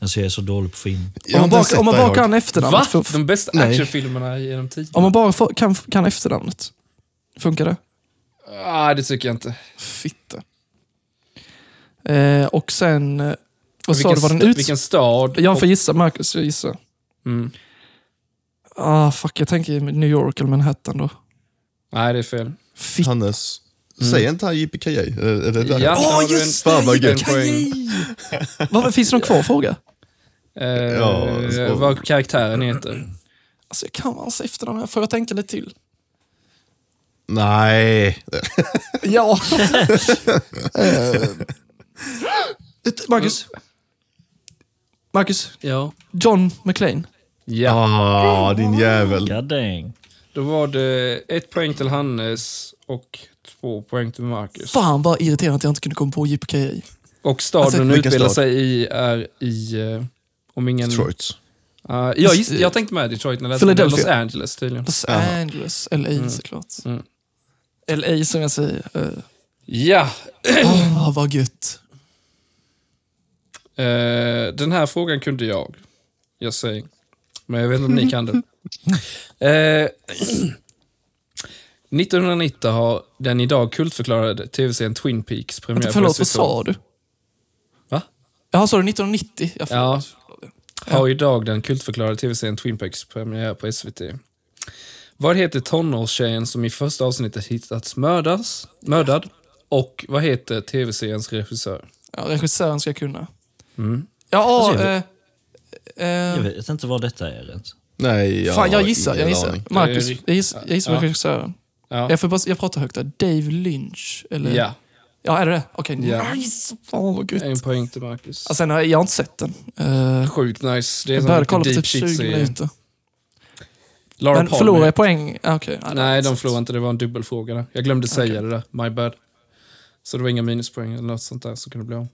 [SPEAKER 6] Alltså, jag är så dålig på film.
[SPEAKER 4] Jag har
[SPEAKER 5] Om man
[SPEAKER 4] inte
[SPEAKER 5] bara,
[SPEAKER 4] ens sett
[SPEAKER 5] om man
[SPEAKER 4] Die
[SPEAKER 5] bara
[SPEAKER 4] Hard.
[SPEAKER 5] kan efternamnet.
[SPEAKER 3] Va?
[SPEAKER 5] fun-
[SPEAKER 3] De bästa
[SPEAKER 5] Nej.
[SPEAKER 3] actionfilmerna genom tiden?
[SPEAKER 5] Om man bara får, kan, kan efternamnet. Funkar det?
[SPEAKER 3] Ah, det tycker jag inte.
[SPEAKER 5] Fitta. Eh, och sen... eh, Vad sa du? Var den
[SPEAKER 3] st-
[SPEAKER 5] ut...
[SPEAKER 3] vilken stad?
[SPEAKER 5] Jag får gissa, Marcus. Jag gissar.
[SPEAKER 3] Mm.
[SPEAKER 5] Ah, fuck. Jag tänker New York eller Manhattan då.
[SPEAKER 3] Nej, det är fel.
[SPEAKER 5] Fitt.
[SPEAKER 4] Hannes.
[SPEAKER 5] Mm.
[SPEAKER 4] Säger inte han JPKJ? Är det där?
[SPEAKER 3] Ja.
[SPEAKER 5] Åh,
[SPEAKER 3] har du
[SPEAKER 5] just
[SPEAKER 3] en-
[SPEAKER 5] det!
[SPEAKER 4] Fan vad
[SPEAKER 3] en
[SPEAKER 4] gött.
[SPEAKER 3] poäng.
[SPEAKER 5] Vad, finns det någon kvar fråga?
[SPEAKER 3] Eh,
[SPEAKER 4] Ja, så-
[SPEAKER 3] Vad karaktären heter.
[SPEAKER 5] Alltså, jag kan hans efternamn. här. Får jag tänka lite till?
[SPEAKER 4] Nej.
[SPEAKER 5] Ja. Eh, Marcus. Marcus.
[SPEAKER 3] Ja.
[SPEAKER 5] John McLean.
[SPEAKER 3] ja.
[SPEAKER 4] Ah, din
[SPEAKER 5] Mm.
[SPEAKER 4] jävel.
[SPEAKER 6] God dang.
[SPEAKER 3] Då var det ett poäng till Hannes och två poäng till Marcus.
[SPEAKER 5] Fan vad irriterande att jag inte kunde komma på JPKI.
[SPEAKER 3] Och staden
[SPEAKER 5] Alltså,
[SPEAKER 3] hon
[SPEAKER 4] vilken
[SPEAKER 3] utspelar
[SPEAKER 4] stad?
[SPEAKER 3] sig i är i... eh, om ingen...
[SPEAKER 4] Detroit.
[SPEAKER 3] Ah, ja, just, jag tänkte med Detroit när jag läste det.
[SPEAKER 5] Philadelphia.
[SPEAKER 3] Los Angeles tydligen.
[SPEAKER 5] Los
[SPEAKER 4] Jaha.
[SPEAKER 5] Angeles, LA såklart.
[SPEAKER 3] Mm.
[SPEAKER 5] LA som jag säger. eh,
[SPEAKER 3] Ja,
[SPEAKER 5] Åh, vad gött.
[SPEAKER 3] Eh, den här frågan kunde jag. Jag säger. Men jag vet inte om ni kan den. Eh, 1990 har den idag kultförklarade tv-serien Twin Peaks premiär
[SPEAKER 5] Vänta, förlåt,
[SPEAKER 3] på
[SPEAKER 5] vad
[SPEAKER 3] SVT.
[SPEAKER 5] sa du?
[SPEAKER 3] Va?
[SPEAKER 5] Jaha, sa du 1990? Jag
[SPEAKER 3] Ja.
[SPEAKER 5] förlåt.
[SPEAKER 3] Har idag den kultförklarade tv-serien Twin Peaks premiär på SVT. Vad heter tonårstjejen som i första avsnittet hittats mördas, mördad? Och vad heter tv-seriens regissör?
[SPEAKER 5] ja. Regissören ska jag kunna.
[SPEAKER 3] Mm.
[SPEAKER 5] Ja,
[SPEAKER 6] Vad säger
[SPEAKER 5] eh, eh,
[SPEAKER 6] Jag vet inte vad detta är ens.
[SPEAKER 4] Nej, jag
[SPEAKER 5] fan,
[SPEAKER 4] har
[SPEAKER 5] jag gissar.
[SPEAKER 4] ingen
[SPEAKER 5] Jag gissar.
[SPEAKER 4] aning.
[SPEAKER 5] Marcus,
[SPEAKER 3] Det är-
[SPEAKER 5] jag gissar, jag gissar
[SPEAKER 3] Ja.
[SPEAKER 5] på regissören.
[SPEAKER 3] Ja.
[SPEAKER 5] Jag, får bara, jag pratar högt där. Dave Lynch, eller?
[SPEAKER 3] Ja,
[SPEAKER 5] Ja, är det det? Okej,
[SPEAKER 3] Ja.
[SPEAKER 5] nice! Fan vad gött.
[SPEAKER 3] en poäng till Marcus.
[SPEAKER 5] Alltså, sen har jag, jag har inte sett den. Eh,
[SPEAKER 3] Sjukt nice. Det är
[SPEAKER 5] jag
[SPEAKER 3] en
[SPEAKER 5] började
[SPEAKER 3] sån
[SPEAKER 5] kolla på
[SPEAKER 3] riktig deep
[SPEAKER 5] typ 20
[SPEAKER 3] shit-serie.
[SPEAKER 5] minuter.
[SPEAKER 3] Laura
[SPEAKER 5] Men
[SPEAKER 3] Palmer.
[SPEAKER 5] förlorar jag poäng? Ah, Okej. Ja, det har jag
[SPEAKER 3] Nej,
[SPEAKER 5] inte
[SPEAKER 3] de
[SPEAKER 5] sett.
[SPEAKER 3] förlorade inte. Det var en dubbelfråga. där. Jag glömde säga det där. My bad. Så det var inga minuspoäng eller något sånt där som kunde bli av.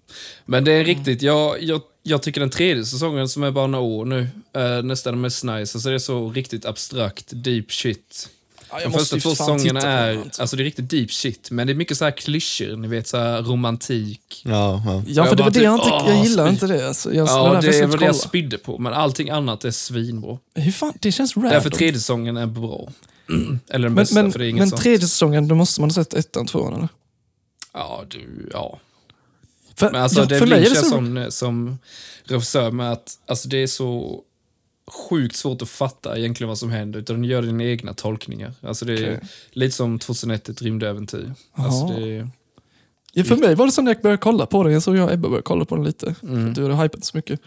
[SPEAKER 3] Men
[SPEAKER 5] Mm.
[SPEAKER 3] det är riktigt. Jag, jag, jag tycker den tredje säsongen som är bara några år nu är nästan den mest nice. Alltså det är så riktigt abstrakt, deep shit.
[SPEAKER 5] Ja, jag
[SPEAKER 3] De
[SPEAKER 5] måste
[SPEAKER 3] första
[SPEAKER 5] ju
[SPEAKER 3] två
[SPEAKER 5] fan
[SPEAKER 3] säsongerna
[SPEAKER 5] titta på den,
[SPEAKER 3] är,
[SPEAKER 5] alltså.
[SPEAKER 3] alltså det är riktigt deep shit. Men det är mycket så här klyschor, ni vet så här romantik.
[SPEAKER 4] Ja, ja.
[SPEAKER 5] Ja,
[SPEAKER 3] Jag
[SPEAKER 5] för det var
[SPEAKER 3] bara
[SPEAKER 5] det jag
[SPEAKER 3] typ,
[SPEAKER 5] inte... Jag
[SPEAKER 3] åh,
[SPEAKER 5] gillar
[SPEAKER 3] spy.
[SPEAKER 5] inte det. Alltså. Jag, det var
[SPEAKER 3] Ja,
[SPEAKER 5] därför
[SPEAKER 3] det
[SPEAKER 5] jag slutade
[SPEAKER 3] var det jag
[SPEAKER 5] kolla.
[SPEAKER 3] spidde på. Men allting annat är svinbra.
[SPEAKER 5] Hur fan, det känns random.
[SPEAKER 3] Därför tredje säsongen är bra. Eller den
[SPEAKER 5] men
[SPEAKER 3] bästa,
[SPEAKER 5] men,
[SPEAKER 3] för det är inget
[SPEAKER 5] men
[SPEAKER 3] sånt.
[SPEAKER 5] tredje säsongen, då måste man ha sett ettan, tvåan eller?
[SPEAKER 3] Ja, du, ja.
[SPEAKER 5] För,
[SPEAKER 3] Men alltså,
[SPEAKER 5] ja,
[SPEAKER 3] det
[SPEAKER 5] för mig är
[SPEAKER 3] Lynch
[SPEAKER 5] det
[SPEAKER 3] är
[SPEAKER 5] så...
[SPEAKER 3] som, som regissör med att alltså, det är så sjukt svårt att fatta egentligen vad som händer, utan den gör dina egna tolkningar. Alltså det är lite som 2001, ett rymdäventyr. Alltså
[SPEAKER 5] Jaha.
[SPEAKER 3] det är,
[SPEAKER 5] Ja, för mig var det så när jag började kolla på den, jag såg jag och Ebba började kolla på den lite,
[SPEAKER 3] Mm.
[SPEAKER 5] för att du hade hypat så mycket.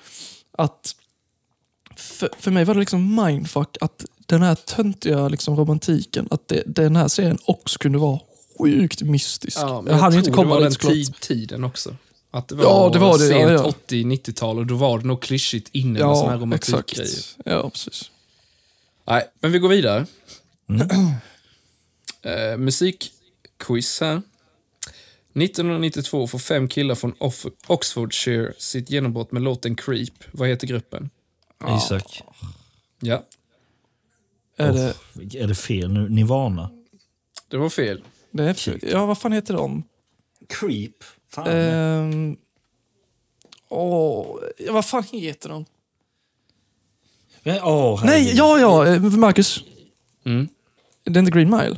[SPEAKER 5] Att för, för mig var det liksom mindfuck att den här töntiga liksom romantiken, att det, den här serien också kunde vara sjukt mystisk.
[SPEAKER 3] ja, men
[SPEAKER 5] jag hade ju inte
[SPEAKER 3] tror det
[SPEAKER 5] kommit
[SPEAKER 3] var den
[SPEAKER 5] dit såklart.
[SPEAKER 3] tid, tiden också. Att det var,
[SPEAKER 5] Ja, det var det, ja,
[SPEAKER 3] sent
[SPEAKER 5] ja.
[SPEAKER 3] 80-90-tal och då var det nog klyschigt inne med såna här
[SPEAKER 5] Ja, exakt.
[SPEAKER 3] romantikgrejer.
[SPEAKER 5] Ja, precis.
[SPEAKER 3] Nej, men vi går vidare. Eh, musikquiz här. 1992 får fem killar från Off- Oxfordshire sitt genombrott med låten Creep. Vad heter gruppen?
[SPEAKER 6] Isak,
[SPEAKER 3] Ja,
[SPEAKER 5] Är det,
[SPEAKER 6] är det fel nu? Nirvana?
[SPEAKER 3] det var fel.
[SPEAKER 5] det är, ja, vad fan heter de?
[SPEAKER 6] Creep? Fan.
[SPEAKER 5] Ehm, Åh, ja, vad fan heter de?
[SPEAKER 6] Men, åh,
[SPEAKER 5] Nej,
[SPEAKER 6] herregud.
[SPEAKER 5] ja, ja, eh, Marcus.
[SPEAKER 3] Mm.
[SPEAKER 5] Det är inte Green Mile?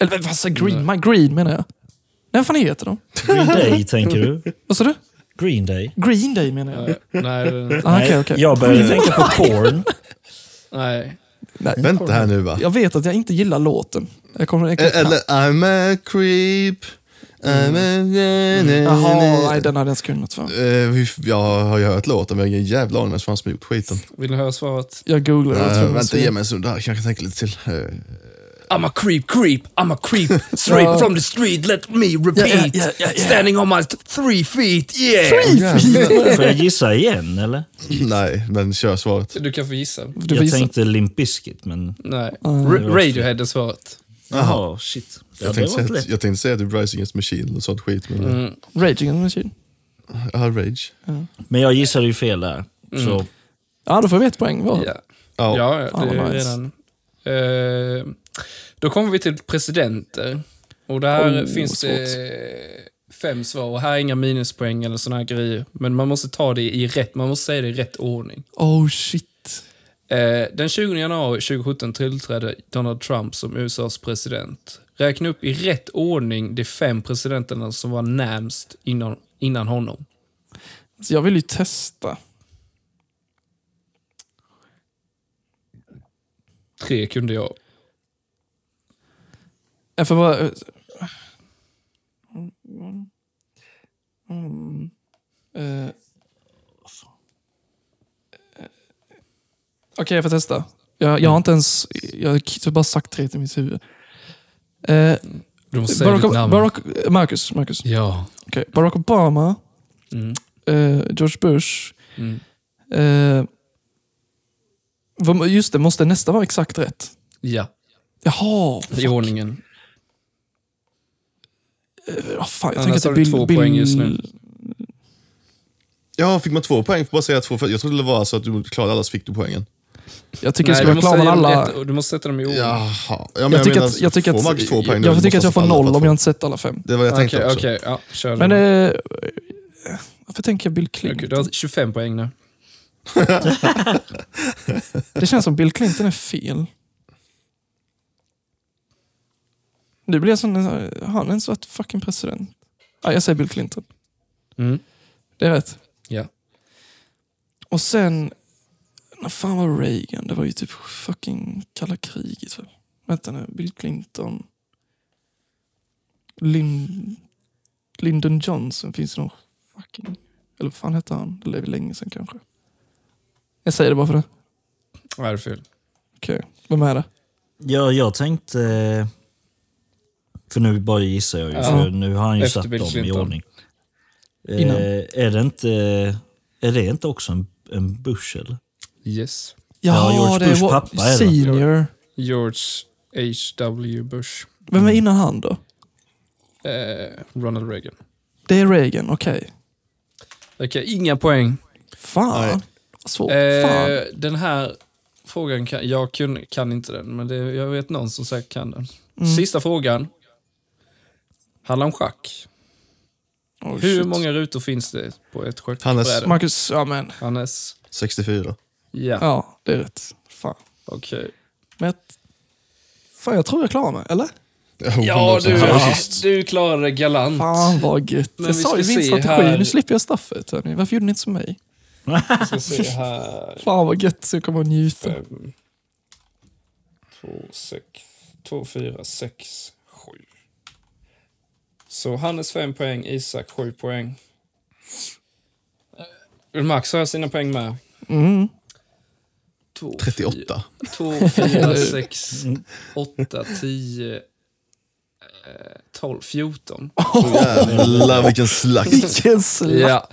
[SPEAKER 5] Eller vad sa Green Mile? Green menar jag. Nej, vad fan heter de?
[SPEAKER 6] Green Day tänker du?
[SPEAKER 5] Vad sa du?
[SPEAKER 6] Green Day?
[SPEAKER 5] Green Day menar jag.
[SPEAKER 3] Eh, nej, det-
[SPEAKER 5] Ah, okej, okej.
[SPEAKER 6] Jag började tänka på porn.
[SPEAKER 3] nej.
[SPEAKER 5] Nej,
[SPEAKER 4] Vänta här nu va.
[SPEAKER 5] Jag vet att jag inte gillar låten. Jag kommer, jag kommer,
[SPEAKER 4] Eller I'm a creep. I'm a...
[SPEAKER 5] Mm.
[SPEAKER 4] Mm.
[SPEAKER 5] Jaha, nej, den hade jag inte kunnat för.
[SPEAKER 4] Eh, vi- Jag har ju hört låten men jag har ingen jävla aning om vem som fan som har gjort skiten.
[SPEAKER 3] Vill ni höra svaret?
[SPEAKER 5] Jag googlar det.
[SPEAKER 4] Eh,
[SPEAKER 5] tror jag.
[SPEAKER 4] vänta, ge mig en stund där. Jag kan tänka lite till. Eh,
[SPEAKER 3] I'm a creep, creep, I'm a creep Straight from the street, let me repeat
[SPEAKER 5] Yeah, yeah, yeah, yeah, yeah.
[SPEAKER 3] Standing on my t- three feet, yeah!
[SPEAKER 6] Får jag gissa igen eller?
[SPEAKER 4] nej, men kör svaret.
[SPEAKER 3] Du kan få gissa.
[SPEAKER 5] Du får
[SPEAKER 6] Jag
[SPEAKER 5] gissa.
[SPEAKER 6] tänkte Limp Bizkit men...
[SPEAKER 3] Nej. Ra- Radiohead är svaret.
[SPEAKER 6] Jaha, shit. Det
[SPEAKER 4] Jag
[SPEAKER 6] hade
[SPEAKER 4] tänkte,
[SPEAKER 6] varit
[SPEAKER 4] säga,
[SPEAKER 6] lätt.
[SPEAKER 4] jag tänkte säga typ Rise Against the Machine och sånt skit. Men, mm.
[SPEAKER 5] Rage Against the Machine.
[SPEAKER 4] Rage.
[SPEAKER 6] Men jag gissade ju fel där. Så
[SPEAKER 5] Ja, då får vi ett poäng var.
[SPEAKER 3] Ja.
[SPEAKER 4] Ja.
[SPEAKER 3] Ja, ja,
[SPEAKER 5] Fan,
[SPEAKER 3] det
[SPEAKER 5] vad
[SPEAKER 3] är
[SPEAKER 5] nice.
[SPEAKER 3] redan. Eh, då kommer vi till presidenter. Och där
[SPEAKER 5] Oh,
[SPEAKER 3] finns det fem svar. Och här är inga minuspoäng eller såna här grejer. Men man måste ta det i rätt, man måste säga det i rätt ordning.
[SPEAKER 5] Oh shit.
[SPEAKER 3] Eh, den 20 januari 2017 tillträdde Donald Trump som USAs president. Räkna upp i rätt ordning de fem presidenterna som var närmst innan, innan honom.
[SPEAKER 5] Så Alltså, jag vill ju testa.
[SPEAKER 3] Tre kunde jag.
[SPEAKER 5] Jag får bara... eh, Mm. Eh. Okej, jag får testa. Jag, jag har inte ens... Jag har bara sagt tre till mitt huvud. Eh,
[SPEAKER 3] Du måste säga
[SPEAKER 5] Barack,
[SPEAKER 3] ditt namn.
[SPEAKER 5] Barack, eh, Marcus, Marcus.
[SPEAKER 3] Ja.
[SPEAKER 5] Okej, Barack Obama,
[SPEAKER 3] Mm.
[SPEAKER 5] eh, George Bush.
[SPEAKER 3] Mm.
[SPEAKER 5] Eh, vad- just det, måste nästa vara exakt rätt?
[SPEAKER 3] Ja,
[SPEAKER 5] Jaha!
[SPEAKER 3] i ordningen.
[SPEAKER 5] Oh, fan, jag
[SPEAKER 3] Annars
[SPEAKER 5] tänker att det
[SPEAKER 3] har
[SPEAKER 5] är
[SPEAKER 3] du
[SPEAKER 5] Bill,
[SPEAKER 3] två
[SPEAKER 5] Bill,
[SPEAKER 3] poäng just nu.
[SPEAKER 4] ja, fick man två poäng för bara säga två? För jag trodde det var så att du klarade alla så fick du poängen.
[SPEAKER 5] Jag tycker
[SPEAKER 3] Nej,
[SPEAKER 5] jag
[SPEAKER 3] du
[SPEAKER 5] ska
[SPEAKER 3] måste
[SPEAKER 5] vara klar
[SPEAKER 3] säga
[SPEAKER 5] med
[SPEAKER 3] dem
[SPEAKER 5] alla.
[SPEAKER 3] rätt och du måste sätta dem i ord.
[SPEAKER 4] Jaha. Ja, men
[SPEAKER 5] jag, tycker
[SPEAKER 4] menar,
[SPEAKER 5] att, jag tycker
[SPEAKER 4] får
[SPEAKER 5] att,
[SPEAKER 4] max två poäng,
[SPEAKER 5] jag,
[SPEAKER 4] då
[SPEAKER 5] tycker att
[SPEAKER 4] måste
[SPEAKER 5] jag får
[SPEAKER 4] alla
[SPEAKER 5] noll
[SPEAKER 4] få.
[SPEAKER 5] om jag inte sett alla fem.
[SPEAKER 4] Det var jag
[SPEAKER 3] Okej,
[SPEAKER 4] tänkte också.
[SPEAKER 3] okej, ja, kör
[SPEAKER 5] Men
[SPEAKER 3] den.
[SPEAKER 5] eh, varför tänker jag Bill Clinton?
[SPEAKER 3] Okej, du har 25 poäng nu.
[SPEAKER 5] Det känns som Bill Clinton är fel. Nu blir jag sån, har han ens varit fucking president? Ja, jag säger Bill Clinton.
[SPEAKER 3] Mm.
[SPEAKER 5] Det är rätt.
[SPEAKER 3] Ja.
[SPEAKER 5] Och sen, när fan var Reagan? Det var ju typ fucking kalla kriget. va? Vänta nu, Bill Clinton. Lin, Lyndon Johnson, finns det någon fucking... Eller vad fan hette han? Det lever länge sedan kanske. Jag säger det bara för det.
[SPEAKER 3] Vad är det fel?
[SPEAKER 5] Okej, vem är det?
[SPEAKER 6] ja, jag tänkte... För nu bara gissar jag ju, för nu har han ju
[SPEAKER 3] Efter
[SPEAKER 6] satt
[SPEAKER 3] Bill
[SPEAKER 6] dem i
[SPEAKER 3] Clinton.
[SPEAKER 6] ordning.
[SPEAKER 5] Innan.
[SPEAKER 6] Eh, är det inte... Är det inte också en, en Bush eller?
[SPEAKER 3] Yes.
[SPEAKER 6] Ja, George Bush
[SPEAKER 5] Wa-
[SPEAKER 6] pappa är det.
[SPEAKER 5] Senior.
[SPEAKER 3] George H.W. Bush.
[SPEAKER 5] Vem
[SPEAKER 6] Mm.
[SPEAKER 5] är innan han då?
[SPEAKER 3] Eh, Ronald Reagan.
[SPEAKER 5] Det är Reagan, okej.
[SPEAKER 3] Okej, inga poäng.
[SPEAKER 5] Fan.
[SPEAKER 4] Nej.
[SPEAKER 5] Svårt. Fan.
[SPEAKER 3] Eh, den här frågan, kan, jag kun, kan inte den, men det, jag vet någon som säkert kan den. Sista frågan. Handlar om schack.
[SPEAKER 5] Oh,
[SPEAKER 3] Hur
[SPEAKER 5] shur
[SPEAKER 3] många rutor finns det på ett
[SPEAKER 4] Hannes.
[SPEAKER 3] schackbräde?
[SPEAKER 5] Marcus, ja men.
[SPEAKER 3] Hannes.
[SPEAKER 4] 64.
[SPEAKER 3] Ja,
[SPEAKER 5] Ja, det är rätt. Fan.
[SPEAKER 3] okej.
[SPEAKER 5] Men jag, fan, jag tror jag klarar mig, eller?
[SPEAKER 3] Ja, du,
[SPEAKER 4] Ja.
[SPEAKER 3] du klarade det galant.
[SPEAKER 5] Fan vad gött.
[SPEAKER 3] Men
[SPEAKER 5] jag
[SPEAKER 3] vi
[SPEAKER 5] sa ju
[SPEAKER 3] ska
[SPEAKER 5] min
[SPEAKER 3] se
[SPEAKER 5] strategi,
[SPEAKER 3] här.
[SPEAKER 5] nu slipper jag straffet. Hörni. Varför gjorde ni inte som mig?
[SPEAKER 3] Vi ska se här. Eh,
[SPEAKER 5] Fan vad gött, så jag kommer att njuta.
[SPEAKER 3] 5, 2, 6, 2, 4, 6, 7. Så Hannes 5 poäng, Isak 7 poäng. Eh, Max har sina poäng med.
[SPEAKER 5] Mm.
[SPEAKER 4] 38.
[SPEAKER 3] 2, 4, 6, 8, 10, 12, 14.
[SPEAKER 5] Oh
[SPEAKER 4] Jävlar vilken slakt.
[SPEAKER 5] Vilken slapp.
[SPEAKER 3] Ja.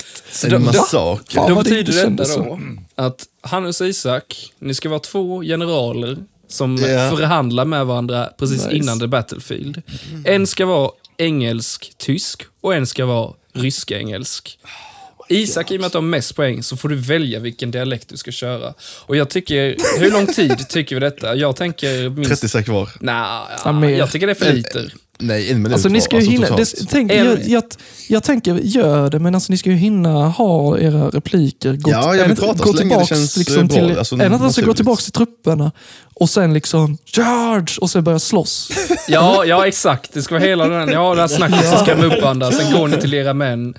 [SPEAKER 4] En massaker.
[SPEAKER 5] Fan,
[SPEAKER 3] Då
[SPEAKER 5] vad det
[SPEAKER 3] betyder
[SPEAKER 5] inte
[SPEAKER 3] detta
[SPEAKER 5] kändes Mm.
[SPEAKER 3] då att Hannes och Isak, ni ska vara två generaler som
[SPEAKER 4] Ja.
[SPEAKER 3] förhandlar med varandra precis
[SPEAKER 5] Nice.
[SPEAKER 3] innan The Battlefield. En ska vara engelsk-tysk och en ska vara rysk-engelsk.
[SPEAKER 5] Oh
[SPEAKER 3] Isak, i och med att du har mest poäng så får du välja vilken dialekt du ska köra. Och jag tycker, hur lång tid tycker vi detta? Jag tänker minst...
[SPEAKER 4] 30 sekunder kvar.
[SPEAKER 5] Ja,
[SPEAKER 3] Nej,
[SPEAKER 5] mer.
[SPEAKER 3] jag tycker det är för lite.
[SPEAKER 4] Nej, en minut
[SPEAKER 5] Alltså ni
[SPEAKER 4] kvar.
[SPEAKER 5] ska ju hinna, det,
[SPEAKER 4] totalt.
[SPEAKER 5] tänk,
[SPEAKER 3] En-
[SPEAKER 5] jag, jag, jag tänker, gör det, men alltså ni ska ju hinna ha era repliker. Gå,
[SPEAKER 4] Ja, jag vill
[SPEAKER 5] är det-
[SPEAKER 4] prata
[SPEAKER 5] gå
[SPEAKER 4] så länge det
[SPEAKER 5] tillbaks
[SPEAKER 4] känns, eh,
[SPEAKER 5] liksom
[SPEAKER 4] bra.
[SPEAKER 5] till,
[SPEAKER 4] Alltså,
[SPEAKER 5] Är det inte alltså gå
[SPEAKER 4] naturligt.
[SPEAKER 5] tillbaka till trupperna och sen liksom charge och sen börja slåss?
[SPEAKER 3] Ja, ja exakt. Det ska vara hela den, ja, det här snacket som ska med upp varandra. Sen går ni till era män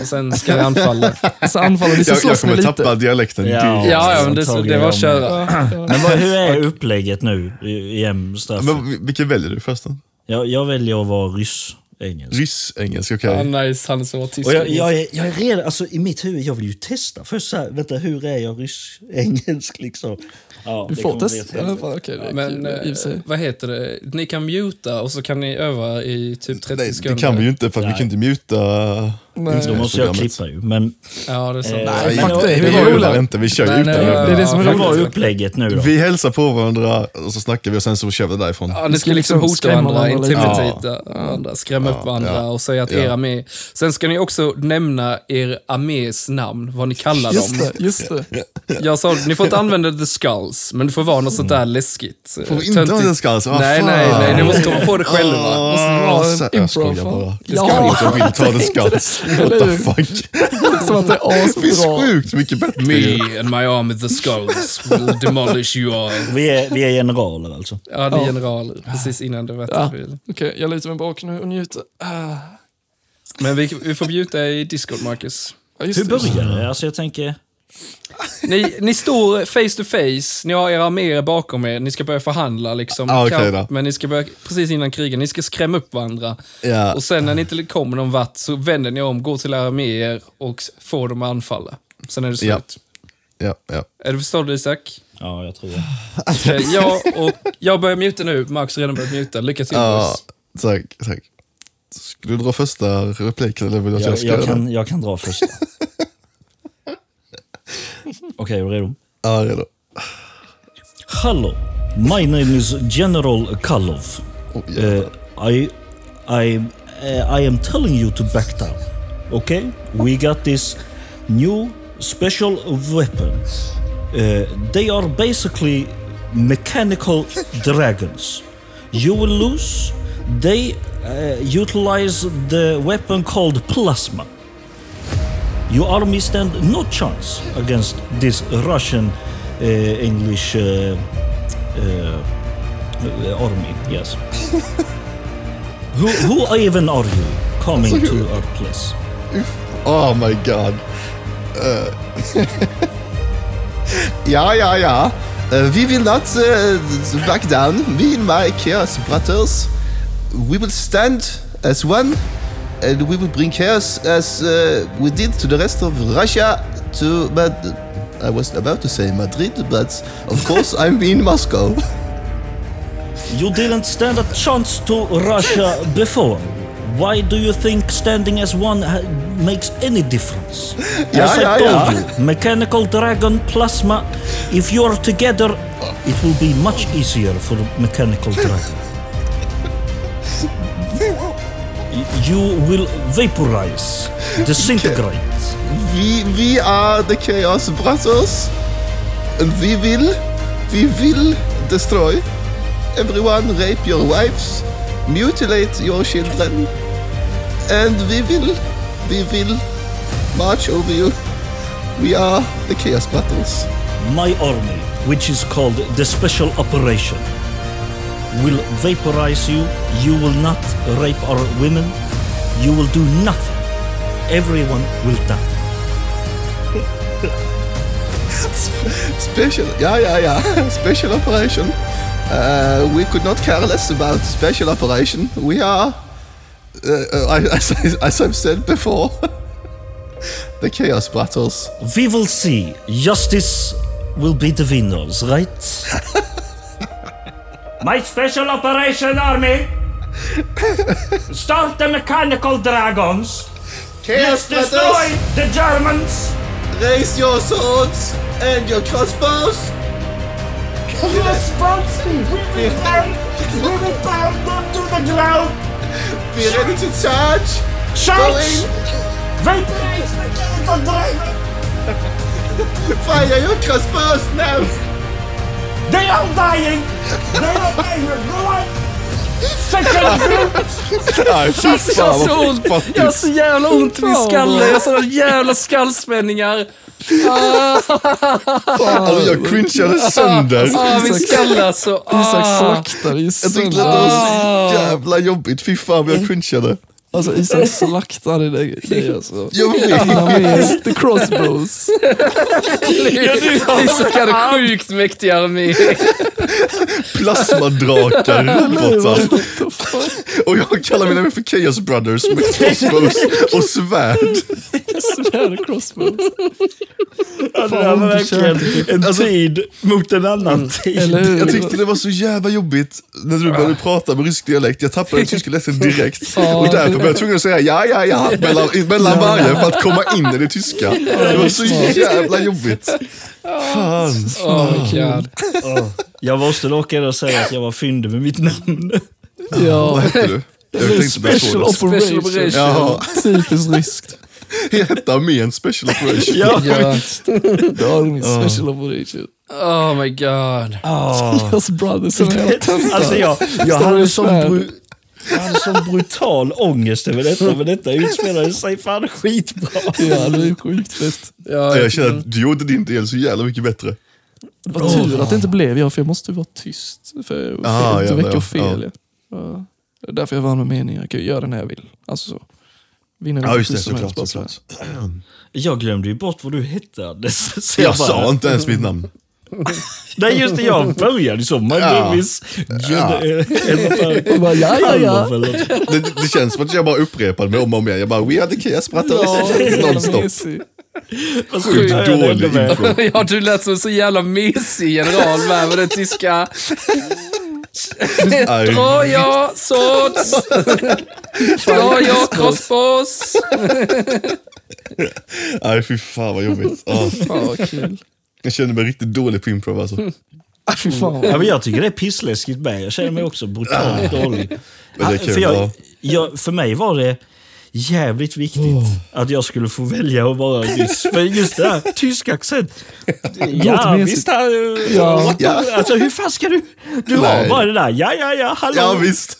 [SPEAKER 3] och sen ska ni anfalla.
[SPEAKER 5] Alltså anfallen, ni ska
[SPEAKER 4] jag, jag
[SPEAKER 5] slåss
[SPEAKER 4] kommer
[SPEAKER 5] med lite.
[SPEAKER 4] tappa dialekten.
[SPEAKER 6] Ja.
[SPEAKER 4] Ja.
[SPEAKER 3] Ja, ja men det, det var att köra.
[SPEAKER 5] Ja, ja.
[SPEAKER 6] Men vad, hur är upplägget nu i- igen, Staffan?
[SPEAKER 4] Men vil- vilken väljer du förresten?
[SPEAKER 6] Jag, jag väljer att vara ryss. Engelsk.
[SPEAKER 4] Ryss-engelsk, okej.
[SPEAKER 3] Ja, nice, han som var tysk.
[SPEAKER 6] Och jag, jag, är, jag är redan, alltså i mitt huvud, jag vill ju testa först så här, vänta hur är jag rysk-engelsk liksom? Ja,
[SPEAKER 5] Du
[SPEAKER 6] det
[SPEAKER 5] får
[SPEAKER 6] kommer bli
[SPEAKER 5] testa.
[SPEAKER 6] ett
[SPEAKER 5] i alla
[SPEAKER 6] helvete.
[SPEAKER 5] fall. Okej, det är
[SPEAKER 3] Men
[SPEAKER 5] kul, i och för sig.
[SPEAKER 3] eh, vad heter det? Ni kan muta och så kan ni öva i typ 30
[SPEAKER 4] Nej,
[SPEAKER 3] sekunder.
[SPEAKER 4] det kan vi ju inte för att vi kan inte muta
[SPEAKER 5] Nej.
[SPEAKER 6] Då måste jag klippa ju. Men
[SPEAKER 3] Ja, det är sant.
[SPEAKER 5] Nej,
[SPEAKER 4] men
[SPEAKER 5] fuck det.
[SPEAKER 4] Vi
[SPEAKER 5] Det är
[SPEAKER 4] gillar
[SPEAKER 5] roligare.
[SPEAKER 4] inte, vi kör ju
[SPEAKER 3] Nej,
[SPEAKER 4] utan.
[SPEAKER 3] nej,
[SPEAKER 5] Det är det som är
[SPEAKER 6] vad var
[SPEAKER 5] roligt.
[SPEAKER 6] upplägget nu då?
[SPEAKER 4] Vi hälsar på varandra och så snackar vi och sen så kör vi därifrån.
[SPEAKER 3] Ja, ni ska liksom hota
[SPEAKER 5] skrämma
[SPEAKER 3] varandra,
[SPEAKER 5] varandra lite.
[SPEAKER 3] intimidata varandra, skrämma upp varandra och säga att
[SPEAKER 4] Ja.
[SPEAKER 3] er armé... Sen ska ni också nämna er armés namn, vad ni kallar
[SPEAKER 5] Just
[SPEAKER 3] dem.
[SPEAKER 5] det, just det.
[SPEAKER 3] Jag sa, ni får inte använda the skulls, men det får vara något sånt där läskigt. eh,
[SPEAKER 4] Mm. Får vi inte
[SPEAKER 3] töntigt.
[SPEAKER 4] använda the skulls? Ah,
[SPEAKER 3] nej,
[SPEAKER 4] fan.
[SPEAKER 3] nej, nej, ni måste komma på det själva.
[SPEAKER 5] vara
[SPEAKER 4] Oh,
[SPEAKER 5] improv,
[SPEAKER 4] jag skojar
[SPEAKER 5] va?
[SPEAKER 4] bara.
[SPEAKER 5] Ja,
[SPEAKER 4] Jag ska inte vill ta
[SPEAKER 5] jag
[SPEAKER 4] det
[SPEAKER 5] tänkte
[SPEAKER 4] skans. What
[SPEAKER 5] Eller hur?
[SPEAKER 4] the fuck.
[SPEAKER 5] Som att det är
[SPEAKER 4] Det finns
[SPEAKER 5] asbra.
[SPEAKER 4] sjukt mycket bättre.
[SPEAKER 3] Me and my army, the skulls, will demolish you all.
[SPEAKER 6] Vi är, vi är generaler alltså.
[SPEAKER 3] Ja, det är generaler, precis innan det
[SPEAKER 5] Ja.
[SPEAKER 3] var ja.
[SPEAKER 5] Okej, jag lutar mig bak nu och njuter. Ah,
[SPEAKER 3] Men vi, vi får bjuda i Discord, Marcus.
[SPEAKER 5] Ja, just
[SPEAKER 6] Hur
[SPEAKER 5] det.
[SPEAKER 6] börjar det? Alltså jag tänker...
[SPEAKER 3] Ni, ni står face to face, ni har era arméer bakom er, ni ska börja förhandla liksom.
[SPEAKER 4] Ah, okej
[SPEAKER 3] Kamp,
[SPEAKER 4] då.
[SPEAKER 3] men ni ska börja precis innan krigen, ni ska skrämma upp varandra.
[SPEAKER 4] Ja.
[SPEAKER 3] Och sen när ni inte kommer någon vart så vänder ni om, går till era arméer och s- får dem att anfalla. Sen är det
[SPEAKER 4] Ja.
[SPEAKER 3] slut.
[SPEAKER 4] Ja, ja.
[SPEAKER 3] Är du förstådd Isak?
[SPEAKER 6] Ja, jag tror det.
[SPEAKER 3] Okej, jag, och, jag börjar muta nu, Max har redan börjat muta. Lycka till
[SPEAKER 4] Ja,
[SPEAKER 3] boys.
[SPEAKER 4] tack, tack. Ska du dra första repliken eller vill du att jag
[SPEAKER 6] Jag,
[SPEAKER 4] ska
[SPEAKER 6] jag,
[SPEAKER 4] göra det?
[SPEAKER 6] kan, jag kan dra första. Okej, är du redo?
[SPEAKER 4] Ja, redo.
[SPEAKER 6] Hello, my name is General Kalov. Uh, I, I, uh, I am telling you to back down. Okay, we got this new special weapon. Uh, they are basically mechanical dragons. You will lose. They uh, utilize the weapon called plasma. Your army stand no chance against this Russian uh, English uh, uh, army. Yes. who, who even are you coming to our place?
[SPEAKER 4] Oh my god. Eh, ja, ja, ja. Eh, we will not eh, back down. Me and my chaos brothers. We will stand as one and we will bring chaos as eh, we did to the rest of Russia to... But I was about to say Madrid, but of course I'm in Moscow.
[SPEAKER 6] You didn't stand a chance to Russia before. Why do you think standing as one ha- makes any difference? as
[SPEAKER 4] yeah,
[SPEAKER 6] I told
[SPEAKER 4] yeah.
[SPEAKER 6] you, mechanical dragon plasma. If you're together, it will be much easier for mechanical dragon. Y- you will vaporize, disintegrate.
[SPEAKER 4] We, we are the Chaos Brothers, and we will, we will destroy everyone, rape your wives, mutilate your children, and we will, we will march over you. We are the Chaos Brothers.
[SPEAKER 6] My army, which is called the Special Operation, will vaporize you. You will not rape our women. You will do nothing. Everyone will die.
[SPEAKER 9] Special, ja, ja, ja. Special operation. Uh, we could not care less about special operation. We are, uh, uh, I- as, I- as I've said before, the Chaos Battles.
[SPEAKER 6] We will see. Justice will be the winners, right?
[SPEAKER 10] My special operation army. Start the mechanical dragons.
[SPEAKER 9] Chaos
[SPEAKER 10] Destroy the Germans.
[SPEAKER 9] Raise your swords and your crossbows.
[SPEAKER 1] Crossbones! We will burn, we will burn them to the ground!
[SPEAKER 9] Be ready to charge.
[SPEAKER 1] Shots! Vaporize mechanical dragons!
[SPEAKER 9] Fire your crossbows now.
[SPEAKER 1] They are dying! They are dying! Go on! Second group!
[SPEAKER 4] Nej, fy
[SPEAKER 3] Jag har
[SPEAKER 4] fan
[SPEAKER 3] så
[SPEAKER 4] vad
[SPEAKER 3] ont! Jag har så jävla ont i min skalle. Jag har sådana jävla skallspänningar.
[SPEAKER 4] Alltså jag cringeade sönder.
[SPEAKER 9] Oh,
[SPEAKER 3] Ah, min skalle alltså.
[SPEAKER 5] Isak
[SPEAKER 3] Ah.
[SPEAKER 5] slaktade ju
[SPEAKER 4] Jag tyckte det
[SPEAKER 5] sönder.
[SPEAKER 4] var så jävla jobbigt. Fy fan vad jag cringeade.
[SPEAKER 5] Alltså Isak slaktade dig dig, alltså.
[SPEAKER 4] Jag vet.
[SPEAKER 5] Han minns the crossbows.
[SPEAKER 3] Isak hade sjukt mäktig armé.
[SPEAKER 4] Plasmadrakar, robotar. Och jag kallar mina vänner för Chaos Brothers med crossbows och svärd.
[SPEAKER 5] Smäll crossbows.
[SPEAKER 6] Ja, det där var verkligen en
[SPEAKER 4] Alltså-
[SPEAKER 6] tid mot en annan tid.
[SPEAKER 5] Eller hur?
[SPEAKER 4] Jag tyckte det var så jävla jobbigt när du började prata med rysk dialekt. Jag tappade den tyska dialekten direkt. Och därför var jag tvungen att säga ja, ja, ja mellan, mellan varje för att komma in i det tyska. Det var så jävla jobbigt. Fan.
[SPEAKER 3] Oh god.
[SPEAKER 6] Jag måste dock ändå säga att jag var fyndig med mitt namn.
[SPEAKER 4] Vad
[SPEAKER 5] ja,
[SPEAKER 4] hette du? Jag tänkte på
[SPEAKER 5] special
[SPEAKER 4] det.
[SPEAKER 3] Special
[SPEAKER 5] operation.
[SPEAKER 3] operation.
[SPEAKER 4] Jaha,
[SPEAKER 5] Typiskt ryskt.
[SPEAKER 4] jag hette armén special operation.
[SPEAKER 5] Ja. Det har de special operation.
[SPEAKER 3] Oh my god.
[SPEAKER 5] Deras brothers är hela töntar.
[SPEAKER 6] Alltså jag, jag,
[SPEAKER 5] Står
[SPEAKER 6] hade
[SPEAKER 5] i
[SPEAKER 6] sån
[SPEAKER 5] svärd.
[SPEAKER 6] bru, jag hade sån brutal ångest över detta, men detta utspelade sig fan skitbra.
[SPEAKER 5] Ja, det är sjukt fett.
[SPEAKER 3] Ja,
[SPEAKER 4] Jag känner att du gjorde din del så jävla mycket bättre.
[SPEAKER 5] Vad tur att det inte blev jag, för jag måste ju vara tyst. För jag
[SPEAKER 4] Ah,
[SPEAKER 5] inte
[SPEAKER 4] jävlar,
[SPEAKER 5] väcka
[SPEAKER 4] ja.
[SPEAKER 5] fel. Ja. Det är därför jag vann med mening. Jag kan ju göra det när jag vill. Alltså så. Vinna
[SPEAKER 4] Ja, just
[SPEAKER 5] vilket
[SPEAKER 4] det.
[SPEAKER 5] pris som helst,
[SPEAKER 4] Såklart.
[SPEAKER 5] bara
[SPEAKER 4] såklart.
[SPEAKER 6] Jag glömde ju bort vad du hette Anders. Så
[SPEAKER 4] Jag
[SPEAKER 6] bara-
[SPEAKER 4] sa inte ens mitt namn.
[SPEAKER 6] Nej just det, jag började som my name is... Ja.
[SPEAKER 5] så här. Bara, ja, ja, ja.
[SPEAKER 4] Det, det känns som att jag bara upprepade mig om och om igen. Jag bara, we are the chaos
[SPEAKER 5] Ja,
[SPEAKER 4] brothers.
[SPEAKER 5] det är jävla
[SPEAKER 4] Nonstop.
[SPEAKER 5] mesig.
[SPEAKER 4] Sjukt dålig intro.
[SPEAKER 3] Ja, du lät som en så jävla mesig general med, med den tyska.
[SPEAKER 4] Aj,
[SPEAKER 3] Dra jag swords. Dra jag crossbows.
[SPEAKER 4] aj, fy fan vad jobbigt. Ja,
[SPEAKER 5] Fan vad kul.
[SPEAKER 4] jag känner mig riktigt dålig på improv alltså.
[SPEAKER 5] Ah, Fy fan. vad-
[SPEAKER 6] Ja, men jag tycker det är pissläskigt med. Jag känner mig också brutalt dålig.
[SPEAKER 4] Men det är
[SPEAKER 6] för,
[SPEAKER 4] kul.
[SPEAKER 6] jag,
[SPEAKER 4] Ja.
[SPEAKER 6] jag, för mig var det jävligt viktigt
[SPEAKER 5] Oh.
[SPEAKER 6] att jag skulle få välja att vara ryss. För just det här, tysk accent. Ja,
[SPEAKER 5] mesigt.
[SPEAKER 6] visst. Här,
[SPEAKER 5] Ja.
[SPEAKER 6] ja. Alltså hur fan ska du... Du
[SPEAKER 4] Nej.
[SPEAKER 6] har bara det där, ja, ja, ja, hallå.
[SPEAKER 4] ja, visst.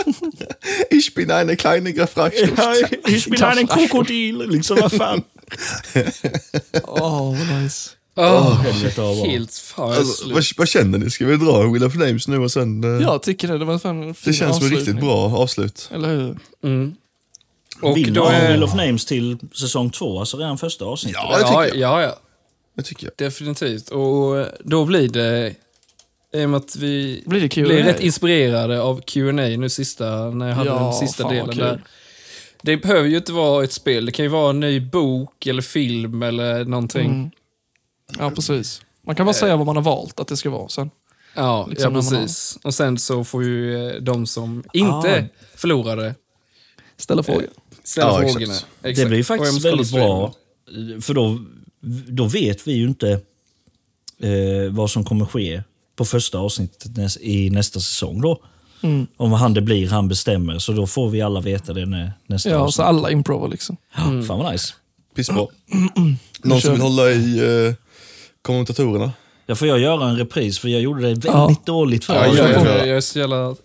[SPEAKER 4] ich bin eine kleine Grafraktion.
[SPEAKER 6] Ja, Ich bin ein krokodil, liksom vad fan.
[SPEAKER 5] Åh, Ah, vad nice.
[SPEAKER 3] Oh,
[SPEAKER 6] Helvete vad bra.
[SPEAKER 3] helt fan vad jag är
[SPEAKER 4] Alltså,
[SPEAKER 3] slut.
[SPEAKER 4] vad, vad känner ni? Ska vi dra en Wheel of Names nu och sen? eh,
[SPEAKER 5] Jag tycker det. Det var fan en fin
[SPEAKER 4] det känns som ett riktigt
[SPEAKER 5] avslutning.
[SPEAKER 4] bra avslut.
[SPEAKER 5] Eller hur?
[SPEAKER 3] Och
[SPEAKER 6] Vinner
[SPEAKER 3] då
[SPEAKER 6] av
[SPEAKER 3] är...
[SPEAKER 6] Wheel of Names till säsong två, alltså redan första avsnittet.
[SPEAKER 4] Ja, det
[SPEAKER 3] Ja,
[SPEAKER 4] tycker jag.
[SPEAKER 3] ja, ja.
[SPEAKER 4] Det tycker jag.
[SPEAKER 3] Definitivt. Och eh, då blir det, i och med att vi
[SPEAKER 5] Blir det Q&A?
[SPEAKER 3] blev rätt inspirerade av Q&A nu sista, när jag hade
[SPEAKER 5] Ja,
[SPEAKER 3] den sista
[SPEAKER 5] fan vad
[SPEAKER 3] delen
[SPEAKER 5] kul.
[SPEAKER 3] där. Det behöver ju inte vara ett spel, det kan ju vara en ny bok eller film eller någonting.
[SPEAKER 5] Mm. Ja, precis. Man
[SPEAKER 3] Eh.
[SPEAKER 5] kan bara säga vad man har valt att det ska vara sen.
[SPEAKER 3] Ja,
[SPEAKER 5] Liksom
[SPEAKER 3] ja,
[SPEAKER 5] när man Ah.
[SPEAKER 3] precis. Och sen så får ju eh, de som inte förlorade
[SPEAKER 5] Ställa
[SPEAKER 3] Eh.
[SPEAKER 5] frågan.
[SPEAKER 3] ställa
[SPEAKER 4] Ja,
[SPEAKER 3] frågorna.
[SPEAKER 4] exakt.
[SPEAKER 6] Det blir ju
[SPEAKER 3] Och jag
[SPEAKER 6] faktiskt
[SPEAKER 3] måste kolla
[SPEAKER 6] väldigt bra. eh, För då, då vet vi ju inte eh, vad som kommer ske på första avsnittet näs, i nästa säsong. Då. Om vad han det blir han bestämmer. Så då får vi alla veta det när, nästa
[SPEAKER 5] Ja, så
[SPEAKER 6] avsnitt.
[SPEAKER 5] alla improvar liksom.
[SPEAKER 6] Mm. Fan vad nice.
[SPEAKER 4] Pissbra. Någon som vill hålla i eh, kommentatorerna?
[SPEAKER 6] Ja, får jag göra en repris? För jag gjorde det väldigt
[SPEAKER 5] Ja.
[SPEAKER 6] dåligt förra
[SPEAKER 3] Ja, Alltså,
[SPEAKER 4] Ja,
[SPEAKER 3] jag,
[SPEAKER 4] jag
[SPEAKER 3] jag,
[SPEAKER 4] tror det.
[SPEAKER 3] jag är så jävla eh,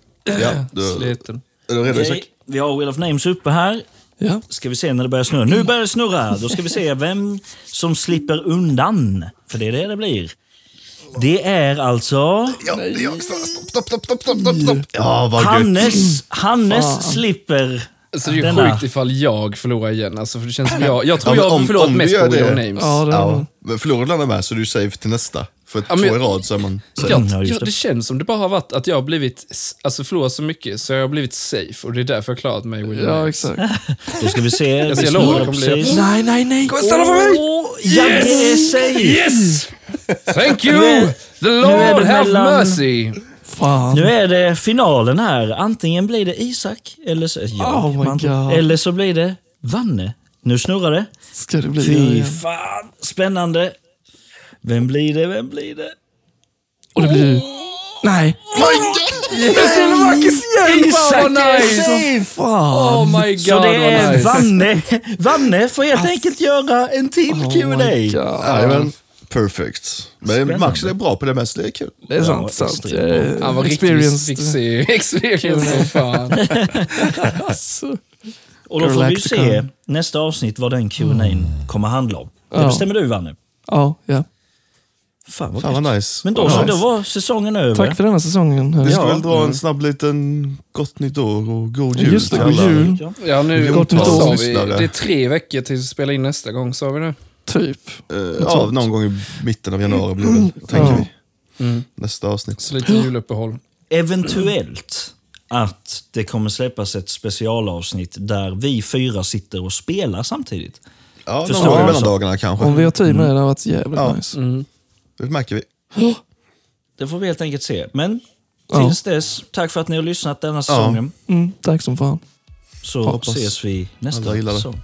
[SPEAKER 4] Ja, du,
[SPEAKER 3] sliten.
[SPEAKER 4] är du redo Isak?
[SPEAKER 6] Okej, Vi har Wheel of Names uppe här.
[SPEAKER 5] Ja.
[SPEAKER 6] Ska vi se när det börjar snurra. Nu börjar det snurra. Då ska vi se vem som slipper undan. För det är det det blir. Det är alltså...
[SPEAKER 4] Ja, det är jag också. Stopp, stopp, stopp, stopp, stopp, stopp. Ja, vad gött.
[SPEAKER 6] Hannes, Hannes slipper
[SPEAKER 3] Alltså det är ju
[SPEAKER 6] Denna-
[SPEAKER 3] sjukt ifall jag förlorar igen. Alltså, för det känns som jag, jag tror
[SPEAKER 4] Ja, men
[SPEAKER 3] jag har
[SPEAKER 4] om-
[SPEAKER 3] förlorat
[SPEAKER 4] om du
[SPEAKER 3] mest på
[SPEAKER 4] gör
[SPEAKER 3] We
[SPEAKER 4] det-
[SPEAKER 3] Are Names.
[SPEAKER 5] Ja, det,
[SPEAKER 4] Ja. Men förlorar du den med så är du safe till nästa. För
[SPEAKER 3] Ja,
[SPEAKER 4] två
[SPEAKER 3] men
[SPEAKER 4] i
[SPEAKER 3] jag-
[SPEAKER 4] rad så är man safe.
[SPEAKER 3] Jag,
[SPEAKER 6] Ja, just
[SPEAKER 3] jag,
[SPEAKER 6] det.
[SPEAKER 3] det känns som det bara har varit att jag har blivit, s- alltså förlorat så mycket så jag har blivit safe och det är därför jag klarat mig. with
[SPEAKER 5] ja,
[SPEAKER 3] names.
[SPEAKER 5] exakt.
[SPEAKER 6] Då ska vi se.
[SPEAKER 3] Jag
[SPEAKER 6] Vi
[SPEAKER 3] ser lovar
[SPEAKER 6] snurrar
[SPEAKER 3] kommer bli...
[SPEAKER 6] precis.
[SPEAKER 3] Nej, nej, nej! Kom, stanna för mig!
[SPEAKER 6] Ja, det är safe!
[SPEAKER 3] Yes! Thank
[SPEAKER 6] Nu
[SPEAKER 3] you!
[SPEAKER 6] är-
[SPEAKER 3] The
[SPEAKER 6] är
[SPEAKER 3] Lord
[SPEAKER 6] det
[SPEAKER 3] have
[SPEAKER 6] mellan-
[SPEAKER 3] mercy!
[SPEAKER 5] Fan.
[SPEAKER 6] Nu är det finalen här. Antingen blir det Isak, eller så, ja,
[SPEAKER 5] Oh my
[SPEAKER 6] man-
[SPEAKER 5] God.
[SPEAKER 6] eller så blir det Vanne. Nu snurrar det.
[SPEAKER 5] Ska det bli det
[SPEAKER 6] Fy
[SPEAKER 5] igen?
[SPEAKER 6] fan, spännande. Vem blir det? Vem blir det?
[SPEAKER 5] Och det blir du. Nej.
[SPEAKER 3] Isak vad nice!
[SPEAKER 5] Så fan.
[SPEAKER 3] Oh my god
[SPEAKER 6] Så det
[SPEAKER 3] vad
[SPEAKER 6] är
[SPEAKER 3] nice!
[SPEAKER 6] Vanne. Vanne får helt enkelt göra en till Q&A.
[SPEAKER 4] Jajamän. Perfect. Men Max är bra på det mest, det är kul.
[SPEAKER 5] Det är sant.
[SPEAKER 6] Ja,
[SPEAKER 5] sant.
[SPEAKER 6] extremt.
[SPEAKER 5] Jag är
[SPEAKER 3] Han var riktigt
[SPEAKER 5] experienced.
[SPEAKER 3] fixig. Experience, som fan.
[SPEAKER 5] Alltså.
[SPEAKER 6] Och då får vi ju se
[SPEAKER 5] Galacticon.
[SPEAKER 6] nästa avsnitt vad den Q&A kommer handla om. Det
[SPEAKER 5] Ja.
[SPEAKER 6] bestämmer du Vanne.
[SPEAKER 5] Ja, ja.
[SPEAKER 6] Fan vad
[SPEAKER 4] Fan
[SPEAKER 6] gött.
[SPEAKER 4] vad nice.
[SPEAKER 6] Men då
[SPEAKER 4] Vad
[SPEAKER 6] så,
[SPEAKER 4] nice.
[SPEAKER 6] då var säsongen över.
[SPEAKER 5] Tack för denna säsongen.
[SPEAKER 4] Vi
[SPEAKER 5] hörni.
[SPEAKER 4] ska väl
[SPEAKER 3] Mm.
[SPEAKER 4] dra en snabb liten gott nytt år och god jul
[SPEAKER 5] Just det,
[SPEAKER 4] till
[SPEAKER 5] god
[SPEAKER 4] alla.
[SPEAKER 5] jul.
[SPEAKER 3] Ja, nu
[SPEAKER 5] Gott nytt
[SPEAKER 3] sa
[SPEAKER 5] år.
[SPEAKER 3] vi.
[SPEAKER 4] Lyssnare.
[SPEAKER 3] Det är tre veckor tills vi spelar in nästa gång, sa vi nu.
[SPEAKER 5] Typ.
[SPEAKER 4] Eh, ja, någon gång i mitten av januari blir det, tänker
[SPEAKER 5] Mm. Ja.
[SPEAKER 4] vi.
[SPEAKER 3] Mm.
[SPEAKER 4] Nästa avsnitt.
[SPEAKER 3] Så lite juluppehåll.
[SPEAKER 6] Eventuellt att det kommer släppas ett specialavsnitt där vi fyra sitter och spelar samtidigt.
[SPEAKER 4] Ja, någon
[SPEAKER 6] Förstår
[SPEAKER 4] gång
[SPEAKER 6] jag.
[SPEAKER 4] i mellandagarna kanske.
[SPEAKER 5] Om vi har tid med det, det har varit jävligt
[SPEAKER 4] Ja.
[SPEAKER 5] nice.
[SPEAKER 3] Mm.
[SPEAKER 4] Det märker vi.
[SPEAKER 6] Det får vi helt enkelt se. Men
[SPEAKER 5] Ja.
[SPEAKER 6] tills dess, tack för att ni har lyssnat denna säsongen.
[SPEAKER 5] Mm, tack som fan.
[SPEAKER 6] Så
[SPEAKER 4] Hoppas
[SPEAKER 6] ses vi nästa
[SPEAKER 4] alla gillar det.
[SPEAKER 6] säsong.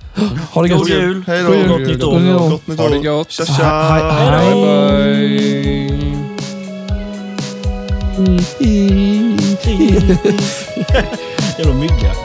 [SPEAKER 5] Ha det
[SPEAKER 6] God
[SPEAKER 5] gött.
[SPEAKER 6] jul!
[SPEAKER 4] Hej då.
[SPEAKER 6] Gott nytt
[SPEAKER 5] God jul.
[SPEAKER 6] år!
[SPEAKER 4] Gott nytt
[SPEAKER 3] Ha det
[SPEAKER 4] år.
[SPEAKER 3] gott.
[SPEAKER 4] Tja, tja.
[SPEAKER 3] Bye, bye.
[SPEAKER 6] Jävla mygga.